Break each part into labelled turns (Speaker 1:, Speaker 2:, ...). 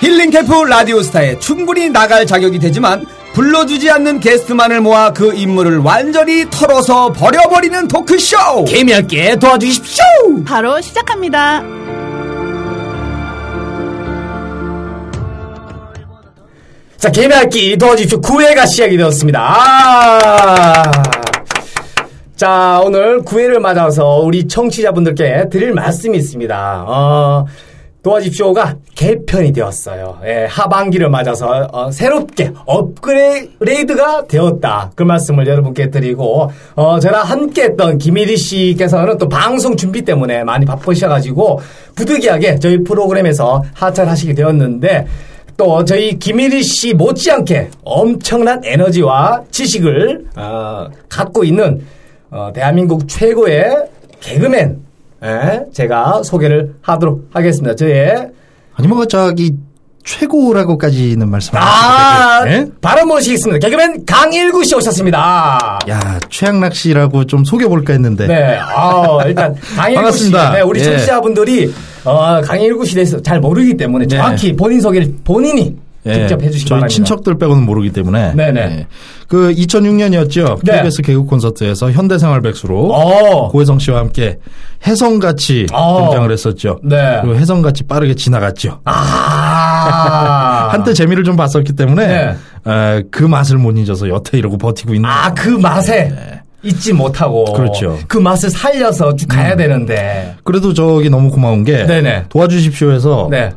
Speaker 1: 힐링 캠프 라디오 스타에 충분히 나갈 자격이 되지만 불러주지 않는 게스트만을 모아 그 인물을 완전히 털어서 버려버리는 토크쇼
Speaker 2: 개미할게 도와주십시오.
Speaker 3: 바로 시작합니다.
Speaker 2: 자, 개미할기 도와주십시오. 9회가 시작이 되었습니다. 아. 자, 오늘 9회를 맞아서 우리 청취자분들께 드릴 말씀이 있습니다. 어, 도와주십시오가 개편이 되었어요. 예, 하반기를 맞아서 어, 새롭게 업그레이드가 되었다. 그 말씀을 여러분께 드리고, 어, 저랑 함께 했던 김일희 씨께서는 또 방송 준비 때문에 많이 바쁘셔가지고, 부득이하게 저희 프로그램에서 하차하시게 를 되었는데, 또 저희 김일희 씨 못지않게 엄청난 에너지와 지식을 어, 갖고 있는 어, 대한민국 최고의 개그맨 예, 제가 소개를 하도록 하겠습니다. 저의
Speaker 4: 아니 뭐 저기 최고라고까지는 말씀 안
Speaker 2: 아
Speaker 4: 하셨는데.
Speaker 2: 바로 모시겠습니다. 개그맨 강일구 씨 오셨습니다.
Speaker 4: 야 최양락 씨라고 좀 소개해볼까 했는데
Speaker 2: 네, 아 일단 강일구 씨,
Speaker 4: 반갑습니다.
Speaker 2: 네, 우리
Speaker 4: 예.
Speaker 2: 청취자분들이 어, 강일구 씨에 대해서 잘 모르기 때문에
Speaker 4: 네.
Speaker 2: 정확히 본인 소개를 본인이
Speaker 4: 예,
Speaker 2: 직접 해주시기
Speaker 4: 저희
Speaker 2: 바랍니다.
Speaker 4: 친척들 빼고는 모르기 때문에
Speaker 2: 네네.
Speaker 4: 예. 그 2006년이었죠
Speaker 2: 네.
Speaker 4: KBS 개그 콘서트에서 현대생활 백수로
Speaker 2: 어,
Speaker 4: 고혜성 씨와 함께 혜성같이
Speaker 2: 어.
Speaker 4: 등장을 했었죠
Speaker 2: 네.
Speaker 4: 그리고 혜성같이 빠르게 지나갔죠
Speaker 2: 아
Speaker 4: 한때 재미를 좀 봤었기 때문에
Speaker 2: 네.
Speaker 4: 에, 그 맛을 못 잊어서 여태 이러고 버티고 있는
Speaker 2: 아 그 맛에 잊지 못하고
Speaker 4: 그렇죠. 음.
Speaker 2: 그 맛을 살려서 쭉 가야 되는데
Speaker 4: 그래도 저기 너무 고마운 게
Speaker 2: 네네.
Speaker 4: 도와주십시오 해서
Speaker 2: 네,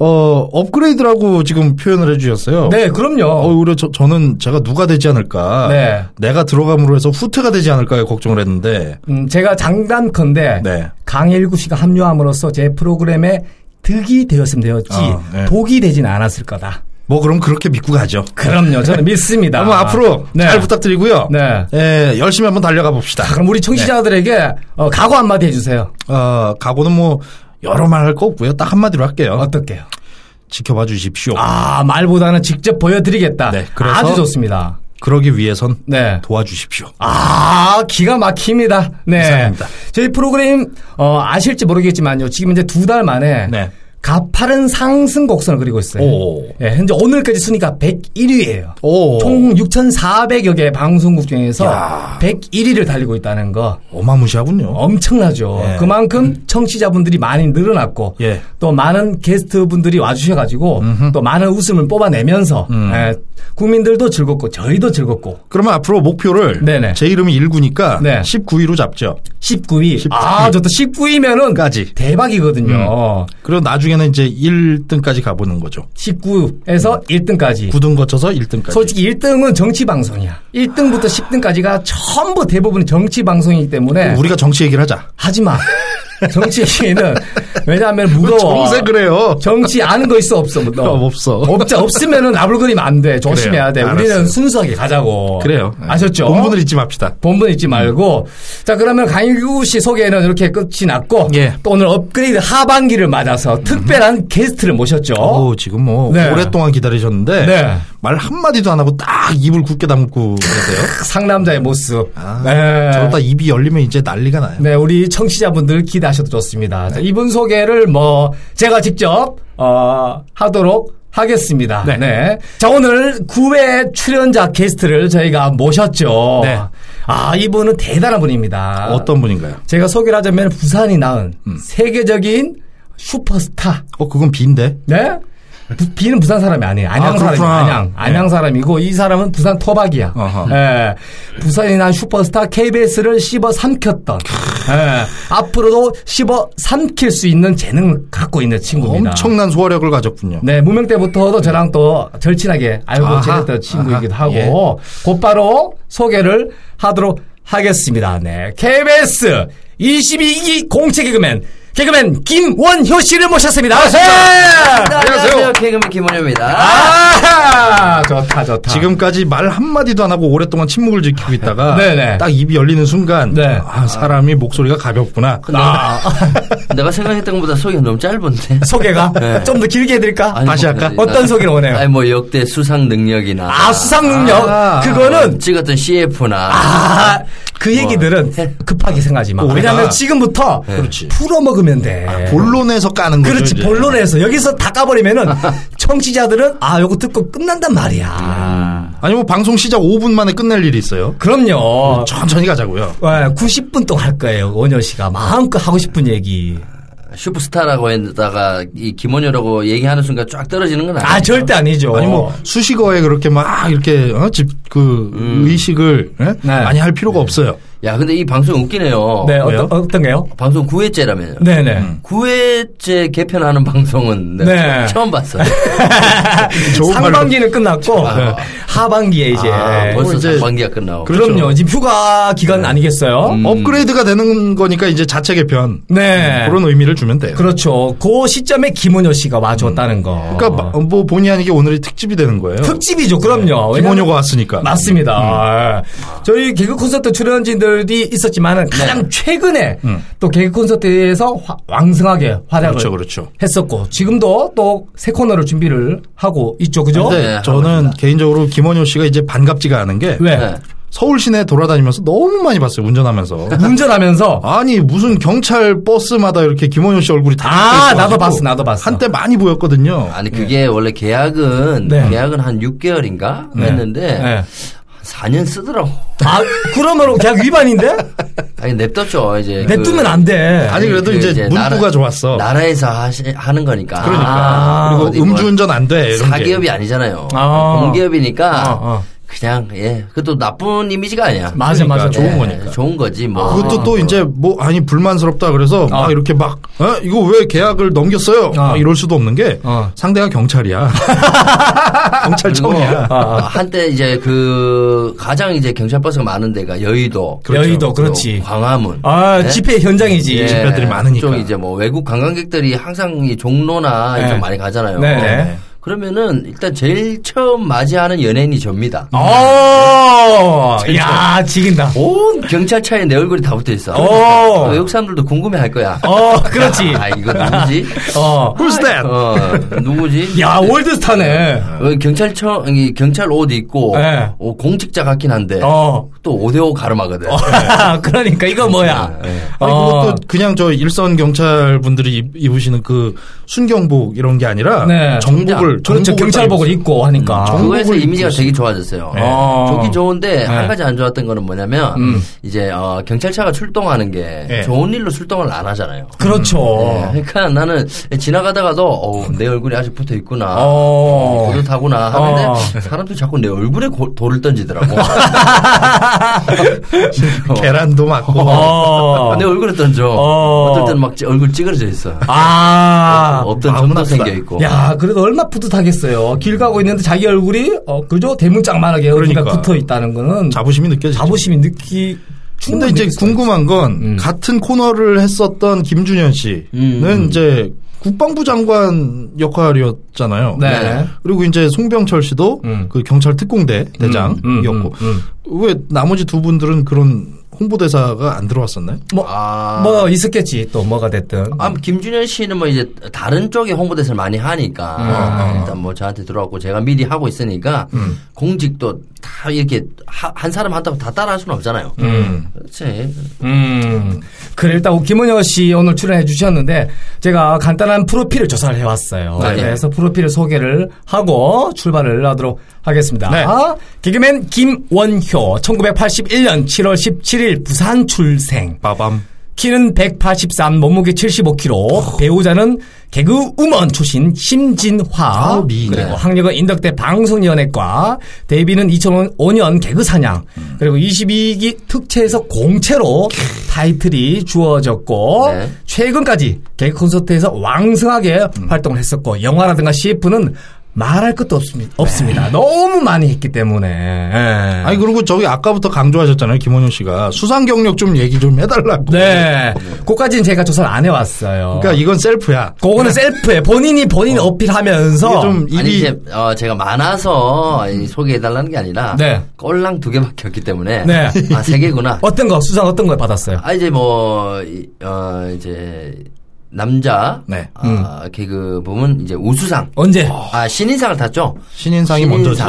Speaker 4: 어, 업그레이드라고 지금 표현을 해주셨어요.
Speaker 2: 네 그럼요.
Speaker 4: 어, 오히려 저, 저는 제가 누가 되지 않을까.
Speaker 2: 네.
Speaker 4: 내가 들어감으로 해서 후퇴가 되지 않을까 걱정을 했는데.
Speaker 2: 음, 제가 장담컨대
Speaker 4: 네.
Speaker 2: 강일구 씨가 합류함으로써 제 프로그램에 득이 되었으면 되었지
Speaker 4: 아, 네.
Speaker 2: 독이 되진 않았을 거다.
Speaker 4: 뭐 그럼 그렇게 믿고 가죠.
Speaker 2: 그럼요, 저는 믿습니다.
Speaker 4: 한번 앞으로
Speaker 2: 네.
Speaker 4: 잘 부탁드리고요.
Speaker 2: 네.
Speaker 4: 예, 열심히 한번 달려가 봅시다.
Speaker 2: 자, 그럼 우리 청취자들에게
Speaker 4: 네.
Speaker 2: 어, 각오 한마디 해주세요.
Speaker 4: 어, 각오는 뭐 여러 말 할 거 없고요. 딱 한마디로 할게요.
Speaker 2: 어떻게요?
Speaker 4: 지켜봐 주십시오.
Speaker 2: 아 말보다는 직접 보여드리겠다.
Speaker 4: 네, 그래서-
Speaker 2: 아주 좋습니다.
Speaker 4: 그러기 위해선
Speaker 2: 네.
Speaker 4: 도와주십시오.
Speaker 2: 아, 기가 막힙니다. 네.
Speaker 4: 이상입니다.
Speaker 2: 저희 프로그램, 어, 아실지 모르겠지만요. 지금 이제 두 달 만에.
Speaker 4: 네.
Speaker 2: 가파른 상승 곡선을 그리고 있어요.
Speaker 4: 오.
Speaker 2: 예, 현재 오늘까지 순위가 101위예요.
Speaker 4: 오.
Speaker 2: 총 6,400여 개 방송국 중에서 101위를 달리고 있다는 거
Speaker 4: 어마무시하군요.
Speaker 2: 엄청나죠.
Speaker 4: 예.
Speaker 2: 그만큼 청취자분들이 많이 늘어났고
Speaker 4: 예.
Speaker 2: 또 많은 게스트분들이 와주셔가지고 또 많은 웃음을 뽑아내면서 예, 국민들도 즐겁고 저희도 즐겁고
Speaker 4: 그러면 앞으로 목표를
Speaker 2: 네네.
Speaker 4: 제 이름이 1구니까
Speaker 2: 네.
Speaker 4: 19위로 잡죠.
Speaker 2: 19위.
Speaker 4: 19위.
Speaker 2: 아, 저도 19위면은
Speaker 4: 까지. 음.
Speaker 2: 대박이거든요.
Speaker 4: 그리고 나중에는 이제 1등까지 가보는 거죠.
Speaker 2: 19에서 1등까지.
Speaker 4: 9등 거쳐서 1등까지.
Speaker 2: 솔직히 1등은 정치 방송이야. 1등부터 10등까지가 전부 대부분 정치 방송이기 때문에
Speaker 4: 네. 우리가 정치 얘기를 하자.
Speaker 2: 하지 마. 정치 얘기는 왜냐하면 무거워.
Speaker 4: 정세 그래요.
Speaker 2: 정치 아는 거 있어 없어? 너.
Speaker 4: 그럼 없어.
Speaker 2: 없자 없으면은 나불거리면 안 돼. 조심해야 돼.
Speaker 4: 그래요.
Speaker 2: 우리는
Speaker 4: 알았어요.
Speaker 2: 순수하게 가자고.
Speaker 4: 그래요.
Speaker 2: 아셨죠?
Speaker 4: 네. 본분을 잊지 음. 맙시다.
Speaker 2: 본분 잊지 말고. 자, 그러면 강일구 씨 소개는 이렇게 끝이 났고.
Speaker 4: 예.
Speaker 2: 또 오늘 업그레이드 하반기를 맞아서 특별한 게스트를 모셨죠.
Speaker 4: 어우, 지금 뭐
Speaker 2: 네.
Speaker 4: 오랫동안 기다리셨는데
Speaker 2: 네.
Speaker 4: 말 한마디도 안 하고 딱 입을 굳게 담고 계세요.
Speaker 2: 상남자의 모습.
Speaker 4: 아,
Speaker 2: 네.
Speaker 4: 저러다 입이 열리면 이제 난리가 나요.
Speaker 2: 네, 우리 청취자분들 기대하셔도 좋습니다.
Speaker 4: 네.
Speaker 2: 자, 이분 소개를 뭐 제가 직접
Speaker 4: 아.
Speaker 2: 어, 하도록 하겠습니다. 네. 자, 오늘 9회 출연자 게스트를 저희가 모셨죠.
Speaker 4: 네.
Speaker 2: 아, 이분은 대단한 분입니다.
Speaker 4: 어떤 음. 분인가요?
Speaker 2: 제가 소개를 하자면 부산이 낳은 세계적인 슈퍼스타.
Speaker 4: 어, 그건 비인데.
Speaker 2: 네? 부- 비는 부산 사람이 아니에요. 안양
Speaker 4: 아,
Speaker 2: 사람이
Speaker 4: 그렇구나.
Speaker 2: 안양 안양 사람이고 이 사람은 부산 토박이야.
Speaker 4: 어허.
Speaker 2: 예. 부산이 난 슈퍼스타 KBS를 씹어 삼켰던. 예. 앞으로도 씹어 삼킬 수 있는 재능을 갖고 있는 친구입니다.
Speaker 4: 엄청난 소화력을 가졌군요.
Speaker 2: 네, 무명 때부터도 저랑 또 절친하게 알고
Speaker 4: 아하.
Speaker 2: 지냈던 친구이기도
Speaker 4: 아하. 예.
Speaker 2: 하고 곧바로 소개를 하도록 하겠습니다. 네, KBS 22기 공채 개그맨 개그맨 김원효 씨를 모셨습니다.
Speaker 4: 아, 네.
Speaker 5: 안녕하세요. 개그맨 김원효입니다.
Speaker 2: 아, 좋다, 좋다.
Speaker 4: 지금까지 말 한마디도 안 하고 오랫동안 침묵을 지키고 있다가
Speaker 2: 네네.
Speaker 4: 딱 입이 열리는 순간
Speaker 2: 네.
Speaker 4: 아, 사람이 목소리가 가볍구나.
Speaker 2: 아,
Speaker 5: 내가 생각했던 것보다 소개가 너무 짧은데.
Speaker 2: 소개가 좀 더 길게 해드릴까?
Speaker 5: 아니,
Speaker 4: 다시
Speaker 5: 뭐,
Speaker 4: 할까?
Speaker 2: 어떤 소개를 원해요?
Speaker 5: 아니, 뭐, 역대 수상 능력이나. 어,
Speaker 2: 아, 수상 능력.
Speaker 4: 아.
Speaker 2: 그거는
Speaker 5: 찍었던 CF나.
Speaker 2: 아, 그 얘기들은 급하게 생각하지 마.
Speaker 4: 우리가-
Speaker 2: 왜냐면 지금부터 네.
Speaker 4: 그렇지.
Speaker 2: 풀어 먹으면 돼.
Speaker 4: 본론에서 까는 거죠.
Speaker 2: 그렇지
Speaker 4: 이제.
Speaker 2: 본론에서 여기서 다 까버리면은 청취자들은 아 요거 듣고 끝난단 말이야.
Speaker 4: 아니 뭐 방송 시작 5분 만에 끝낼 일이 있어요.
Speaker 2: 그럼요.
Speaker 4: 천천히 가자고요.
Speaker 2: 네, 90분 동안 할 거예요. 원효 씨가 마음껏 하고 싶은 얘기.
Speaker 5: 슈퍼스타라고 했다가 이 김원효라고 얘기하는 순간 쫙 떨어지는 건 아니에요.
Speaker 2: 아 절대 아니죠.
Speaker 4: 아니 뭐 수식어에 그렇게 막 아, 이렇게 집 그 의식을 예?
Speaker 2: 네.
Speaker 4: 많이 할 필요가 없어요.
Speaker 5: 야, 근데 이 방송 웃기네요.
Speaker 2: 네
Speaker 4: 뭐요?
Speaker 2: 어떤 어떤 게요? 음.
Speaker 5: 방송 9회째라면요.
Speaker 2: 네네.
Speaker 5: 9회째 개편하는 방송은 내가
Speaker 2: 네.
Speaker 5: 처음 봤어요.
Speaker 4: 좋은 말로. 네.
Speaker 2: 상반기는 끝났고
Speaker 5: 아.
Speaker 2: 하반기에 이제
Speaker 5: 아, 벌써
Speaker 4: 뭐 이제-
Speaker 5: 상반기가 끝나고.
Speaker 4: 그렇죠.
Speaker 2: 그럼요. 지금 휴가 기간
Speaker 4: 네.
Speaker 2: 아니겠어요?
Speaker 4: 음. 업그레이드가 되는 거니까 이제 자체 개편
Speaker 2: 네.
Speaker 4: 그런 의미를 주면 돼요.
Speaker 2: 그렇죠. 그 시점에 김원효 씨가 와줬다는 거.
Speaker 4: 그러니까 마- 뭐 본의 아니게 오늘이 특집이 되는 거예요.
Speaker 2: 어. 특집이죠. 그럼요. 왜냐면-
Speaker 4: 네. 김원효가 왔으니까. 음.
Speaker 2: 맞습니다. 아. 저희 개그 콘서트 출연진들이 있었지만은
Speaker 4: 네.
Speaker 2: 가장 최근에 또 개그 콘서트에서 화- 왕성하게 활약을
Speaker 4: 음. 그렇죠, 그렇죠.
Speaker 2: 했었고 지금도 또 새 코너를 준비를 하고 있죠. 그죠?
Speaker 4: 근데
Speaker 5: 네,
Speaker 4: 저는
Speaker 5: 하반기다.
Speaker 4: 개인적으로 김원효 씨가 이제 반갑지가 않은 게
Speaker 2: 왜?
Speaker 5: 네.
Speaker 4: 서울 시내 돌아다니면서 너무 많이 봤어요. 운전하면서.
Speaker 2: 운전하면서
Speaker 4: 아니 무슨 경찰 버스마다 이렇게 김원효 씨 얼굴이 다
Speaker 2: 아,
Speaker 4: 찍혀있어가지고
Speaker 2: 나도 봤어, 나도 봤어.
Speaker 4: 한때 많이 보였거든요.
Speaker 5: 아니 그게 원래 계약은
Speaker 2: 네.
Speaker 5: 계약은 한 6개월인가
Speaker 4: 네.
Speaker 5: 했는데 4년 쓰더라고.
Speaker 2: 아, 그러므로 계약 위반인데?
Speaker 4: 네.
Speaker 5: 아니 냅뒀죠 이제. 그-
Speaker 2: 냅두면 안 돼.
Speaker 4: 아니 그래도
Speaker 5: 그
Speaker 4: 이제 문구가 좋았어.
Speaker 5: 나라에서 하시, 하는 거니까.
Speaker 4: 그러니까. 그리고
Speaker 5: 어디 뭐
Speaker 4: 음주운전 안 돼. 이런 게.
Speaker 5: 사기업이 아니잖아요.
Speaker 2: 아.
Speaker 5: 공기업이니까
Speaker 2: 어, 어.
Speaker 5: 그냥 예 그것도 나쁜 이미지가 아니야.
Speaker 2: 맞아, 맞아.
Speaker 5: 예,
Speaker 2: 좋은 거니까.
Speaker 5: 좋은 거지 뭐.
Speaker 4: 그것도 또 이제 뭐 아니 불만스럽다 그래서 막 이렇게 막 어? 이거 왜 계약을 넘겼어요?
Speaker 2: 어.
Speaker 4: 막 이럴 수도 없는 게
Speaker 2: 어.
Speaker 4: 상대가 경찰이야.
Speaker 5: 그리고
Speaker 4: 경찰청이야.
Speaker 5: 아, 한때 이제 그 가장 이제 경찰 버스가 많은 데가 여의도,
Speaker 2: 여의도 그렇지.
Speaker 5: 광화문.
Speaker 2: 아,
Speaker 5: 네?
Speaker 2: 집회 현장이지.
Speaker 5: 예,
Speaker 4: 집회들이 많으니까.
Speaker 5: 좀 이제 뭐 외국 관광객들이 항상 이 종로나
Speaker 2: 네.
Speaker 5: 이쪽 많이 가잖아요.
Speaker 2: 네, 네.
Speaker 5: 그러면은 일단 제일 처음 맞이하는 연예인이 접니다.
Speaker 2: 어, 야, 지긴다.
Speaker 5: 온 경찰차에 내 얼굴이 다 붙어 있어.
Speaker 2: 오.
Speaker 5: 외국 사람들도 궁금해 할 거야.
Speaker 2: 어, 그렇지.
Speaker 5: 아, 이거 누구지?
Speaker 2: 어.
Speaker 4: Who's that?
Speaker 5: 어, 누구지?
Speaker 2: 야, 월드스타네.
Speaker 5: 어, 경찰청, 이 경찰 옷 입고
Speaker 2: 네.
Speaker 5: 어, 공직자 같긴 한데
Speaker 2: 어.
Speaker 5: 또 5대5 가름하거든.
Speaker 2: 그러니까 이거 뭐야.
Speaker 5: 네.
Speaker 4: 아니
Speaker 2: 어.
Speaker 4: 그것도 그냥 저 일선 경찰 분들이 입으시는 그 순경복 이런 게 아니라
Speaker 2: 네. 그렇죠.
Speaker 4: 정복을 정복을
Speaker 2: 경찰복을
Speaker 4: 딱
Speaker 2: 입고 하니까.
Speaker 5: 그거에서
Speaker 4: 한국을
Speaker 5: 이미지가
Speaker 4: 입고
Speaker 5: 되게 좋아졌어요.
Speaker 2: 아. 네.
Speaker 5: 어, 좋긴 좋은데
Speaker 2: 네.
Speaker 5: 한 가지 안 좋았던 거는 뭐냐면 이제 어, 경찰차가 출동하는 게
Speaker 4: 네.
Speaker 5: 좋은 일로 출동을 안 하잖아요.
Speaker 2: 그렇죠.
Speaker 5: 네, 그러니까 나는 지나가다가도 어우, 내 얼굴이 아직 붙어 있구나.
Speaker 2: 어.
Speaker 5: 뿌듯하구나 하는데
Speaker 2: 어.
Speaker 5: 사람들이 자꾸 내 얼굴에 고- 돌을 던지더라고.
Speaker 4: 계란도 맞고
Speaker 2: 어.
Speaker 5: 내 얼굴에 던져.
Speaker 2: 어.
Speaker 5: 어. 떨 때는 막 찌- 얼굴 찌그러져 있어.
Speaker 2: 아.
Speaker 5: 없던
Speaker 4: 아무나
Speaker 5: 점도
Speaker 4: 없다.
Speaker 5: 생겨 있고.
Speaker 2: 야, 그래도 얼마나 뿌듯하겠어요. 길 가고 있는데 자기 얼굴이, 어, 그죠? 대문짝만하게 얼굴이
Speaker 4: 그러니까.
Speaker 2: 붙어 있다는 거는
Speaker 4: 자부심이 느껴지죠.
Speaker 2: 자부심이 느끼,
Speaker 4: 근데
Speaker 2: 충분히 음.
Speaker 4: 이제
Speaker 2: 느낄 수
Speaker 4: 궁금한 건 같은 코너를 했었던 김준현 씨는
Speaker 2: 음.
Speaker 4: 이제 국방부 장관 역할이었잖아요.
Speaker 2: 네. 음. 네.
Speaker 4: 그리고 이제 송병철 씨도 그 경찰 특공대
Speaker 2: 음.
Speaker 4: 대장이었고 왜 나머지 두 분들은 그런 홍보대사가 안 들어왔었나요?
Speaker 2: 있어요. 뭐,
Speaker 5: 아.
Speaker 2: 뭐 있었겠지. 또 뭐가 됐든.
Speaker 5: 아, 김준현 씨는 뭐 이제 다른 쪽에 홍보대사를 많이 하니까
Speaker 2: 음.
Speaker 5: 일단 뭐 저한테 들어왔고 제가 미리 하고 있으니까 공직도 다 이렇게 하- 한 사람 한다고 다 따라할 수는 없잖아요. 그렇지.
Speaker 2: 음. 그래 일단 김은여 씨 오늘 출연해 주셨는데 제가 간단한 프로필을 조사를 해왔어요.
Speaker 5: 아, 네.
Speaker 2: 그래서 프로필을 소개를 하고 출발을 하도록 하겠습니다.
Speaker 4: 네.
Speaker 2: 아, 개그맨 김원효 1981년 7월 17일 부산 출생
Speaker 4: 빠밤.
Speaker 2: 키는 183 몸무게 75kg 배우자는 개그우먼 출신 심진화
Speaker 4: 아, 미인.
Speaker 2: 그리고 학력은 인덕대 방송연예과 데뷔는 2005년 개그사냥
Speaker 4: 음.
Speaker 2: 그리고 22기 특채에서 공채로 타이틀이 주어졌고
Speaker 5: 네.
Speaker 2: 최근까지 개그 콘서트에서 왕성하게
Speaker 4: 음.
Speaker 2: 활동을 했었고 영화라든가 CF는 말할 것도 없습니다. 없습니다. 너무 많이 했기 때문에. 예.
Speaker 4: 네. 아니 그리고 저기 아까부터 강조하셨잖아요 김원효 씨가 수상 경력 좀 얘기 좀 해달라고.
Speaker 2: 네. 그까지는 제가 조사를 안 해왔어요.
Speaker 4: 그러니까 이건 셀프야.
Speaker 2: 그거는 셀프에 본인이 본인 어. 필하면서
Speaker 4: 이게 좀
Speaker 5: 아니
Speaker 4: 입이
Speaker 5: 네. 이제 어, 제가 많아서 이 소개해달라는 게 아니라
Speaker 2: 음. 네.
Speaker 5: 꼴랑 두 개밖에 없기 때문에
Speaker 2: 네.
Speaker 5: 아 세 개구나.
Speaker 2: 어떤 거 수상 어떤 걸 받았어요?
Speaker 5: 아 이제 뭐 이- 어, 이제 남자
Speaker 4: 네.
Speaker 5: 아, 개그 부문 이제 우수상
Speaker 2: 음. 언제? 음.
Speaker 5: 아 신인상을 탔죠.
Speaker 4: 신인상이 먼저지.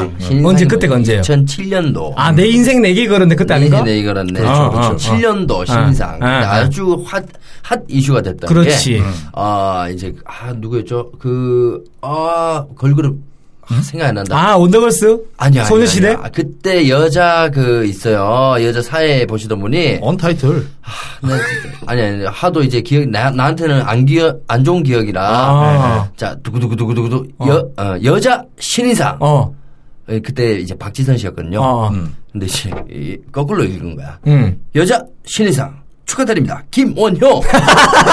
Speaker 2: 언제, 그때가 언제예요?
Speaker 5: 2007년도.
Speaker 2: 아, 내 인생 내기 걸었네, 그때 아닌가?
Speaker 5: 네, 이거란네.
Speaker 2: 그렇죠, 그렇죠.
Speaker 5: 7년도
Speaker 2: 아,
Speaker 5: 신인상.
Speaker 2: 아, 아.
Speaker 5: 아주 핫, 핫 이슈가 됐다.
Speaker 2: 그렇지. 음.
Speaker 5: 아, 이제, 아, 누구였죠? 그, 아, 걸그룹. 아, 생각이 안 난다.
Speaker 2: 아, 온더걸스?
Speaker 5: 아니야.
Speaker 2: 소녀시대?
Speaker 5: 아니야. 그때 여자 그 있어요. 여자 사회 보시던
Speaker 2: 어,
Speaker 5: 분이.
Speaker 4: 언타이틀.
Speaker 5: 나 진짜- 네. 아니 아니 하도 이제 기억 나, 나한테는 안 기억 안 좋은 기억이라
Speaker 2: 아.
Speaker 5: 자 두구두구두구두구 여 어, 여자 신인상
Speaker 2: 어.
Speaker 5: 예, 그때 이제 박지선 씨였거든요.
Speaker 2: 어.
Speaker 4: 음.
Speaker 5: 근데 이제 이- 거꾸로 읽은 거야.
Speaker 2: 음.
Speaker 5: 여자 신인상 축하드립니다. 김원효.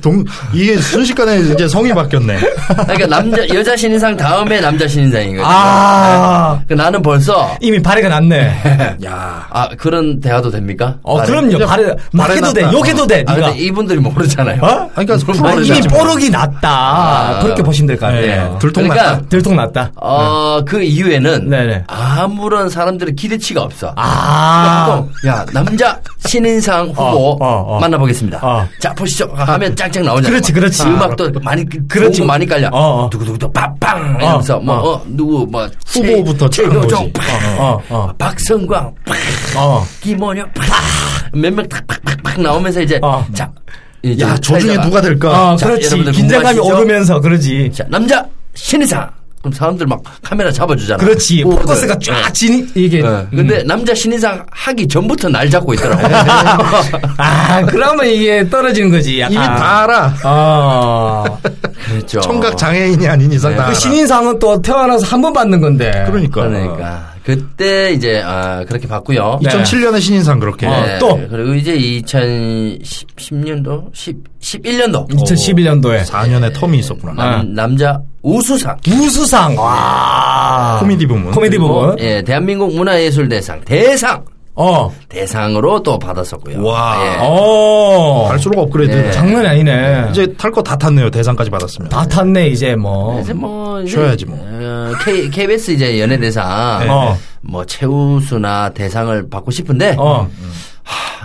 Speaker 4: 동 이게 순식간에 이제 성이 바뀌었네.
Speaker 5: 그러니까 남자 여자 신인상 다음에 남자 신인상인 거야.
Speaker 2: 아.
Speaker 5: 나는 벌써
Speaker 2: 이미 발해가 났네.
Speaker 5: 야. 아 그런 대화도 됩니까?
Speaker 2: 어,
Speaker 5: 나는-
Speaker 2: 그럼요. 발해, 막 해도 돼.
Speaker 4: 났다.
Speaker 2: 욕 해도 돼,
Speaker 5: 아,
Speaker 2: 네가.
Speaker 5: 근데 이분들이 모르잖아요.
Speaker 2: 어?
Speaker 4: 아니, 그러니까
Speaker 5: 그럼
Speaker 4: 프로
Speaker 2: 아, 이미
Speaker 5: 모르잖아요. 예.
Speaker 2: 뽀록이 났다.
Speaker 5: 아.
Speaker 2: 그렇게 보시면 될 것 같아요.
Speaker 5: 네.
Speaker 4: 예, 들통
Speaker 5: 그러니까
Speaker 4: 났다. 네.
Speaker 2: 들통 났다.
Speaker 5: 어, 그 이후에는
Speaker 2: 네네.
Speaker 5: 아무런 사람들의 기대치가 없어.
Speaker 2: 아.
Speaker 5: 그래갖고, 야, 남자 신인상 후보
Speaker 2: 어, 어, 어.
Speaker 5: 만나보겠습니다.
Speaker 2: 어.
Speaker 5: 자, 보시죠. 하면 짱짱 나오잖아.
Speaker 2: 그렇지, 그렇지.
Speaker 5: 음악도 많이,
Speaker 2: 그렇지.
Speaker 5: 그렇지. 많이 깔려.
Speaker 2: 어, 어.
Speaker 5: 누구누구도 빡빵! 이러면서,
Speaker 2: 어,
Speaker 5: 뭐, 어, 누구, 뭐,
Speaker 4: 후보부터
Speaker 5: 최-
Speaker 4: 쫙
Speaker 5: 최효정
Speaker 4: 나오지.
Speaker 5: 팍! 아,
Speaker 2: 어, 어.
Speaker 5: 박성광 팍!
Speaker 2: 어.
Speaker 5: 김원효 팍! 몇명 탁, 팍, 팍, 팍 나오면서 이제,
Speaker 2: 어.
Speaker 5: 자. 이제
Speaker 4: 야, 저 중에
Speaker 5: 사회자가
Speaker 4: 누가 될까?
Speaker 2: 어,
Speaker 5: 그러니까. 자,
Speaker 2: 그렇지.
Speaker 5: 여러분들
Speaker 2: 긴장감이
Speaker 5: 궁금하시죠?
Speaker 2: 오르면서, 그러지.
Speaker 5: 자, 남자 신인상. 그럼 사람들 막 카메라 잡아주잖아.
Speaker 2: 그렇지.
Speaker 5: 오,
Speaker 2: 포커스가
Speaker 5: 네.
Speaker 2: 쫙 지니, 이게.
Speaker 4: 예.
Speaker 5: 네.
Speaker 4: 음.
Speaker 5: 근데 남자 신인상 하기 전부터 날 잡고 있더라고.
Speaker 2: 아, 그러면 이게 떨어지는 거지. 약간.
Speaker 4: 이미 다 알아.
Speaker 2: 어.
Speaker 5: 그렇죠.
Speaker 4: 청각 장애인이 아닌 이상 다
Speaker 2: 그
Speaker 4: 알아.
Speaker 2: 신인상은 또 태어나서 한 번 받는 건데.
Speaker 4: 그러니까.
Speaker 5: 그러니까 그때 이제 아, 그렇게 봤고요.
Speaker 4: 2007년에 신인상 그렇게.
Speaker 2: 어.
Speaker 5: 네.
Speaker 2: 또.
Speaker 5: 그리고 이제 2010년도 10, 11년도
Speaker 2: 2011년도에. 아.
Speaker 4: 4년의 텀이 있었구나.
Speaker 5: 남, 남자 우수상.
Speaker 2: 우수상. 와.
Speaker 4: 코미디 부문.
Speaker 2: 코미디 부문.
Speaker 5: 예, 대한민국 문화예술대상 대상
Speaker 2: 어.
Speaker 5: 대상으로 또 받았었고요.
Speaker 4: 와.
Speaker 5: 예.
Speaker 2: 어.
Speaker 4: 갈수록 업그레이드.
Speaker 5: 네.
Speaker 2: 장난이 아니네.
Speaker 4: 이제 탈 거 다 탔네요. 대상까지 받았습니다.
Speaker 2: 다 탔네, 이제 뭐.
Speaker 5: 그래서 뭐 이제,
Speaker 4: 쉬어야지 뭐. 네.
Speaker 5: 어, K, KBS 이제 연예대상
Speaker 2: 어.
Speaker 5: 뭐 최우수나 대상을 받고 싶은데
Speaker 2: 어.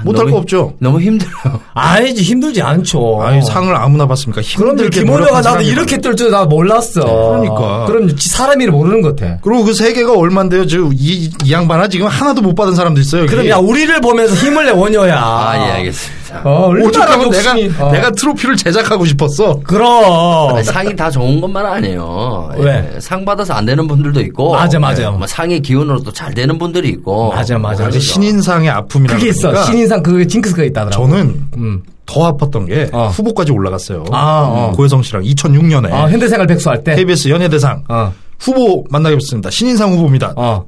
Speaker 4: 못 탈
Speaker 5: 아, 너무- 네.
Speaker 4: 거 없죠.
Speaker 5: 너무 힘들어요.
Speaker 2: 아니지, 힘들지 않죠.
Speaker 4: 아니 상을 아무나 받습니까?
Speaker 2: 그런데
Speaker 4: 힘들게
Speaker 2: 김원효가 나도
Speaker 4: 노력한 사람이
Speaker 2: 이렇게
Speaker 4: 많아요.
Speaker 2: 뜰 줄 나 몰랐어.
Speaker 4: 그러니까.
Speaker 2: 그럼 지 사람 이름 모르는 것 같아.
Speaker 4: 그리고 그 세 개가 얼만데요? 지금 이, 이 양반아 지금 하나도 못 받은 사람도 있어요. 여기.
Speaker 2: 그럼 야, 우리를 보면서 힘을 내, 원효야.
Speaker 5: 아, 예, 알겠습니다.
Speaker 2: 어, 얼마나
Speaker 4: 오죽하면 내가
Speaker 2: 욕심이. 어.
Speaker 4: 내가 트로피를 제작하고 싶었어.
Speaker 2: 그럼.
Speaker 5: 아니, 상이 다 좋은 것만 아니에요. 예,
Speaker 2: 왜?
Speaker 5: 상 받아서 안 되는 분들도 있고.
Speaker 2: 맞아, 맞아.
Speaker 5: 예, 뭐 상의 기운으로 또 잘 되는 분들이 있고.
Speaker 2: 맞아, 맞아.
Speaker 4: 그 신인상의 아픔이라
Speaker 2: 그게 있어. 신인상 그게 징크스가 있다더라고.
Speaker 4: 저는 더 아팠던 게
Speaker 2: 어.
Speaker 4: 후보까지 올라갔어요. 음,
Speaker 2: 아, 어.
Speaker 4: 고혜성 씨랑 2006년에
Speaker 2: 아, 현대생활 백수 할 때.
Speaker 4: KBS 연예대상
Speaker 2: 어.
Speaker 4: 후보 만나겠습니다. 신인상 후보입니다.
Speaker 2: 어.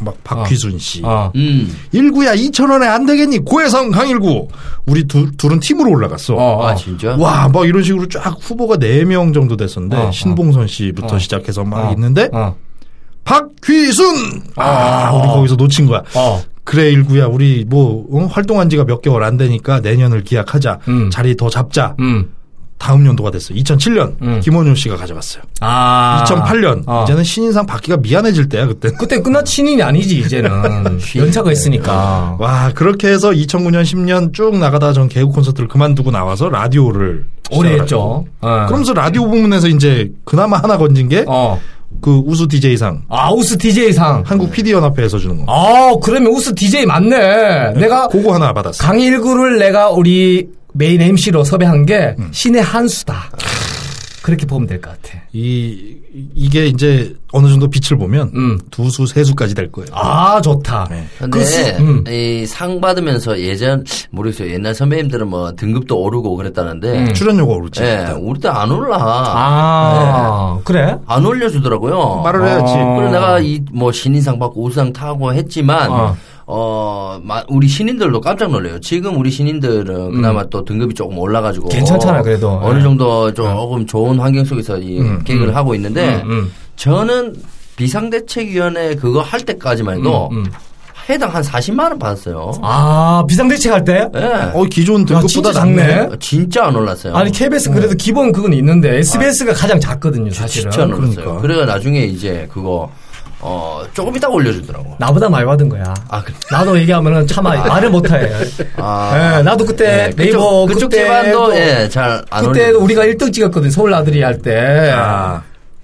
Speaker 4: 막 박휘순 씨,
Speaker 2: 어.
Speaker 5: 음.
Speaker 4: 일구야 2천원에 안 되겠니? 고혜성 강일구 우리 두, 둘은 팀으로 올라갔어.
Speaker 2: 어.
Speaker 5: 아, 진짜?
Speaker 4: 와, 막 이런 식으로 쫙 후보가 4명 정도 됐었는데,
Speaker 2: 어,
Speaker 4: 신봉선 씨부터 시작해서 막
Speaker 2: 어.
Speaker 4: 있는데,
Speaker 2: 어.
Speaker 4: 박휘순! 아, 우리 거기서 놓친 거야.
Speaker 2: 어.
Speaker 4: 그래, 일구야, 우리 뭐, 응? 활동한 지가 몇 개월 안 되니까 내년을 기약하자.
Speaker 2: 음.
Speaker 4: 자리 더 잡자.
Speaker 2: 음.
Speaker 4: 다음 연도가 됐어. 2007년.
Speaker 2: 음.
Speaker 4: 김원효 씨가 가져갔어요.
Speaker 2: 아.
Speaker 4: 2008년.
Speaker 2: 어.
Speaker 4: 이제는 신인상 받기가 미안해질 때야, 그때.
Speaker 2: 그때 끝나 신인이 아니지, 이제는. 연차가 있으니까.
Speaker 4: 와, 그렇게 해서 2009년, 10년 쭉 나가다가 전 개그 콘서트를 그만두고 나와서 라디오를.
Speaker 2: 오래
Speaker 4: 시작을
Speaker 2: 했죠. 어.
Speaker 4: 하고. 그러면서 라디오 부문에서 이제 그나마 하나 건진 게,
Speaker 2: 어.
Speaker 4: 그 우수 DJ상.
Speaker 2: 아우스 DJ상.
Speaker 4: 한국 PD연합회에서 주는 거.
Speaker 2: 아, 그러면 우스 DJ 맞네. 내가
Speaker 4: 그거 하나 받았어.
Speaker 2: 강일구를 내가 우리 메인 MC로 섭외한 게
Speaker 4: 음.
Speaker 2: 신의 한수다. 그렇게 보면 될 것 같아.
Speaker 4: 이 이게 이제 어느 정도 빛을 보면
Speaker 2: 음.
Speaker 4: 두 수 세 수까지 될 거예요.
Speaker 2: 아, 좋다.
Speaker 4: 네.
Speaker 5: 근데
Speaker 2: 그 수- 음.
Speaker 5: 이 상 받으면서 예전 모르겠어요. 옛날 선배님들은 뭐 등급도 오르고 그랬다는데.
Speaker 2: 음.
Speaker 4: 출연료가 오르지.
Speaker 5: 예, 우리 때 안 올라.
Speaker 2: 아,
Speaker 5: 네.
Speaker 2: 그래?
Speaker 5: 안 올려주더라고요.
Speaker 4: 말을 해야지.
Speaker 2: 어. 아.
Speaker 5: 그래 내가 이 뭐 신인상 받고 우수상 타고 했지만
Speaker 2: 어.
Speaker 5: 어. 마- 우리 신인들도 깜짝 놀래요. 지금 우리 신인들은 그나마 또 등급이 조금 올라가지고
Speaker 2: 음. 괜찮잖아, 그래도. 예. 음.
Speaker 5: 어느 정도 조금 좋은 환경 속에서 이 개그를 하고 있는데 저는 비상대책위원회 그거 할 때까지만 해도
Speaker 2: 음,
Speaker 5: 해당 한 40만 원 받았어요.
Speaker 2: 아, 비상대책 할 때?
Speaker 5: 예.
Speaker 4: 어 기존
Speaker 2: 야,
Speaker 4: 등급보다
Speaker 2: 진짜 작네.
Speaker 5: 진짜 안 올랐어요.
Speaker 2: 아니, KBS 그래도
Speaker 5: 아.
Speaker 2: 기본 그건 있는데, SBS가 가장 작거든요, 사실은.
Speaker 5: 진짜 안 올랐어요.
Speaker 4: 그러니까.
Speaker 5: 그래가 나중에 이제 그거 어, 조금 이따가 올려주더라고.
Speaker 2: 나보다 말 받은 거야.
Speaker 5: 아, 그래.
Speaker 2: 나도 얘기하면은 차마 말을 못해.
Speaker 5: 아.
Speaker 2: 예, 나도 그때
Speaker 5: 네,
Speaker 2: 네이버
Speaker 5: 그쪽,
Speaker 2: 그때도-
Speaker 5: 그쪽 집안도 예, 잘안
Speaker 2: 그때 우리가 1등 찍었거든 서울 아들이 할 때.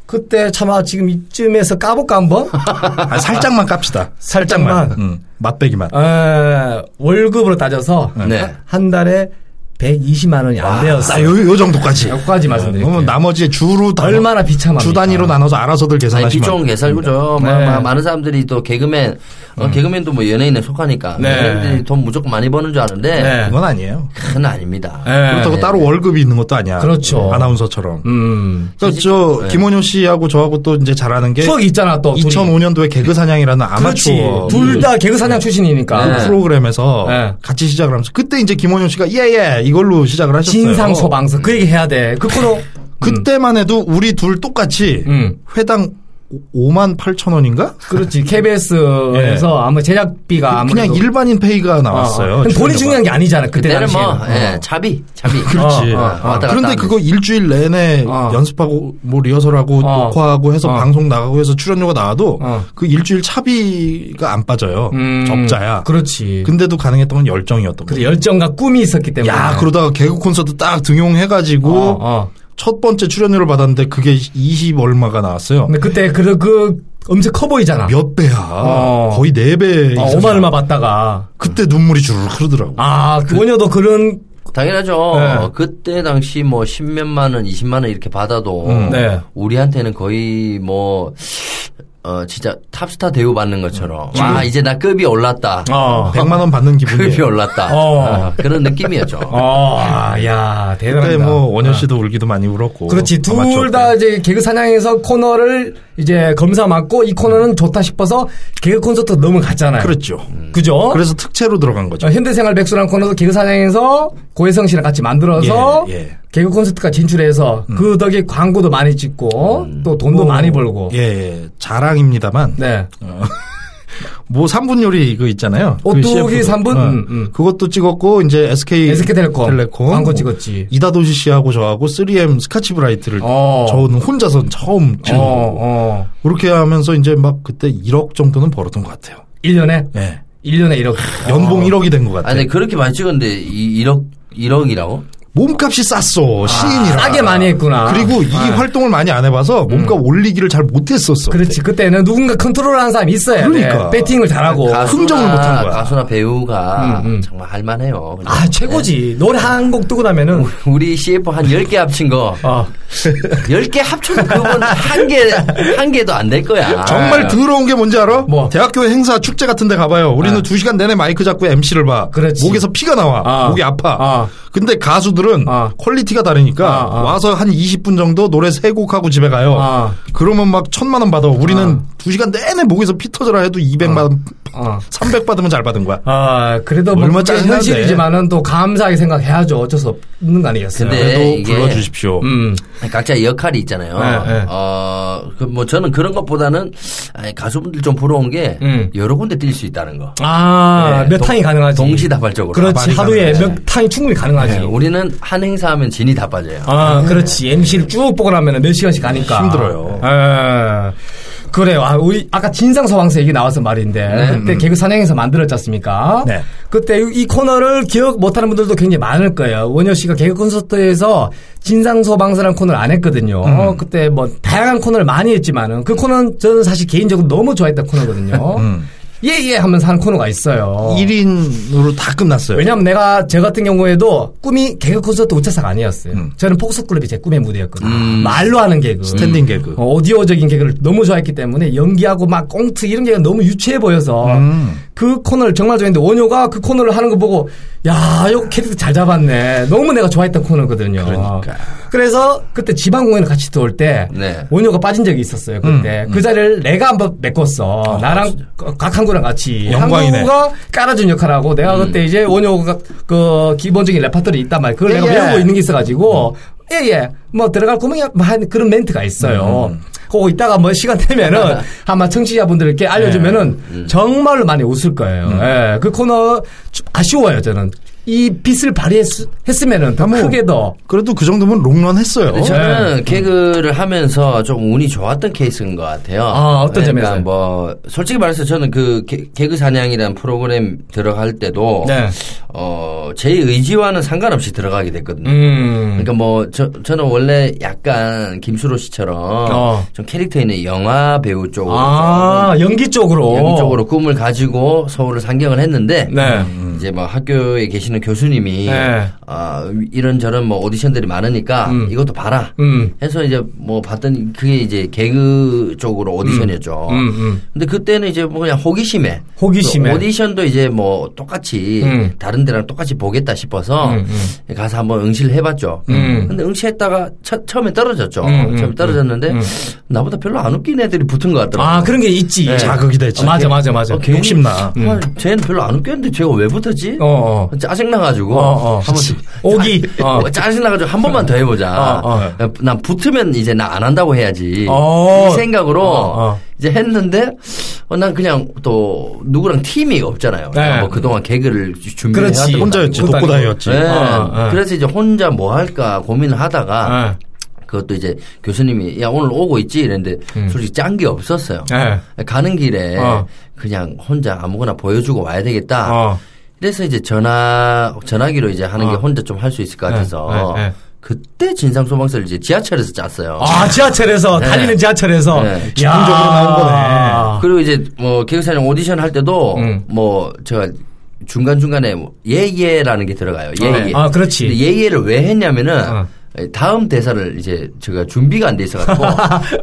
Speaker 2: 그때 차마 지금 이쯤에서 까볼까 한번?
Speaker 4: 아, 살짝만 깝시다.
Speaker 2: 살짝만.
Speaker 4: 음, 맛배기만.
Speaker 2: 예, 월급으로 따져서
Speaker 5: 네.
Speaker 2: 한 달에 120만 원이 안 되었어.
Speaker 4: 아, 요, 요 정도까지.
Speaker 2: 여기까지 말씀드릴게요.
Speaker 4: 그러면 나머지 주로 나-
Speaker 2: 얼마나 비참합니까?
Speaker 4: 주 단위로 나눠서 알아서들
Speaker 5: 아니,
Speaker 4: 계산하시면.
Speaker 5: 기존 개살구죠. 마-
Speaker 2: 네. 음.
Speaker 5: 마- 많은 사람들이 또 개그맨, 어, 개그맨도 뭐 연예인에 속하니까
Speaker 2: 네.
Speaker 5: 연예인들이 돈 무조건 많이 버는 줄 아는데
Speaker 2: 네.
Speaker 4: 그건 아니에요.
Speaker 5: 그건 아닙니다.
Speaker 4: 그렇다고 따로 월급이 있는 것도 아니야.
Speaker 2: 예,
Speaker 4: 예,
Speaker 2: 그렇죠.
Speaker 4: 아나운서처럼.
Speaker 2: 음.
Speaker 4: 그러니까 저
Speaker 5: 네.
Speaker 4: 김원효 씨하고 저하고 또 이제 잘하는 게
Speaker 2: 추억이 있잖아 또. 예, 둘이. 음.
Speaker 4: 2005년도에 개그 사냥이라는
Speaker 2: 그렇지.
Speaker 4: 아마추어
Speaker 2: 둘 예. 다 개그 사냥 출신이니까.
Speaker 5: 네.
Speaker 4: 프로그램에서
Speaker 2: 네.
Speaker 4: 같이 시작을 하면서 그때 이제 김원효 씨가 예예 이걸로 시작을 하셨어요.
Speaker 2: 진상 소방서 그 얘기 해야 돼. 그 코너
Speaker 4: 그때만 해도 우리 둘 똑같이
Speaker 2: 음.
Speaker 4: 회당 5만 8천 원인가?
Speaker 2: 그렇지 KBS에서 아마 제작비가 아무래도
Speaker 4: 그냥 일반인 페이가 나왔어요.
Speaker 2: 어, 어. 근데 돈이
Speaker 4: 출연료가.
Speaker 2: 중요한 게 아니잖아 그때
Speaker 5: 그때는
Speaker 2: 당시에.
Speaker 5: 뭐 예, 차비, 차비.
Speaker 4: 그렇지. 아,
Speaker 2: 어, 어, 어.
Speaker 5: 왔다 갔다
Speaker 4: 그런데
Speaker 5: 하는
Speaker 4: 그거 일주일 내내
Speaker 2: 어.
Speaker 4: 연습하고 뭐 리허설하고
Speaker 2: 어.
Speaker 4: 녹화하고 해서
Speaker 2: 어.
Speaker 4: 방송 나가고 해서 출연료가 나와도
Speaker 2: 어.
Speaker 4: 그 일주일 차비가 안 빠져요.
Speaker 2: 음,
Speaker 4: 적자야.
Speaker 2: 그렇지.
Speaker 4: 근데도 가능했던 건 열정이었던
Speaker 2: 그
Speaker 4: 거예요.
Speaker 2: 열정과 꿈이 있었기 때문에.
Speaker 4: 야, 그러다가 개그 콘서트 딱 등용해가지고
Speaker 2: 네. 어, 어.
Speaker 4: 첫 번째 출연료를 받았는데 그게 20 얼마가 나왔어요.
Speaker 2: 근데 그때 그, 그 엄청 커 보이잖아.
Speaker 4: 몇 배야.
Speaker 2: 어.
Speaker 4: 거의 네배
Speaker 2: 어,
Speaker 4: 이상.
Speaker 2: 오마 얼마 받다가.
Speaker 4: 그때 눈물이 주르륵 흐르더라고.
Speaker 2: 아, 그 원효도 그런
Speaker 5: 당연하죠. 어,
Speaker 2: 네.
Speaker 5: 그때 당시 뭐 십몇만 원, 이십만 원 이렇게 받아도
Speaker 2: 네.
Speaker 5: 우리한테는 거의 뭐 어, 진짜 탑스타 대우 받는 것처럼
Speaker 2: 음.
Speaker 5: 와 이제 나 급이 올랐다.
Speaker 2: 어.
Speaker 4: 100만 원 받는
Speaker 5: 급이
Speaker 4: 기분이에요.
Speaker 5: 올랐다.
Speaker 2: 어.
Speaker 5: 어, 그런 느낌이었죠.
Speaker 2: 어, 아, 야,
Speaker 4: 그때
Speaker 2: 대단하다. 어.
Speaker 4: 뭐 원현 씨도 울기도 많이 울었고.
Speaker 2: 그렇지. 둘
Speaker 4: 아마추어 때.
Speaker 2: 다 이제 개그 사냥에서 코너를 이제 검사 맞고 이 코너는 좋다 싶어서 개그 콘서트 넘어갔잖아요.
Speaker 4: 그렇죠.
Speaker 2: 그죠?
Speaker 4: 그래서 특채로 들어간 거죠.
Speaker 2: 어, 현대생활 백수라는 코너도 개그 사냥에서 고혜성 씨랑 같이 만들어서
Speaker 4: 예, 음. 예.
Speaker 2: 개그 콘서트까지 진출해서 그 덕에 광고도 많이 찍고 또 돈도
Speaker 4: 뭐,
Speaker 2: 많이 벌고.
Speaker 4: 예, 예. 자랑입니다만.
Speaker 2: 네.
Speaker 4: 뭐 3분 요리 그 있잖아요. 그
Speaker 2: 오뚜기
Speaker 4: CF 도.
Speaker 2: 삼분? 음, 음.
Speaker 4: 그것도 찍었고 이제 SK
Speaker 2: SK텔레콤.
Speaker 4: 텔레콤.
Speaker 2: 광고 찍었지.
Speaker 4: 이다도시 씨하고 저하고 3M 스카치브라이트를
Speaker 2: 어.
Speaker 4: 저는 혼자서 처음 찍은
Speaker 2: 어,
Speaker 4: 거고.
Speaker 2: 어.
Speaker 4: 그렇게 하면서 이제 막 그때 1억 정도는 벌었던 것 같아요.
Speaker 2: 1년에?
Speaker 4: 예.
Speaker 2: 1년에 1억.
Speaker 4: 연봉 1억이 된 것
Speaker 5: 아니
Speaker 4: 같아요.
Speaker 5: 근데 그렇게 많이 찍었는데 이 1억 1억이라고?
Speaker 4: 몸값이 쌌어. 시인이라.
Speaker 2: 아, 싸게 많이 했구나. 아. 음.
Speaker 4: 그리고 이 활동을 많이 안 해봐서 몸값 올리기를 잘 못했었어.
Speaker 2: 그렇지. 그때는 누군가 컨트롤하는 사람이 있어야
Speaker 4: 그러니까.
Speaker 2: 돼. 배팅을 잘하고.
Speaker 4: 흥정을 못한 거야.
Speaker 5: 가수나 배우가
Speaker 2: 음, 음.
Speaker 5: 정말 할만해요.
Speaker 2: 아, 최고지. 노래 한 곡 뜨고 나면은.
Speaker 5: 우리 CF 한 10개 합친 거,
Speaker 2: 아,
Speaker 5: 10개 합쳐도 그건 한 개, 한 개도 안 될 거야.
Speaker 4: 정말
Speaker 5: 아,
Speaker 4: 더러운 게 뭔지 알아?
Speaker 2: 뭐? 아.
Speaker 4: 대학교 행사 축제 같은 데 가봐요. 우리는 두 시간 내내 마이크 잡고 MC를 봐.
Speaker 2: 그렇지.
Speaker 4: 목에서 피가 나와.
Speaker 2: 아.
Speaker 4: 목이 아파.
Speaker 2: 아.
Speaker 4: 근데 가수들은
Speaker 2: 아.
Speaker 4: 퀄리티가 다르니까
Speaker 2: 아, 아.
Speaker 4: 와서 한 20분 정도 노래 세 곡 하고 집에 가요.
Speaker 2: 아.
Speaker 4: 그러면 막 천만 원 받아. 우리는 두 시간 내내 목에서 피 터져라 해도 200만 원,
Speaker 2: 아.
Speaker 4: 300 받으면 잘 받은 거야.
Speaker 2: 아, 그래도 뭐
Speaker 4: 얼마
Speaker 2: 그게
Speaker 4: 짜증나네.
Speaker 2: 현실이지만은 또 감사하게 생각해야죠. 어쩔 수 없는 거 아니겠어요.
Speaker 5: 근데
Speaker 4: 그래도
Speaker 5: 이게-
Speaker 4: 불러주십시오.
Speaker 2: 네, 음.
Speaker 5: 각자 역할이 있잖아요.
Speaker 2: 네, 네.
Speaker 5: 어, 그 뭐 저는 그런 것보다는 아니, 가수분들 좀 부러운 게
Speaker 2: 음.
Speaker 5: 여러 군데 뛸 수 있다는 거.
Speaker 2: 아,
Speaker 5: 네,
Speaker 2: 몇
Speaker 5: 동-
Speaker 2: 탕이 가능하지.
Speaker 5: 동시다발적으로. 아,
Speaker 2: 그렇지.
Speaker 4: 다발이
Speaker 2: 하루에
Speaker 4: 가능하지.
Speaker 2: 몇 탕이 충분히 가능하지.
Speaker 5: 네, 우리는 한 행사하면 진이 다 빠져요.
Speaker 2: 아, 그렇지. MC를 쭉 보고 나면 몇 시간씩 가니까.
Speaker 4: 힘들어요.
Speaker 2: 예. 그래요. 아, 우리 아까 진상 소방서 얘기 나와서 말인데 그때 개그 산행에서 만들었지 않습니까?
Speaker 4: 음. 네.
Speaker 2: 그때 이- 이 코너를 기억 못하는 분들도 굉장히 많을 거예요. 원효 씨가 개그 콘서트에서 진상 소방서라는 코너를 안 했거든요.
Speaker 4: 음.
Speaker 2: 그때 뭐 다양한 코너를 많이 했지만은 그 코너는 저는 사실 개인적으로 너무 좋아했던 코너거든요.
Speaker 4: 음.
Speaker 2: 예예 하면서 하는 코너가 있어요.
Speaker 4: 1인으로 다 끝났어요.
Speaker 2: 왜냐면 내가 저 같은 경우에도 꿈이 개그 콘서트 우차사가 아니었어요. 저는 폭소클럽이 제 꿈의 무대였거든요. 말로 하는 개그.
Speaker 4: 음. 스탠딩 개그.
Speaker 2: 어, 오디오적인 개그를 너무 좋아했기 때문에 연기하고 막 꽁트 이런 게 너무 유치해 보여서
Speaker 4: 음.
Speaker 2: 그 코너를 정말 좋아했는데 원효가 그 코너를 하는 거 보고 야, 요 캐릭터 잘 잡았네. 너무 내가 좋아했던 코너거든요.
Speaker 4: 그러니까.
Speaker 2: 래서 그때 지방 공연을 같이 들어올 때
Speaker 5: 네.
Speaker 2: 원효가 빠진 적이 있었어요.
Speaker 4: 음,
Speaker 2: 그때 그 자리를 내가 한번 메꿨어. 나랑 각한구랑 같이
Speaker 4: 아, 그렇죠. 영광이네.
Speaker 2: 한구가 깔아준 역할하고 내가 그때 이제 원효가 그 기본적인 레파토리 있단 말이야. 그걸
Speaker 4: 예,
Speaker 2: 내가
Speaker 4: 예.
Speaker 2: 외우고 있는 게 있어가지고 예예 뭐 들어갈 구멍이야 뭐한 그런 멘트가 있어요. 그거 이따가 뭐 시간 되면은 아마 청취자분들께 알려주면은 정말로 많이 웃을 거예요. 예, 그 코너 좀 아쉬워요 저는 이 빛을 발휘했으면은 더
Speaker 4: 아, 뭐.
Speaker 2: 크게 더
Speaker 4: 그래도 그 정도면 롱런 했어요.
Speaker 2: 네. 그렇죠.
Speaker 5: 근데 저는 개그를 하면서 좀 운이 좋았던 케이스인 것 같아요.
Speaker 2: 아, 어떤
Speaker 5: 그러니까
Speaker 2: 점에서요?
Speaker 5: 뭐 솔직히 말해서 저는 그 개, 개그 사냥이라는 프로그램 들어갈 때도
Speaker 1: 네.
Speaker 5: 어, 제 의지와는 상관없이 들어가게 됐거든요.
Speaker 1: 음.
Speaker 5: 그러니까 뭐 저, 저는 원래 약간 김수로 씨처럼
Speaker 1: 어.
Speaker 5: 좀 캐릭터 있는 영화 배우 쪽으로
Speaker 1: 아, 연기 쪽으로.
Speaker 5: 연기 쪽으로 꿈을 가지고 서울을 상경을 했는데
Speaker 1: 네.
Speaker 5: 이제 뭐 학교에 계시는 교수님이
Speaker 1: 네.
Speaker 5: 아, 이런저런 뭐 오디션들이 많으니까 이것도 봐라
Speaker 1: 음.
Speaker 5: 해서 이제 뭐 봤더니 그게 이제 개그 쪽으로 오디션이었죠.
Speaker 1: 음, 음.
Speaker 5: 근데 그때는 이제 뭐 그냥 호기심에
Speaker 1: 호기심에.
Speaker 5: 그 오디션도 이제 뭐 똑같이
Speaker 1: 음.
Speaker 5: 다른 데랑 똑같이 보겠다 싶어서 가서 한번 응시를 해봤죠.
Speaker 1: 음.
Speaker 5: 근데 응시했다가 첫- 처음에 떨어졌죠.
Speaker 1: 음, 음,
Speaker 5: 처음에 떨어졌는데 나보다 별로 안 웃긴 애들이 붙은 것 같더라고요.
Speaker 2: 아, 그런 게 있지.
Speaker 5: 네.
Speaker 4: 자극이 됐지.
Speaker 2: 아, 맞아, 맞아, 맞아.
Speaker 5: 어, 괜히
Speaker 4: 욕심나.
Speaker 5: 아, 쟤는 별로 안 웃겼는데 쟤가 왜 붙었지?
Speaker 1: 음. 어, 어.
Speaker 5: 짜증나가지고
Speaker 1: 어, 어.
Speaker 5: 한번
Speaker 1: 오기. 어.
Speaker 5: 어, 짜증나가지고 한 번만 더 해보자.
Speaker 1: 어,
Speaker 5: 난 붙으면 이제 나 안 한다고 해야지.
Speaker 1: 어.
Speaker 5: 이 생각으로
Speaker 1: 어, 어.
Speaker 5: 이제 했는데 어, 난 그냥 또 누구랑 팀이 없잖아요.
Speaker 1: 네.
Speaker 5: 뭐 그동안 개그를 준비를
Speaker 1: 그렇지.
Speaker 5: 해왔던 것도
Speaker 4: 혼자였지.
Speaker 5: 아니고.
Speaker 4: 독고다이였지.
Speaker 5: 네.
Speaker 1: 어,
Speaker 2: 아.
Speaker 1: 어.
Speaker 5: 그래서 이제 혼자 뭐 할까 고민을 하다가
Speaker 1: 예.
Speaker 5: 그것도 이제 교수님이 야 오늘 오고 있지 이랬는데 솔직히 짠 게 없었어요.
Speaker 1: 예.
Speaker 5: 가는 길에
Speaker 1: 음. 어.
Speaker 5: 그냥 혼자 아무거나 보여주고 와야 되겠다.
Speaker 1: 어.
Speaker 5: 그래서 이제 전화 전화기로 이제 하는 게
Speaker 1: 어.
Speaker 5: 혼자 좀 할 수 있을 것 같아서
Speaker 1: 네, 네, 네.
Speaker 5: 그때 진상 소방서를 이제 지하철에서 짰어요.
Speaker 2: 아, 지하철에서,
Speaker 5: 네.
Speaker 2: 달리는 지하철에서.
Speaker 5: 네.
Speaker 2: 전문적으로 나온 거네.
Speaker 5: 그리고 이제 뭐 개그사장 오디션 할 때도
Speaker 2: 음.
Speaker 5: 뭐 제가 중간 중간에 뭐 예예라는 게 들어가요. 예예.
Speaker 2: 아, 그렇지. 아.
Speaker 5: 근데 예예를 왜 했냐면은. 다음 대사를 이제 제가 준비가 안 돼 있어가지고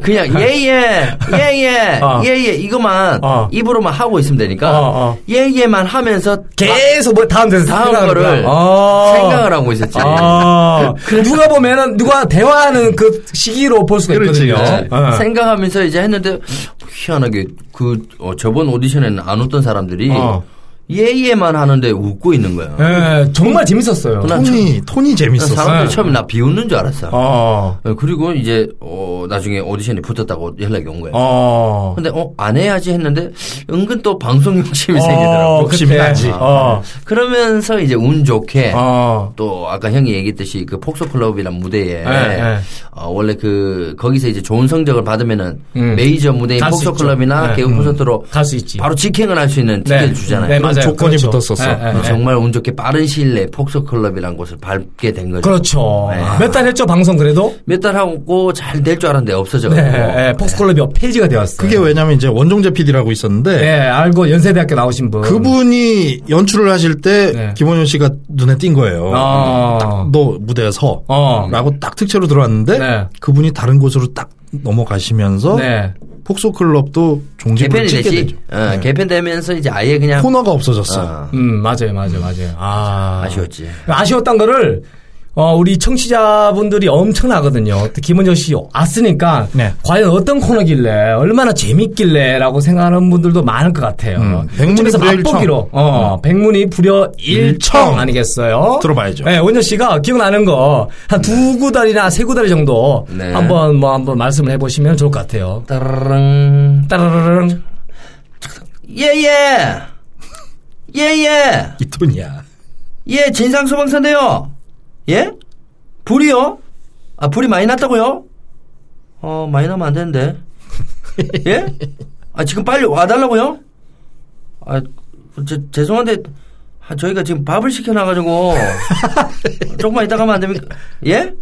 Speaker 5: 그냥 예예 예예
Speaker 2: 아.
Speaker 1: 어.
Speaker 5: 예예 이거만
Speaker 1: 어.
Speaker 5: 입으로만 하고 있으면
Speaker 1: 어,
Speaker 5: 되니까
Speaker 1: 어.
Speaker 5: 예예만 하면서
Speaker 2: 계속 뭐 다음 데서
Speaker 5: 다음
Speaker 2: 아. 생각을
Speaker 5: 거를
Speaker 2: 하는 거야. 아.
Speaker 5: 생각을 하고 있었지.
Speaker 2: 아. 누가 보면은 누가 대화하는 그 시기로 볼 수가
Speaker 4: 그렇지,
Speaker 2: 있거든요.
Speaker 4: 그렇지.
Speaker 2: 어.
Speaker 5: 네. 생각하면서 이제 했는데 희한하게 그 어, 저번 오디션에는 안 웃던 사람들이
Speaker 1: 어.
Speaker 5: 예예만 하는데 웃고 있는 거야.
Speaker 2: 예, 정말 재밌었어요.
Speaker 5: 난
Speaker 4: 톤이 톤이
Speaker 2: 네.
Speaker 5: 처-
Speaker 4: 재밌었어.
Speaker 5: 사람들이 처음에 나 비웃는 줄 알았어.
Speaker 1: 어.
Speaker 5: 어, 그리고 이제 어, 나중에 오디션이 붙었다고 연락이 온 거야.
Speaker 2: 아.
Speaker 1: 어.
Speaker 5: 근데 어 안 해야지 했는데 은근 또 방송 욕심이
Speaker 2: 어. 아,
Speaker 5: 생기더라고.
Speaker 4: 욕심이
Speaker 1: 그때.
Speaker 4: 나지.
Speaker 1: 어.
Speaker 5: 그러면서 이제 운 좋게
Speaker 1: 어.
Speaker 5: 또 아까 형이 얘기했듯이 그 폭소클럽이란 무대에
Speaker 1: 예, 예.
Speaker 5: 어, 원래 그 거기서 이제 좋은 성적을 받으면은
Speaker 1: 음.
Speaker 5: 메이저 무대인
Speaker 2: 갈수
Speaker 5: 폭소클럽이나
Speaker 2: 있죠. 예,
Speaker 5: 개그 콘서트로
Speaker 2: 갈 수 있지.
Speaker 5: 바로 직행을 할 수 있는
Speaker 2: 네.
Speaker 5: 티켓을 주잖아요.
Speaker 2: 네, 맞아요.
Speaker 4: 조건이
Speaker 2: 그렇죠.
Speaker 4: 붙었었어.
Speaker 2: 예, 예, 예.
Speaker 5: 정말 운 좋게 빠른 시일 내에 폭소클럽이란 곳을 밟게 된 거죠.
Speaker 2: 그렇죠. 몇 달 했죠, 방송 그래도?
Speaker 5: 몇 달 하고 잘 될 줄 알았는데 없어져가지고.
Speaker 2: 네, 예, 폭스클럽이 페이지가 되었어요.
Speaker 4: 그게 왜냐면 이제 원종재 PD라고 있었는데
Speaker 2: 예, 알고 연세대학교 나오신 분.
Speaker 4: 네. 그분이 연출을 하실 때
Speaker 2: 네.
Speaker 4: 김원효 씨가 눈에 띈 거예요.
Speaker 2: 어.
Speaker 4: 너 무대에 서.
Speaker 2: 어.
Speaker 4: 라고 딱 특채로 들어왔는데
Speaker 2: 네.
Speaker 4: 그분이 다른 곳으로 딱 넘어가시면서
Speaker 2: 네.
Speaker 4: 폭소클럽도 종지부를
Speaker 5: 개편이
Speaker 2: 뭐
Speaker 4: 찍게 되죠.
Speaker 5: 되지. 어, 개편되면서 이제 아예 그냥
Speaker 4: 코너가 없어졌어.
Speaker 5: 어,
Speaker 2: 음, 맞아요, 맞아요, 맞아요. 아.
Speaker 5: 아쉬웠지.
Speaker 2: 아쉬웠던 거를 어, 우리 청취자분들이 엄청나거든요. 특히 김은정 씨 왔으니까
Speaker 4: 네.
Speaker 2: 과연 어떤 코너길래 얼마나 재밌길래라고 생각하는 분들도 많을 것 같아요.
Speaker 4: 음, 백문이
Speaker 2: 그래서
Speaker 4: 불여 일청. 음.
Speaker 2: 맛보기로 어, 백문이 불여 일청
Speaker 4: 일청.
Speaker 2: 아니겠어요?
Speaker 4: 들어봐야죠. 네.
Speaker 2: 네, 원정 씨가 기억나는 거 한 두 구달이나 세 구달 정도
Speaker 5: 네.
Speaker 2: 한번 뭐 한번 말씀을 해보시면 좋을 것 같아요.
Speaker 5: 따르릉.
Speaker 2: 따르르릉
Speaker 5: 예예. 예예.
Speaker 4: 이 톤이야.
Speaker 5: 예, 진상 소방서인데요. 예? 불이요? 아, 불이 많이 났다고요? 어, 많이 나면 안 되는데. 예? 아, 지금 빨리 와달라고요? 아, 제, 죄송한데, 아, 저희가 지금 밥을 시켜놔가지고, 조금만 이따 가면 안 됩니까? 예?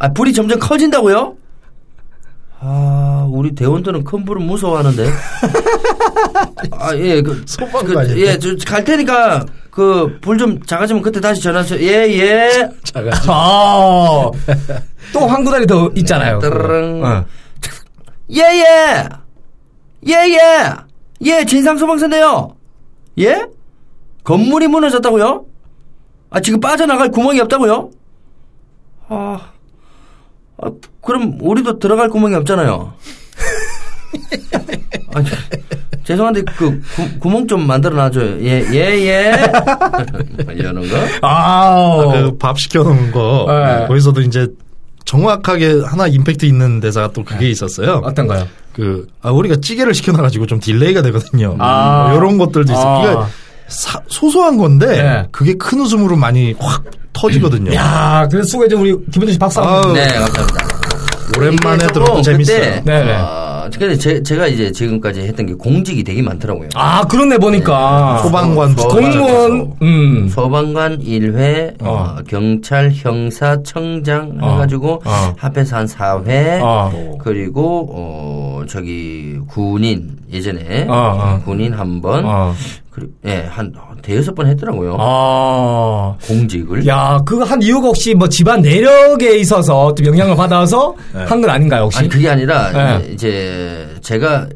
Speaker 5: 아, 불이 점점 커진다고요? 아, 우리 대원들은 큰 불은 무서워하는데. 아, 예, 그,
Speaker 4: 소방관
Speaker 5: 그,
Speaker 4: 아니야?
Speaker 5: 예, 저 갈 테니까, 그, 불 좀 작아지면 그때 다시 전화하세요. 예, 예.
Speaker 2: 아, 또 한 구달이 더 있잖아요.
Speaker 5: 따르릉.
Speaker 2: 어.
Speaker 5: 그 예, 예. 예, 예. 예, 진상소방서인데요. 예? 건물이 무너졌다고요? 아, 지금 빠져나갈 구멍이 없다고요? 아, 아, 그럼 우리도 들어갈 구멍이 없잖아요. 아, 저- 죄송한데 그 구, 멍좀 만들어 놔줘요. 예, 예, 예. 뭐 이러는 거?
Speaker 2: 아우.
Speaker 4: 그 밥 시켜놓은 거
Speaker 2: 네.
Speaker 4: 거기서도 이제 정확하게 하나 임팩트 있는 대사가 또
Speaker 2: 네.
Speaker 4: 그게 있었어요.
Speaker 2: 어떤가요?
Speaker 4: 아, 그, 아, 우리가 찌개를 시켜놔가지고 좀 딜레이가 되거든요.
Speaker 2: 아.
Speaker 4: 이런 것들도 있어.
Speaker 2: 아.
Speaker 4: 그러니까 사- 소소한 건데
Speaker 2: 네.
Speaker 4: 그게 큰 웃음으로 많이 확 터지거든요.
Speaker 2: 야, 그래서 수고 이제 우리 김현준 씨 박수 한번
Speaker 4: 아우,
Speaker 5: 네, 감사합니다.
Speaker 4: 오랜만에
Speaker 5: 이게
Speaker 4: 들어도
Speaker 5: 조금
Speaker 4: 재밌어요.
Speaker 5: 그때,
Speaker 2: 네네.
Speaker 5: 어, 근데 제, 제가 이제 지금까지 했던 게 공직이 되게 많더라고요.
Speaker 2: 아, 그렇네 보니까.
Speaker 4: 소방관,
Speaker 5: 소-
Speaker 2: 공무원, 음.
Speaker 5: 소방관 1회, 어, 경찰, 형사, 청장 해가지고
Speaker 2: 어.
Speaker 5: 합해서 한 4회,
Speaker 2: 어.
Speaker 5: 그리고 어 저기 군인 예전에
Speaker 2: 어, 어.
Speaker 5: 군인 한 번,
Speaker 2: 어.
Speaker 5: 그리고 예한 대여섯 번 했더라고요.
Speaker 2: 아.
Speaker 5: 공직을.
Speaker 2: 야, 그거 한 이유가 혹시 뭐 집안 내력에 있어서 좀 영향을 받아서 한 건 네. 아닌가요, 혹시?
Speaker 5: 아니 그게 아니라
Speaker 2: 네.
Speaker 5: 이제 제가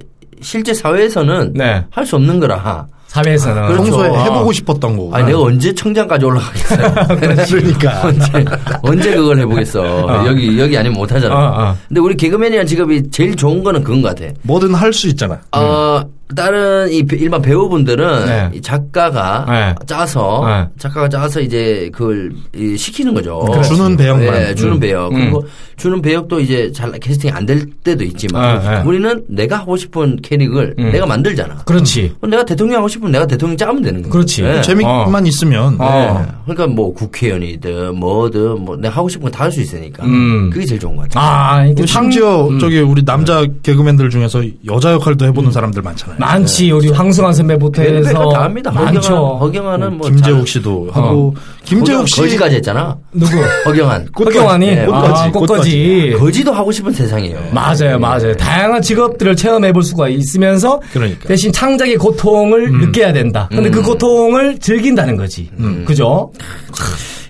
Speaker 5: 실제 사회에서는
Speaker 2: 네.
Speaker 5: 할 수 없는 거라.
Speaker 2: 사회에서는.
Speaker 5: 그렇죠.
Speaker 4: 평소에
Speaker 5: 아.
Speaker 4: 해보고 싶었던 거고.
Speaker 5: 아니 내가 언제 청장까지 올라가겠어요?
Speaker 4: 뭐. 그러니까.
Speaker 5: 언제 언제 그걸 해보겠어? 여기 여기 아니면 못 하잖아.
Speaker 2: 어, 어.
Speaker 5: 근데 우리 개그맨이란 직업이 제일 좋은 거는 그건 것 같아.
Speaker 4: 뭐든 할 수 있잖아.
Speaker 5: 어, 다른 이 배- 일반 배우분들은
Speaker 2: 네.
Speaker 5: 이 작가가
Speaker 2: 네.
Speaker 5: 짜서
Speaker 2: 네.
Speaker 5: 작가가 짜서 이제 그걸 이 시키는 거죠.
Speaker 4: 주는 배역만.
Speaker 5: 네, 주는
Speaker 4: 음.
Speaker 5: 배역. 그리고 주는 배역도 이제 잘 캐스팅이 안 될 때도 있지만
Speaker 2: 네, 네.
Speaker 5: 우리는 내가 하고 싶은 캐릭을 내가 만들잖아.
Speaker 2: 그렇지.
Speaker 5: 그럼 내가 대통령 하고 싶으면 내가 대통령 짜면 되는 거야.
Speaker 2: 그렇지.
Speaker 5: 네.
Speaker 4: 재미만 있으면
Speaker 2: 어.
Speaker 5: 네. 그러니까 뭐 국회의원이든 뭐든 뭐 내가 하고 싶은 거 다 할 수 있으니까
Speaker 2: 음.
Speaker 5: 그게 제일 좋은 것 같아.
Speaker 2: 아, 이게
Speaker 4: 그리고 심지어
Speaker 5: 음.
Speaker 4: 저기 우리 남자
Speaker 5: 네.
Speaker 4: 개그맨들 중에서 여자 역할도 해보는 사람들 많잖아요.
Speaker 2: 많지. 우리 황승환 선배부터 해서.
Speaker 5: 그러니까 다 합니다.
Speaker 2: 많죠.
Speaker 5: 허경환, 허경환은 뭐
Speaker 4: 김재욱
Speaker 5: 잘-
Speaker 4: 씨도 하고 김재욱 씨
Speaker 5: 거지까지 했잖아.
Speaker 2: 누구?
Speaker 5: 허경환.
Speaker 2: 허경환이?
Speaker 5: 네,
Speaker 2: 꽃까지. 아,
Speaker 4: 꽃까지,
Speaker 2: 꽃까지.
Speaker 5: 거지도 하고 싶은 세상이에요.
Speaker 4: 네.
Speaker 2: 맞아요, 맞아요. 다양한 직업들을 체험해 볼 수가 있으면서
Speaker 4: 그러니까. 음.
Speaker 2: 대신 창작의 고통을 느껴야 된다. 근데 그 고통을 즐긴다는 거지.
Speaker 4: 음.
Speaker 2: 그죠?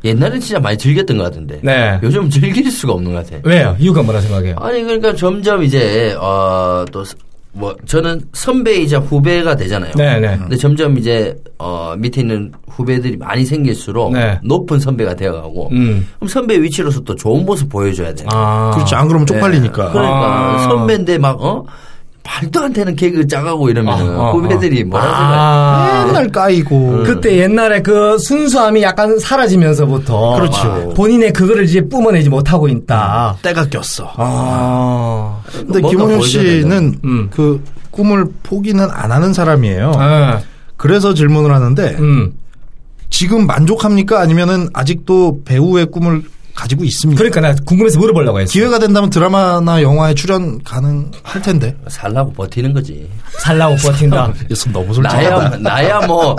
Speaker 5: 옛날엔 진짜 많이 즐겼던 것 같은데.
Speaker 2: 네.
Speaker 5: 요즘 즐길 수가 없는 것 같아.
Speaker 2: 왜요? 이유가 뭐라 생각해요?
Speaker 5: 아니 그러니까 점점 이제 어, 어또뭐 저는 선배이자 후배가 되잖아요.
Speaker 2: 네, 네.
Speaker 5: 근데 점점 이제 어 밑에 있는 후배들이 많이 생길수록
Speaker 2: 네.
Speaker 5: 높은 선배가 되어가고
Speaker 2: 음.
Speaker 5: 그럼 선배 위치로서 또 좋은 모습 보여줘야 돼.
Speaker 2: 아.
Speaker 4: 그렇지 안 그러면 쪽팔리니까.
Speaker 5: 그러니까
Speaker 2: 아.
Speaker 5: 선배인데 막 어. 말도 안 되는 개그 짜가고 이러면
Speaker 2: 아, 아,
Speaker 5: 후배들이 뭐라 생각해?
Speaker 2: 아.
Speaker 4: 맨날 까이고
Speaker 2: 그때 옛날에 그 순수함이 약간 사라지면서부터
Speaker 4: 그렇죠.
Speaker 2: 본인의 그거를 이제 뿜어내지 못하고 있다.
Speaker 4: 때가 꼈어.
Speaker 2: 아.
Speaker 4: 근데
Speaker 5: 뭔가
Speaker 4: 김원효
Speaker 5: 보여줘야 된다.
Speaker 4: 씨는
Speaker 2: 음.
Speaker 4: 그 꿈을 포기는 안 하는 사람이에요.
Speaker 2: 아.
Speaker 4: 그래서 질문을 하는데
Speaker 2: 음.
Speaker 4: 지금 만족합니까? 아니면은 아직도 배우의 꿈을 가지고 있습니까?
Speaker 2: 그러니까 나 궁금해서 물어보려고 했어.
Speaker 4: 기회가 된다면 드라마나 영화에 출연 가능할 텐데.
Speaker 5: 살라고 버티는 거지.
Speaker 2: 살라고 버틴다.
Speaker 4: 예수 너무
Speaker 2: 아.
Speaker 5: 나야 나야 뭐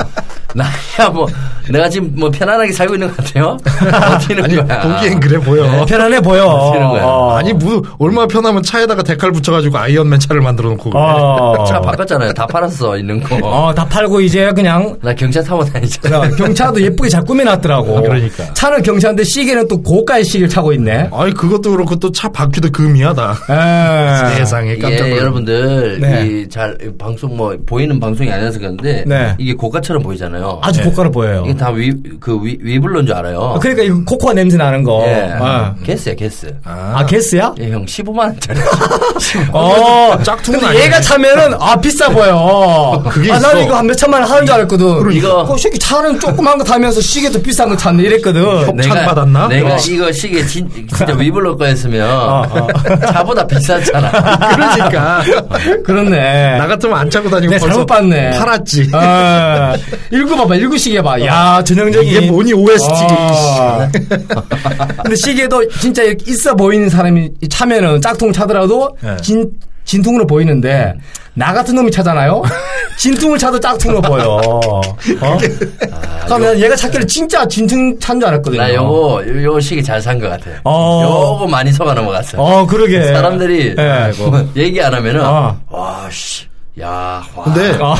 Speaker 5: 나야 뭐 내가 지금 뭐 편안하게 살고 있는 것 같아요. 버티는
Speaker 4: 아니
Speaker 5: 거야.
Speaker 4: 보기엔 그래 보여.
Speaker 2: 네, 편안해 보여.
Speaker 5: 싫은 거야.
Speaker 2: 어.
Speaker 4: 아니 뭐 얼마나 편하면 차에다가 데칼 붙여가지고 아이언맨 차를 만들어 놓고.
Speaker 2: 어.
Speaker 5: 차 바꿨잖아요. 다 팔았어 있는 거.
Speaker 2: 어, 다 팔고 이제 그냥
Speaker 5: 나 경찰 타고 다니잖아.
Speaker 2: 야, 그러니까 경차도 예쁘게 잘 꾸며놨더라고.
Speaker 4: 아, 그러니까.
Speaker 2: 차는 경차인데 시계는 또 고가의 시계를 차고 있네. 예.
Speaker 4: 아니 그것도 그렇고 또 차 바퀴도 금이야 다.
Speaker 2: 에.
Speaker 4: 세상에 깜짝
Speaker 5: 이게
Speaker 4: 놀랐네.
Speaker 5: 예, 여러분들
Speaker 2: 네.
Speaker 5: 이 잘 방송 뭐 보이는 방송이 아니라서 그런데
Speaker 2: 네.
Speaker 5: 이게 고가처럼 보이잖아요.
Speaker 4: 예.
Speaker 2: 아주 고가로 보여요.
Speaker 5: 이게 다위그 위블론 줄 알아요.
Speaker 2: 아, 그러니까 이거 코코아 냄새 나는 거.
Speaker 5: 예.
Speaker 2: 아.
Speaker 5: 개스야 개스.
Speaker 2: 아, 게스야?
Speaker 5: 예, 형 15만 원짜리.
Speaker 2: 어,
Speaker 4: 아, 짝퉁은
Speaker 2: 근데
Speaker 4: 아니네.
Speaker 2: 얘가 차면은, 아, 비싸 보여.
Speaker 4: 그게
Speaker 2: 아, 나는
Speaker 4: 있어.
Speaker 2: 이거 한 몇천만 원 하는 줄 알았거든.
Speaker 5: 이거-
Speaker 2: 어, 새끼 차는 조그만 거 타면서 시계도 비싼 거 찾네. 이랬거든.
Speaker 5: 내가-
Speaker 4: 받았나?
Speaker 5: 내가
Speaker 4: 어.
Speaker 5: 이거 시계 진, 진짜 위블론 거였으면 차보다 비쌌잖아.
Speaker 4: 그러니까
Speaker 2: 그렇네.
Speaker 4: 나 같으면 안 차고 다니고
Speaker 2: 내가
Speaker 4: 벌써
Speaker 2: 잘못 봤네.
Speaker 4: 팔았지.
Speaker 2: 아, 읽고 봐봐, 읽고 시계 봐. 야, 전형적인.
Speaker 4: 이게 뭐니 OST.
Speaker 2: 아. 근데 시계도 진짜 이렇게 있어 보이는 사람이 차면은 짝퉁 차더라도
Speaker 4: 네.
Speaker 2: 진, 진퉁으로 보이는데 나 같은 놈이 차잖아요? 진퉁을 차도 짝퉁으로 보여. 어? 아, 그럼 난 얘가 찾기를 진짜 진퉁 찬 줄 알았거든요.
Speaker 5: 나 요거 요- 요 시계 잘 산 것 같아.
Speaker 2: 어.
Speaker 5: 요거 많이 속아 넘어갔어.
Speaker 2: 어, 그러게.
Speaker 5: 사람들이
Speaker 2: 예.
Speaker 5: 뭐 얘기 안 하면은
Speaker 2: 어.
Speaker 5: 와씨 야 와.
Speaker 4: 근데
Speaker 2: 아.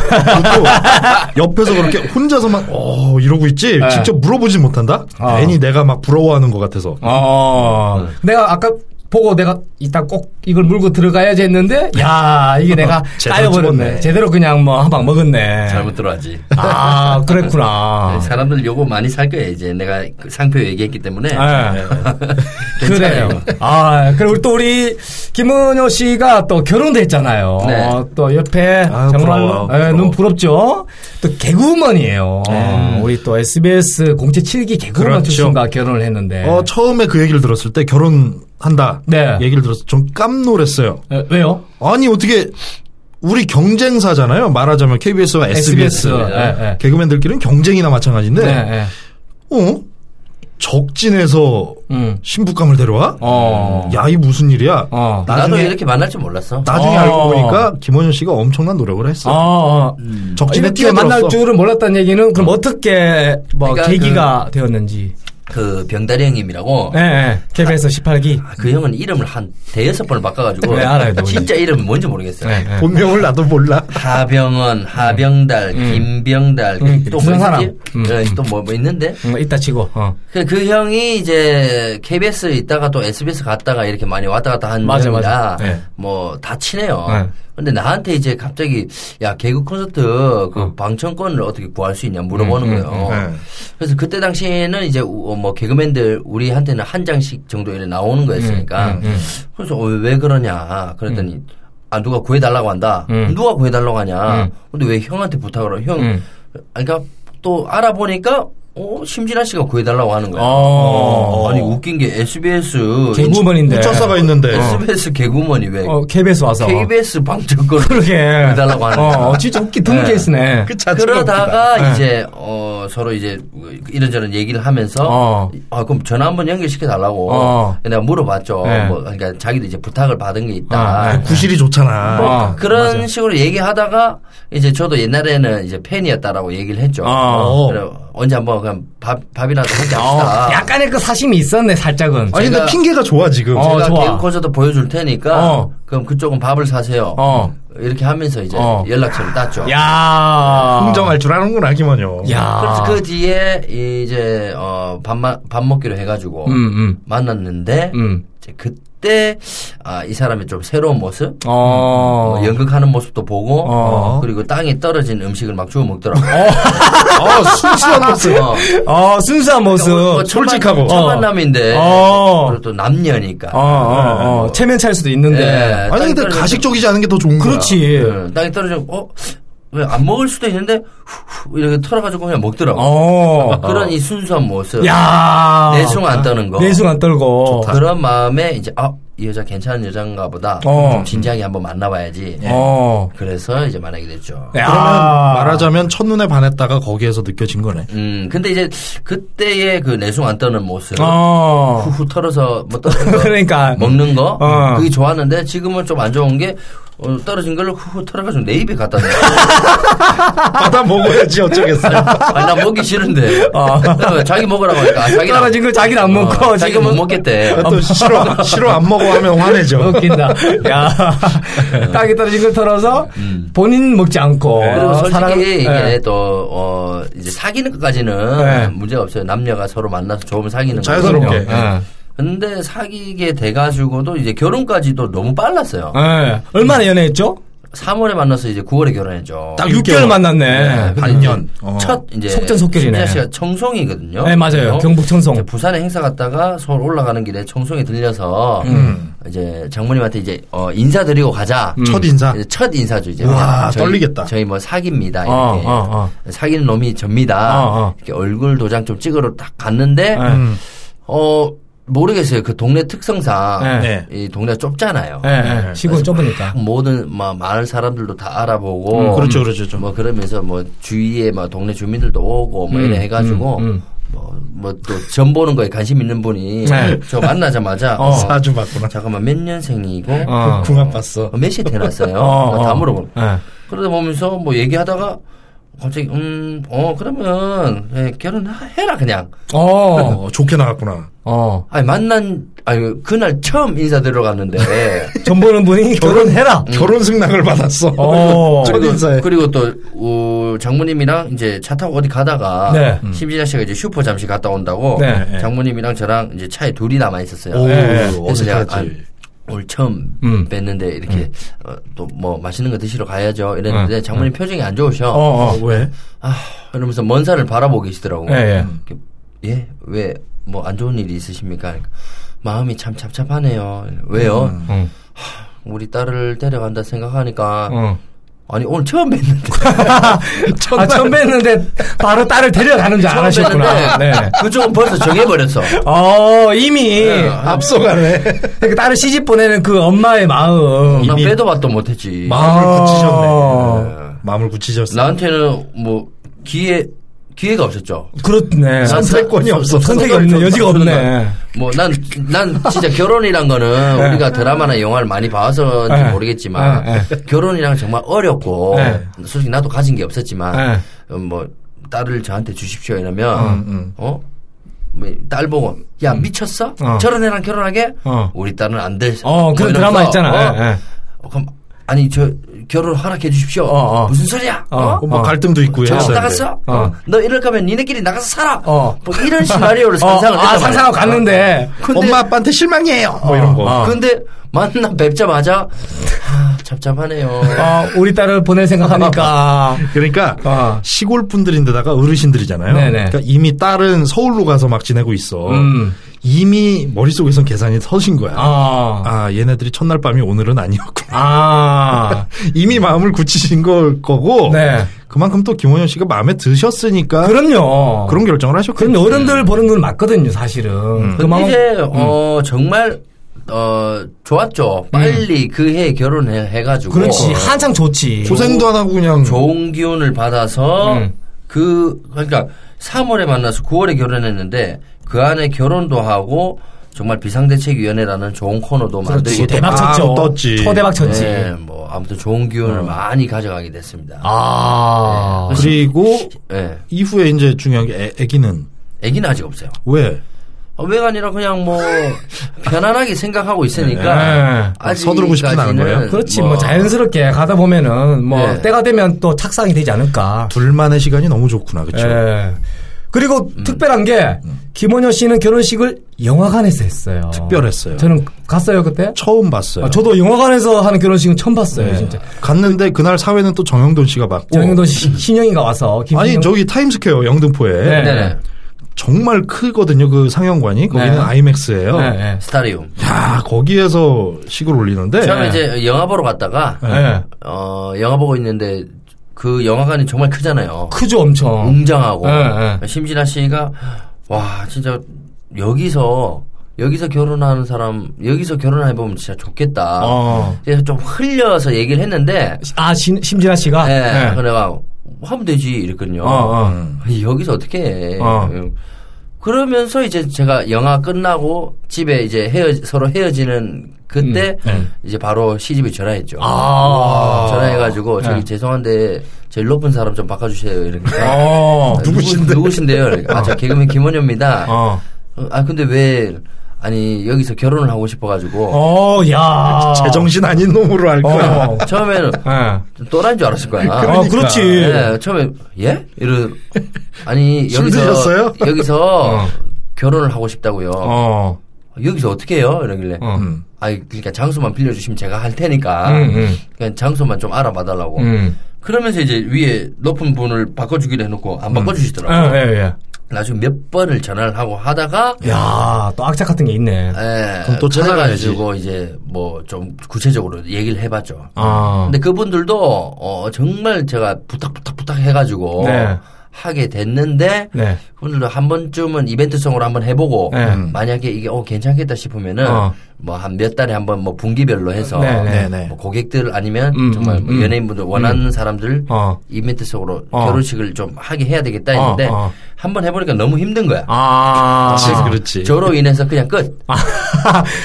Speaker 4: 그것도 옆에서 그렇게 혼자서만 어 이러고 있지 직접 물어보진 못한다.
Speaker 2: 네. 아.
Speaker 4: 괜히 내가 막 부러워하는 것 같아서.
Speaker 5: 음.
Speaker 2: 어. 내가 아까 보고 내가 이따 꼭 이걸 물고 들어가야지 했는데 야 이게 내가
Speaker 4: 제대로
Speaker 2: 까여버렸네
Speaker 4: 집었네.
Speaker 2: 제대로 그냥 뭐 한 방 먹었네
Speaker 5: 잘못 네, 들어왔지.
Speaker 2: 아 그랬구나
Speaker 5: 사람들 요거 많이 살 거야 이제 내가 그 상표 얘기했기 때문에.
Speaker 4: 네.
Speaker 2: 예.
Speaker 5: 괜찮아요.
Speaker 2: 그래요 아 그리고 우리 또 우리 김은효 씨가 또 결혼도 했잖아요
Speaker 5: 네.
Speaker 2: 어, 또 옆에
Speaker 4: 아유,
Speaker 2: 정말로
Speaker 4: 부러워요.
Speaker 2: 예,
Speaker 4: 부러워. 네.
Speaker 2: 눈 부럽죠 또 개그우먼이에요 음, 우리 또 SBS 공채 7기 개그우먼
Speaker 4: 그렇죠.
Speaker 2: 출신과 결혼을 했는데
Speaker 4: 어 처음에 그 얘기를 들었을 때 결혼한다
Speaker 2: 네.
Speaker 4: 얘기를 들어서 좀 깜놀했어요.
Speaker 2: 예, 네, 왜요?
Speaker 4: 아니 어떻게 우리 경쟁사잖아요. 말하자면 KBS와 SBS.
Speaker 2: SBS. 예, 예.
Speaker 4: 네, 개그맨들끼리는 경쟁이나 마찬가지인데,
Speaker 2: 예, 예.
Speaker 4: 어? 적진에서
Speaker 2: 음.
Speaker 4: 신부감을 데려와?
Speaker 2: 어.
Speaker 4: 야, 이 무슨 일이야?
Speaker 2: 어.
Speaker 5: 나도
Speaker 4: 나중에,
Speaker 5: 이렇게 만날 줄 몰랐어.
Speaker 4: 나중에
Speaker 2: 어.
Speaker 4: 알고 보니까 김원현 씨가 엄청난 노력을
Speaker 2: 어,
Speaker 4: 했어.
Speaker 2: 어.
Speaker 4: 적진에
Speaker 2: 이렇게 만날
Speaker 4: 음. 뛰어들었어.
Speaker 2: 줄은 몰랐다는 얘기는 그럼 어떻게 뭐
Speaker 5: 그러니까
Speaker 2: 계기가 되었는지.
Speaker 5: 그 병다리 형님이라고.
Speaker 2: 예, 예. KBS 18기.
Speaker 5: 아, 그 형은 이름을 한 대여섯 번을 바꿔가지고.
Speaker 2: 네, 알아요, 누군지.
Speaker 5: 진짜 이름이 뭔지 모르겠어요.
Speaker 2: 예.
Speaker 4: 본명을 나도 몰라.
Speaker 5: 하병원, 하병달, 김병달,
Speaker 2: 음,
Speaker 5: 또뭐
Speaker 2: 부산 사람. 음.
Speaker 5: 또뭐 뭐 있는데?
Speaker 2: 음, 이따 치고. 어.
Speaker 5: 그, 그 형이 이제 KBS 있다가 또 SBS 갔다가 이렇게 많이 왔다 갔다 한
Speaker 2: 맞아,
Speaker 5: 형이라
Speaker 2: 맞아. 네.
Speaker 5: 뭐 다 친해요.
Speaker 2: 네.
Speaker 5: 근데 나한테 이제 갑자기 야 개그 콘서트 그
Speaker 2: 어.
Speaker 5: 방청권을 어떻게 구할 수 있냐 물어보는
Speaker 2: 음,
Speaker 5: 거예요.
Speaker 4: 네.
Speaker 5: 그래서 그때 당시에는 이제 우- 어, 뭐 개그맨들 우리한테는 한 장씩 정도 이렇게 나오는
Speaker 2: 음,
Speaker 5: 거였으니까 그래서 어, 왜 그러냐 그랬더니 아 누가 구해달라고 한다.
Speaker 2: 음.
Speaker 5: 누가 구해달라고 하냐. 근데 왜 형한테 부탁을 해? 형 아, 그러니까 또 알아보니까 어 심진아 씨가 구해달라고 하는 거야.
Speaker 2: 어.
Speaker 5: 아니 웃긴 게 SBS
Speaker 4: 그
Speaker 2: 개구먼인데.
Speaker 4: 우차사가 있는데.
Speaker 5: 네. SBS 개구먼이 왜
Speaker 2: 어, KBS 와서.
Speaker 5: KBS 방청권
Speaker 2: 그러게.
Speaker 5: 해달라고 하는 거야.
Speaker 2: 어, 진짜 웃기 드문
Speaker 5: 네.
Speaker 2: 케이스네.
Speaker 5: 그러다가 이제 어 서로 이제 이런저런 얘기를 하면서
Speaker 2: 어.
Speaker 5: 아 그럼 전화 한번 연결시켜 달라고
Speaker 2: 어.
Speaker 5: 내가 물어봤죠.
Speaker 2: 네.
Speaker 5: 뭐 그러니까 자기도 이제 부탁을 받은 게
Speaker 2: 아,
Speaker 5: 있다.
Speaker 2: 네.
Speaker 4: 구실이 좋잖아.
Speaker 5: 뭐.
Speaker 2: 어.
Speaker 5: 그런 식으로 얘기하다가 이제 저도 옛날에는 이제 팬이었다라고 얘기를 했죠.
Speaker 2: 어.
Speaker 5: 그래, 언제 한번 그냥 밥 밥이라도 같이
Speaker 2: 어,
Speaker 5: 합시다.
Speaker 2: 약간의 그 사심이 있었네, 살짝은.
Speaker 4: 아니,
Speaker 5: 제가-
Speaker 4: 근데 핑계가 좋아, 지금.
Speaker 2: 어,
Speaker 5: 제가
Speaker 2: 좋아.
Speaker 5: 개그 콘서트 보여줄 테니까
Speaker 2: 어.
Speaker 5: 그럼 그쪽은 밥을 사세요.
Speaker 2: 어.
Speaker 5: 이렇게 하면서 이제
Speaker 2: 어.
Speaker 5: 연락처를 땄죠.
Speaker 2: 야
Speaker 4: 흥정할 줄 아는구나, 김원현.
Speaker 2: 야
Speaker 5: 그래서 그 뒤에 이제 어, 밥, 마- 밥 먹기로 해가지고
Speaker 2: 음, 음.
Speaker 5: 만났는데
Speaker 2: 음.
Speaker 5: 이제 그때 아, 이 사람의 좀 새로운 모습
Speaker 2: 어.
Speaker 5: 어, 연극하는 모습도 보고
Speaker 2: 어.
Speaker 5: 그리고 땅에 떨어진 음식을 막 주워 먹더라고.
Speaker 4: 어, 순수한 모습.
Speaker 5: 어.
Speaker 2: 어, 순수한
Speaker 5: 그러니까
Speaker 2: 모습.
Speaker 5: 뭐,
Speaker 4: 솔직하고.
Speaker 5: 첫
Speaker 2: 어.
Speaker 5: 만남인데
Speaker 2: 어.
Speaker 5: 그리고 또 남녀니까.
Speaker 2: 어, 어,
Speaker 5: 네.
Speaker 2: 어. 체면차일 수도 있는데.
Speaker 5: 예,
Speaker 4: 아니,
Speaker 5: 땅에
Speaker 4: 근데
Speaker 5: 떨어진-
Speaker 4: 가식적이지 않은 게 더 좋은 거야.
Speaker 2: 그렇지.
Speaker 5: 예, 땅에 떨어져 어왜 안 먹을 수도 있는데 후, 후, 이렇게 털어가지고 그냥 먹더라고.
Speaker 2: 어.
Speaker 5: 그런 이 순수한 모습.
Speaker 2: 야
Speaker 5: 내숭 안 떠는 거.
Speaker 2: 내숭 안 떨고.
Speaker 5: 그런 마음에 이제 아 이 여자 괜찮은 여잔가 보다
Speaker 2: 어.
Speaker 5: 좀 진지하게 한번 만나봐야지
Speaker 2: 어.
Speaker 5: 그래서 이제 만나게 됐죠
Speaker 2: 야.
Speaker 4: 그러면
Speaker 2: 아.
Speaker 4: 말하자면 첫눈에 반했다가 거기에서 느껴진 거네.
Speaker 5: 음 근데 이제 그때의 그 내숭 안 떠는 모습
Speaker 2: 어.
Speaker 5: 후후 털어서 뭐 떨어진 거
Speaker 2: 그러니까.
Speaker 5: 먹는 거
Speaker 2: 어.
Speaker 5: 그게 좋았는데 지금은 좀 안 좋은 게 어, 떨어진 걸 후후 털어가지고 내 입에 갖다 대
Speaker 4: 받아 먹어야지 어쩌겠어요.
Speaker 5: 아니 나 먹기 싫은데 어, 자기 먹으라고 하니까 아, 자기는
Speaker 2: 떨어진 걸 자기는 안 먹고
Speaker 5: 어, 자기 못
Speaker 2: 지금은-
Speaker 5: 먹겠대
Speaker 4: 또 싫어 싫어 안 먹어 하면 화내죠.
Speaker 2: 웃긴다. 야. 땅에 떨어진 걸 털어서 본인 먹지 않고.
Speaker 5: 그리고 솔직히
Speaker 2: 어, 사람-
Speaker 5: 이게
Speaker 2: 예.
Speaker 5: 또, 어, 이제 사귀는 것까지는
Speaker 2: 네.
Speaker 5: 문제가 없어요. 남녀가 서로 만나서 좋으면 사귀는
Speaker 4: 자연스럽게.
Speaker 5: 거거든요. 네.
Speaker 2: 예.
Speaker 5: 근데 사귀게 돼가지고도 이제 결혼까지도 너무 빨랐어요.
Speaker 2: 예. 얼마나 연애했죠?
Speaker 5: 3월에 만나서 이제 9월에 결혼했죠.
Speaker 4: 딱
Speaker 2: 6개월 만났네.
Speaker 5: 근데
Speaker 4: 반년.
Speaker 5: 이제
Speaker 4: 어.
Speaker 5: 첫 이제
Speaker 2: 속전속결이네.
Speaker 5: 심야 씨가 청송이거든요.
Speaker 2: 네, 맞아요.
Speaker 5: 그래서
Speaker 2: 경북 청송.
Speaker 5: 이제 부산에 행사 갔다가 서울 올라가는 길에 청송에 들려서
Speaker 2: 음.
Speaker 5: 이제 장모님한테 이제 어, 인사드리고 가자.
Speaker 4: 첫 인사.
Speaker 5: 이제 첫 인사죠 이제.
Speaker 4: 우와,
Speaker 5: 저희-
Speaker 4: 떨리겠다.
Speaker 5: 저희 뭐 사깁니다. 이렇게
Speaker 2: 어, 어,
Speaker 5: 사귀는 놈이 접니다.
Speaker 2: 어, 어.
Speaker 5: 이렇게 얼굴 도장 좀 찍으러 딱 갔는데
Speaker 2: 음.
Speaker 5: 어 모르겠어요. 그 동네 특성상
Speaker 4: 네.
Speaker 5: 이 동네가 좁잖아요.
Speaker 2: 예, 예. 시골 좁으니까.
Speaker 5: 막 모든 막 마을 사람들도 다 알아보고
Speaker 4: 음, 그렇죠, 그렇죠, 좀.
Speaker 5: 뭐 그러면서 뭐 주위에 막 동네 주민들도 오고 뭐
Speaker 4: 음,
Speaker 5: 이래 해가지고 뭐 뭐 또 점 보는 거에 관심 있는 분이
Speaker 2: 네.
Speaker 5: 저 만나자마자 어,
Speaker 4: 사주 받구나.
Speaker 5: 잠깐만 몇 년생이고
Speaker 2: 어.
Speaker 4: 궁합 봤어.
Speaker 5: 몇 시에 태어났어요?
Speaker 2: 어,
Speaker 5: 다
Speaker 2: 어.
Speaker 5: 물어보고
Speaker 2: 예.
Speaker 5: 그러다 보면서 뭐 얘기하다가 갑자기 음 어 그러면 예, 결혼해라 그냥
Speaker 2: 어.
Speaker 4: 어, 좋게 나갔구나.
Speaker 2: 어.
Speaker 5: 아니 만난 아니 그날 처음 인사드리러 갔는데
Speaker 2: 전 보는 분이 결혼해라.
Speaker 4: 결혼 승낙을 받았어.
Speaker 2: 어.
Speaker 4: 첫
Speaker 5: 그리고,
Speaker 4: 인사에.
Speaker 5: 그리고 또 어, 장모님이랑 이제 차 타고 어디 가다가
Speaker 2: 네.
Speaker 5: 심진아 씨가 이제 슈퍼 잠시 갔다 온다고
Speaker 2: 네,
Speaker 4: 네.
Speaker 5: 장모님이랑 저랑 이제 차에 둘이 남아 있었어요.
Speaker 4: 오,
Speaker 2: 예.
Speaker 5: 그래서 제가
Speaker 4: 네.
Speaker 5: 아,
Speaker 4: 어색하지. 음.
Speaker 5: 오늘 처음 뵀는데 이렇게 또 뭐 맛있는 거 드시러 가야죠 이랬는데 장모님 표정이 안 좋으셔.
Speaker 2: 어, 어.
Speaker 4: 왜?
Speaker 5: 아, 이러면서 먼 산을 바라보고 계시더라고요.
Speaker 2: 예, 예.
Speaker 5: 이렇게, 예? 왜? 뭐 안 좋은 일이 있으십니까? 그러니까, 마음이 참 찹찹하네요. 왜요?
Speaker 2: 음.
Speaker 5: 하, 우리 딸을 데려간다 생각하니까
Speaker 2: 어.
Speaker 5: 아니 오늘 처음 뵀는데
Speaker 2: 아, 처음 뵀는데 바로 딸을 데려가는 줄 알았셨구나. 네.
Speaker 5: 그쪽은 벌써 정해버렸어.
Speaker 2: 어, 이미
Speaker 4: 앞서가네.
Speaker 2: 그 딸을 시집 보내는 그 엄마의 마음.
Speaker 5: 난 빼도 봤도 못했지.
Speaker 4: 마음을
Speaker 2: 아.
Speaker 4: 굳히셨네. 예. 마음을 굳히셨어.
Speaker 5: 나한테는 뭐 기회 기회가 없었죠.
Speaker 2: 그렇네.
Speaker 5: 난
Speaker 4: 선택권이
Speaker 5: 선-
Speaker 4: 없었어.
Speaker 2: 선택이 없네. 여지가 없네.
Speaker 5: 뭐난 난 진짜 결혼이란
Speaker 2: 예.
Speaker 5: 거는 우리가 드라마나 영화를 많이 봐서인지
Speaker 2: 네.
Speaker 5: 모르겠지만
Speaker 2: 네,
Speaker 5: 결혼이랑 정말 어렵고
Speaker 2: 네.
Speaker 5: 솔직히 나도 가진 게 없었지만
Speaker 2: 네.
Speaker 5: 어, 뭐 딸을 저한테 주십시오 이러면
Speaker 2: 음,
Speaker 5: 어. 뭐딸 보고 야 미쳤어?
Speaker 2: 어.
Speaker 5: 저런 애랑 결혼하게?
Speaker 2: 어.
Speaker 5: 우리 딸은 안 돼.
Speaker 2: 어, 그런
Speaker 5: 뭐 이러면서,
Speaker 2: 드라마 있잖아.
Speaker 5: 어,
Speaker 2: 예, 예.
Speaker 5: 어, 그럼 아니 저 결혼 허락해 주십시오.
Speaker 2: 어, 어.
Speaker 5: 무슨 소리야? 어?
Speaker 4: 뭐 갈등도 있고
Speaker 5: 정신
Speaker 4: 했었는데.
Speaker 5: 나갔어? 어. 너 이럴 거면 니네끼리 나가서 살아.
Speaker 2: 어.
Speaker 5: 뭐 이런 시나리오를
Speaker 2: 어,
Speaker 5: 상상을 했단
Speaker 2: 아,
Speaker 5: 말이야.
Speaker 2: 상상하고 갔는데.
Speaker 5: 근데,
Speaker 4: 네. 엄마 아빠한테 실망이에요. 뭐 이런
Speaker 2: 어.
Speaker 4: 거.
Speaker 5: 근데 만나 뵙자마자 아, 잡잡하네요.
Speaker 2: 어, 우리 딸을 보낼 생각하니까.
Speaker 4: 그러니까
Speaker 2: 아.
Speaker 4: 시골 분들인데다가 어르신들이잖아요.
Speaker 2: 네네.
Speaker 4: 그러니까 이미 딸은 서울로 가서 막 지내고 있어.
Speaker 2: 음.
Speaker 4: 이미 머릿속에선 계산이 서신 거야.
Speaker 2: 어.
Speaker 4: 아, 얘네들이 첫날 밤이 오늘은 아니었구나.
Speaker 2: 아.
Speaker 4: 이미 마음을 굳히신 걸 거고
Speaker 2: 네.
Speaker 4: 그만큼 또 김원현 씨가 마음에 드셨으니까
Speaker 2: 그럼요.
Speaker 4: 그런 결정을 하셨거든요.
Speaker 2: 그런 어른들 보는 건 맞거든요, 사실은. 그
Speaker 5: 근데
Speaker 2: 마음-
Speaker 5: 이제 어, 정말 어, 좋았죠. 빨리 그 해에 결혼해
Speaker 2: 음.
Speaker 5: 해가지고 어.
Speaker 2: 그렇지. 한창 좋지.
Speaker 4: 고생도 안 하고 그냥
Speaker 5: 좋은 기운을 받아서
Speaker 2: 음.
Speaker 5: 그 그러니까 3월에 만나서 9월에 결혼했는데 그 안에 결혼도 하고 정말 비상대책위원회라는 좋은 코너도
Speaker 2: 그렇지.
Speaker 5: 만들고
Speaker 2: 대박
Speaker 4: 막
Speaker 2: 쳤죠.
Speaker 4: 떴지.
Speaker 2: 초대박 쳤지. 어.
Speaker 5: 네, 뭐 아무튼 좋은 기운을 많이 가져가게 됐습니다.
Speaker 2: 아.
Speaker 4: 그리고
Speaker 5: 예.
Speaker 4: 이후에 이제 중요한 게 애, 기는
Speaker 5: 애기는 아직 없어요.
Speaker 4: 왜?
Speaker 5: 어, 왜가 아니라 그냥 뭐 편안하게 생각하고 있으니까
Speaker 2: 네.
Speaker 5: 아직
Speaker 4: 서두르고 싶진 않은 거예요?
Speaker 2: 그렇지. 뭐, 자연스럽게 가다 보면은 뭐
Speaker 5: 네.
Speaker 2: 때가 되면 또 착상이 되지 않을까.
Speaker 4: 둘만의 시간이 너무 좋구나. 그렇죠? 음.
Speaker 2: 예. 그리고 특별한 게 김원효 씨는 결혼식을 영화관에서 했어요.
Speaker 4: 특별했어요.
Speaker 2: 저는 갔어요 그때.
Speaker 4: 처음 봤어요. 네.
Speaker 2: 아, 저도 영화관에서 하는 결혼식은 처음 봤어요 진짜.
Speaker 4: 갔는데 그날 사회는 또 정영돈 씨가 봤고
Speaker 2: 정영돈 씨, 신영이가 와서 김
Speaker 4: 아니 저기 타임스퀘어 영등포에
Speaker 2: 네.
Speaker 5: 네네.
Speaker 4: 정말 크거든요 그 상영관이 거기는
Speaker 2: 네.
Speaker 4: 아이맥스예요.
Speaker 2: 네.
Speaker 5: 스타리움.
Speaker 4: 야 거기에서 식을 올리는데
Speaker 5: 처음에 이제 영화 보러 갔다가
Speaker 2: 네. 네.
Speaker 5: 어 영화 보고 있는데 그 영화관이 정말 크잖아요.
Speaker 2: 크죠 엄청.
Speaker 4: 음.
Speaker 5: 웅장하고
Speaker 2: 예,
Speaker 5: 심진아 씨가 와 진짜 여기서 여기서 결혼하는 사람 여기서 결혼해 보면 진짜 좋겠다.
Speaker 2: 어.
Speaker 5: 그래서 좀 흘려서 얘기를 했는데
Speaker 2: 아 신, 심진아 씨가.
Speaker 5: 예,
Speaker 2: 네.
Speaker 5: 그래서 내가 하면 되지 아, 이랬거든요.
Speaker 2: 어, 어.
Speaker 4: 음.
Speaker 5: 여기서 어떻게 해?
Speaker 2: 어.
Speaker 5: 그러면서 이제 제가 영화 끝나고 집에 이제 헤어 서로 헤어지는 그때 이제 바로 시집이 전화했죠.
Speaker 2: 아.
Speaker 5: 전화해가지고 저기 죄송한데 제일 높은 사람 좀 바꿔주세요
Speaker 4: 네.
Speaker 5: 이러니까 아,
Speaker 2: 어.
Speaker 5: 누구- 누구신데요? 이러니까 아, 저 개그맨 김원효입니다.
Speaker 2: 어.
Speaker 5: 어, 아 근데 왜 아니 여기서 결혼을 하고 싶어가지고
Speaker 2: 어. 야.
Speaker 4: 제정신 아닌 놈으로 알 거야.
Speaker 2: 어.
Speaker 5: 처음에는
Speaker 2: 예.
Speaker 5: 또라이인 줄 알았을 거야.
Speaker 2: 아,
Speaker 4: 그러니까.
Speaker 2: 그렇지.
Speaker 4: 네.
Speaker 5: 예, 처음에 예? 이러 아니
Speaker 4: 술
Speaker 5: 여기서
Speaker 4: 드셨어요?
Speaker 5: 여기서 결혼을 하고 싶다고요.
Speaker 2: 어.
Speaker 5: 여기서 어떻게 해요? 이러길래
Speaker 2: 어.
Speaker 4: 음.
Speaker 5: 아 그러니까 장소만 빌려주시면 제가 할 테니까
Speaker 2: 음, 음.
Speaker 5: 그냥 장소만 좀 알아봐달라고.
Speaker 2: 음.
Speaker 5: 그러면서 이제 위에 높은 분을 바꿔주기로 해놓고
Speaker 4: 음.
Speaker 5: 안
Speaker 2: 예,
Speaker 4: 네.
Speaker 5: 바꿔주시더라고. 요
Speaker 2: 예, 예.
Speaker 5: 나중에 몇 번을 전화를 하고 하다가
Speaker 2: 야, 또 악착 같은 게 있네.
Speaker 4: 아.
Speaker 5: 예,
Speaker 4: 그럼 또 찾아가야지.
Speaker 5: 그래가지고 이제 뭐 좀 구체적으로 얘기를 해봤죠.
Speaker 2: 아.
Speaker 5: 근데 그분들도 어, 정말 제가 부탁 부탁 부탁 해가지고
Speaker 2: 네.
Speaker 5: 하게 됐는데
Speaker 2: 네.
Speaker 5: 그분들도 한 번쯤은 이벤트성으로 한번 해보고
Speaker 2: 네.
Speaker 5: 만약에 이게 어 괜찮겠다 싶으면은
Speaker 2: 어.
Speaker 5: 뭐 한 몇 달에 한번 뭐 분기별로 해서
Speaker 2: 네,
Speaker 4: 네, 네.
Speaker 5: 뭐 고객들 아니면
Speaker 2: 음,
Speaker 5: 정말
Speaker 2: 음,
Speaker 5: 뭐
Speaker 2: 음.
Speaker 5: 연예인분들 원하는 사람들
Speaker 2: 어.
Speaker 5: 이벤트성으로
Speaker 2: 어.
Speaker 5: 결혼식을 좀 하게 해야 되겠다 했는데
Speaker 2: 어, 어.
Speaker 5: 한번 해보니까 너무 힘든 거야.
Speaker 2: 아.
Speaker 4: 그렇지, 그렇지.
Speaker 5: 저로 인해서 그냥 끝.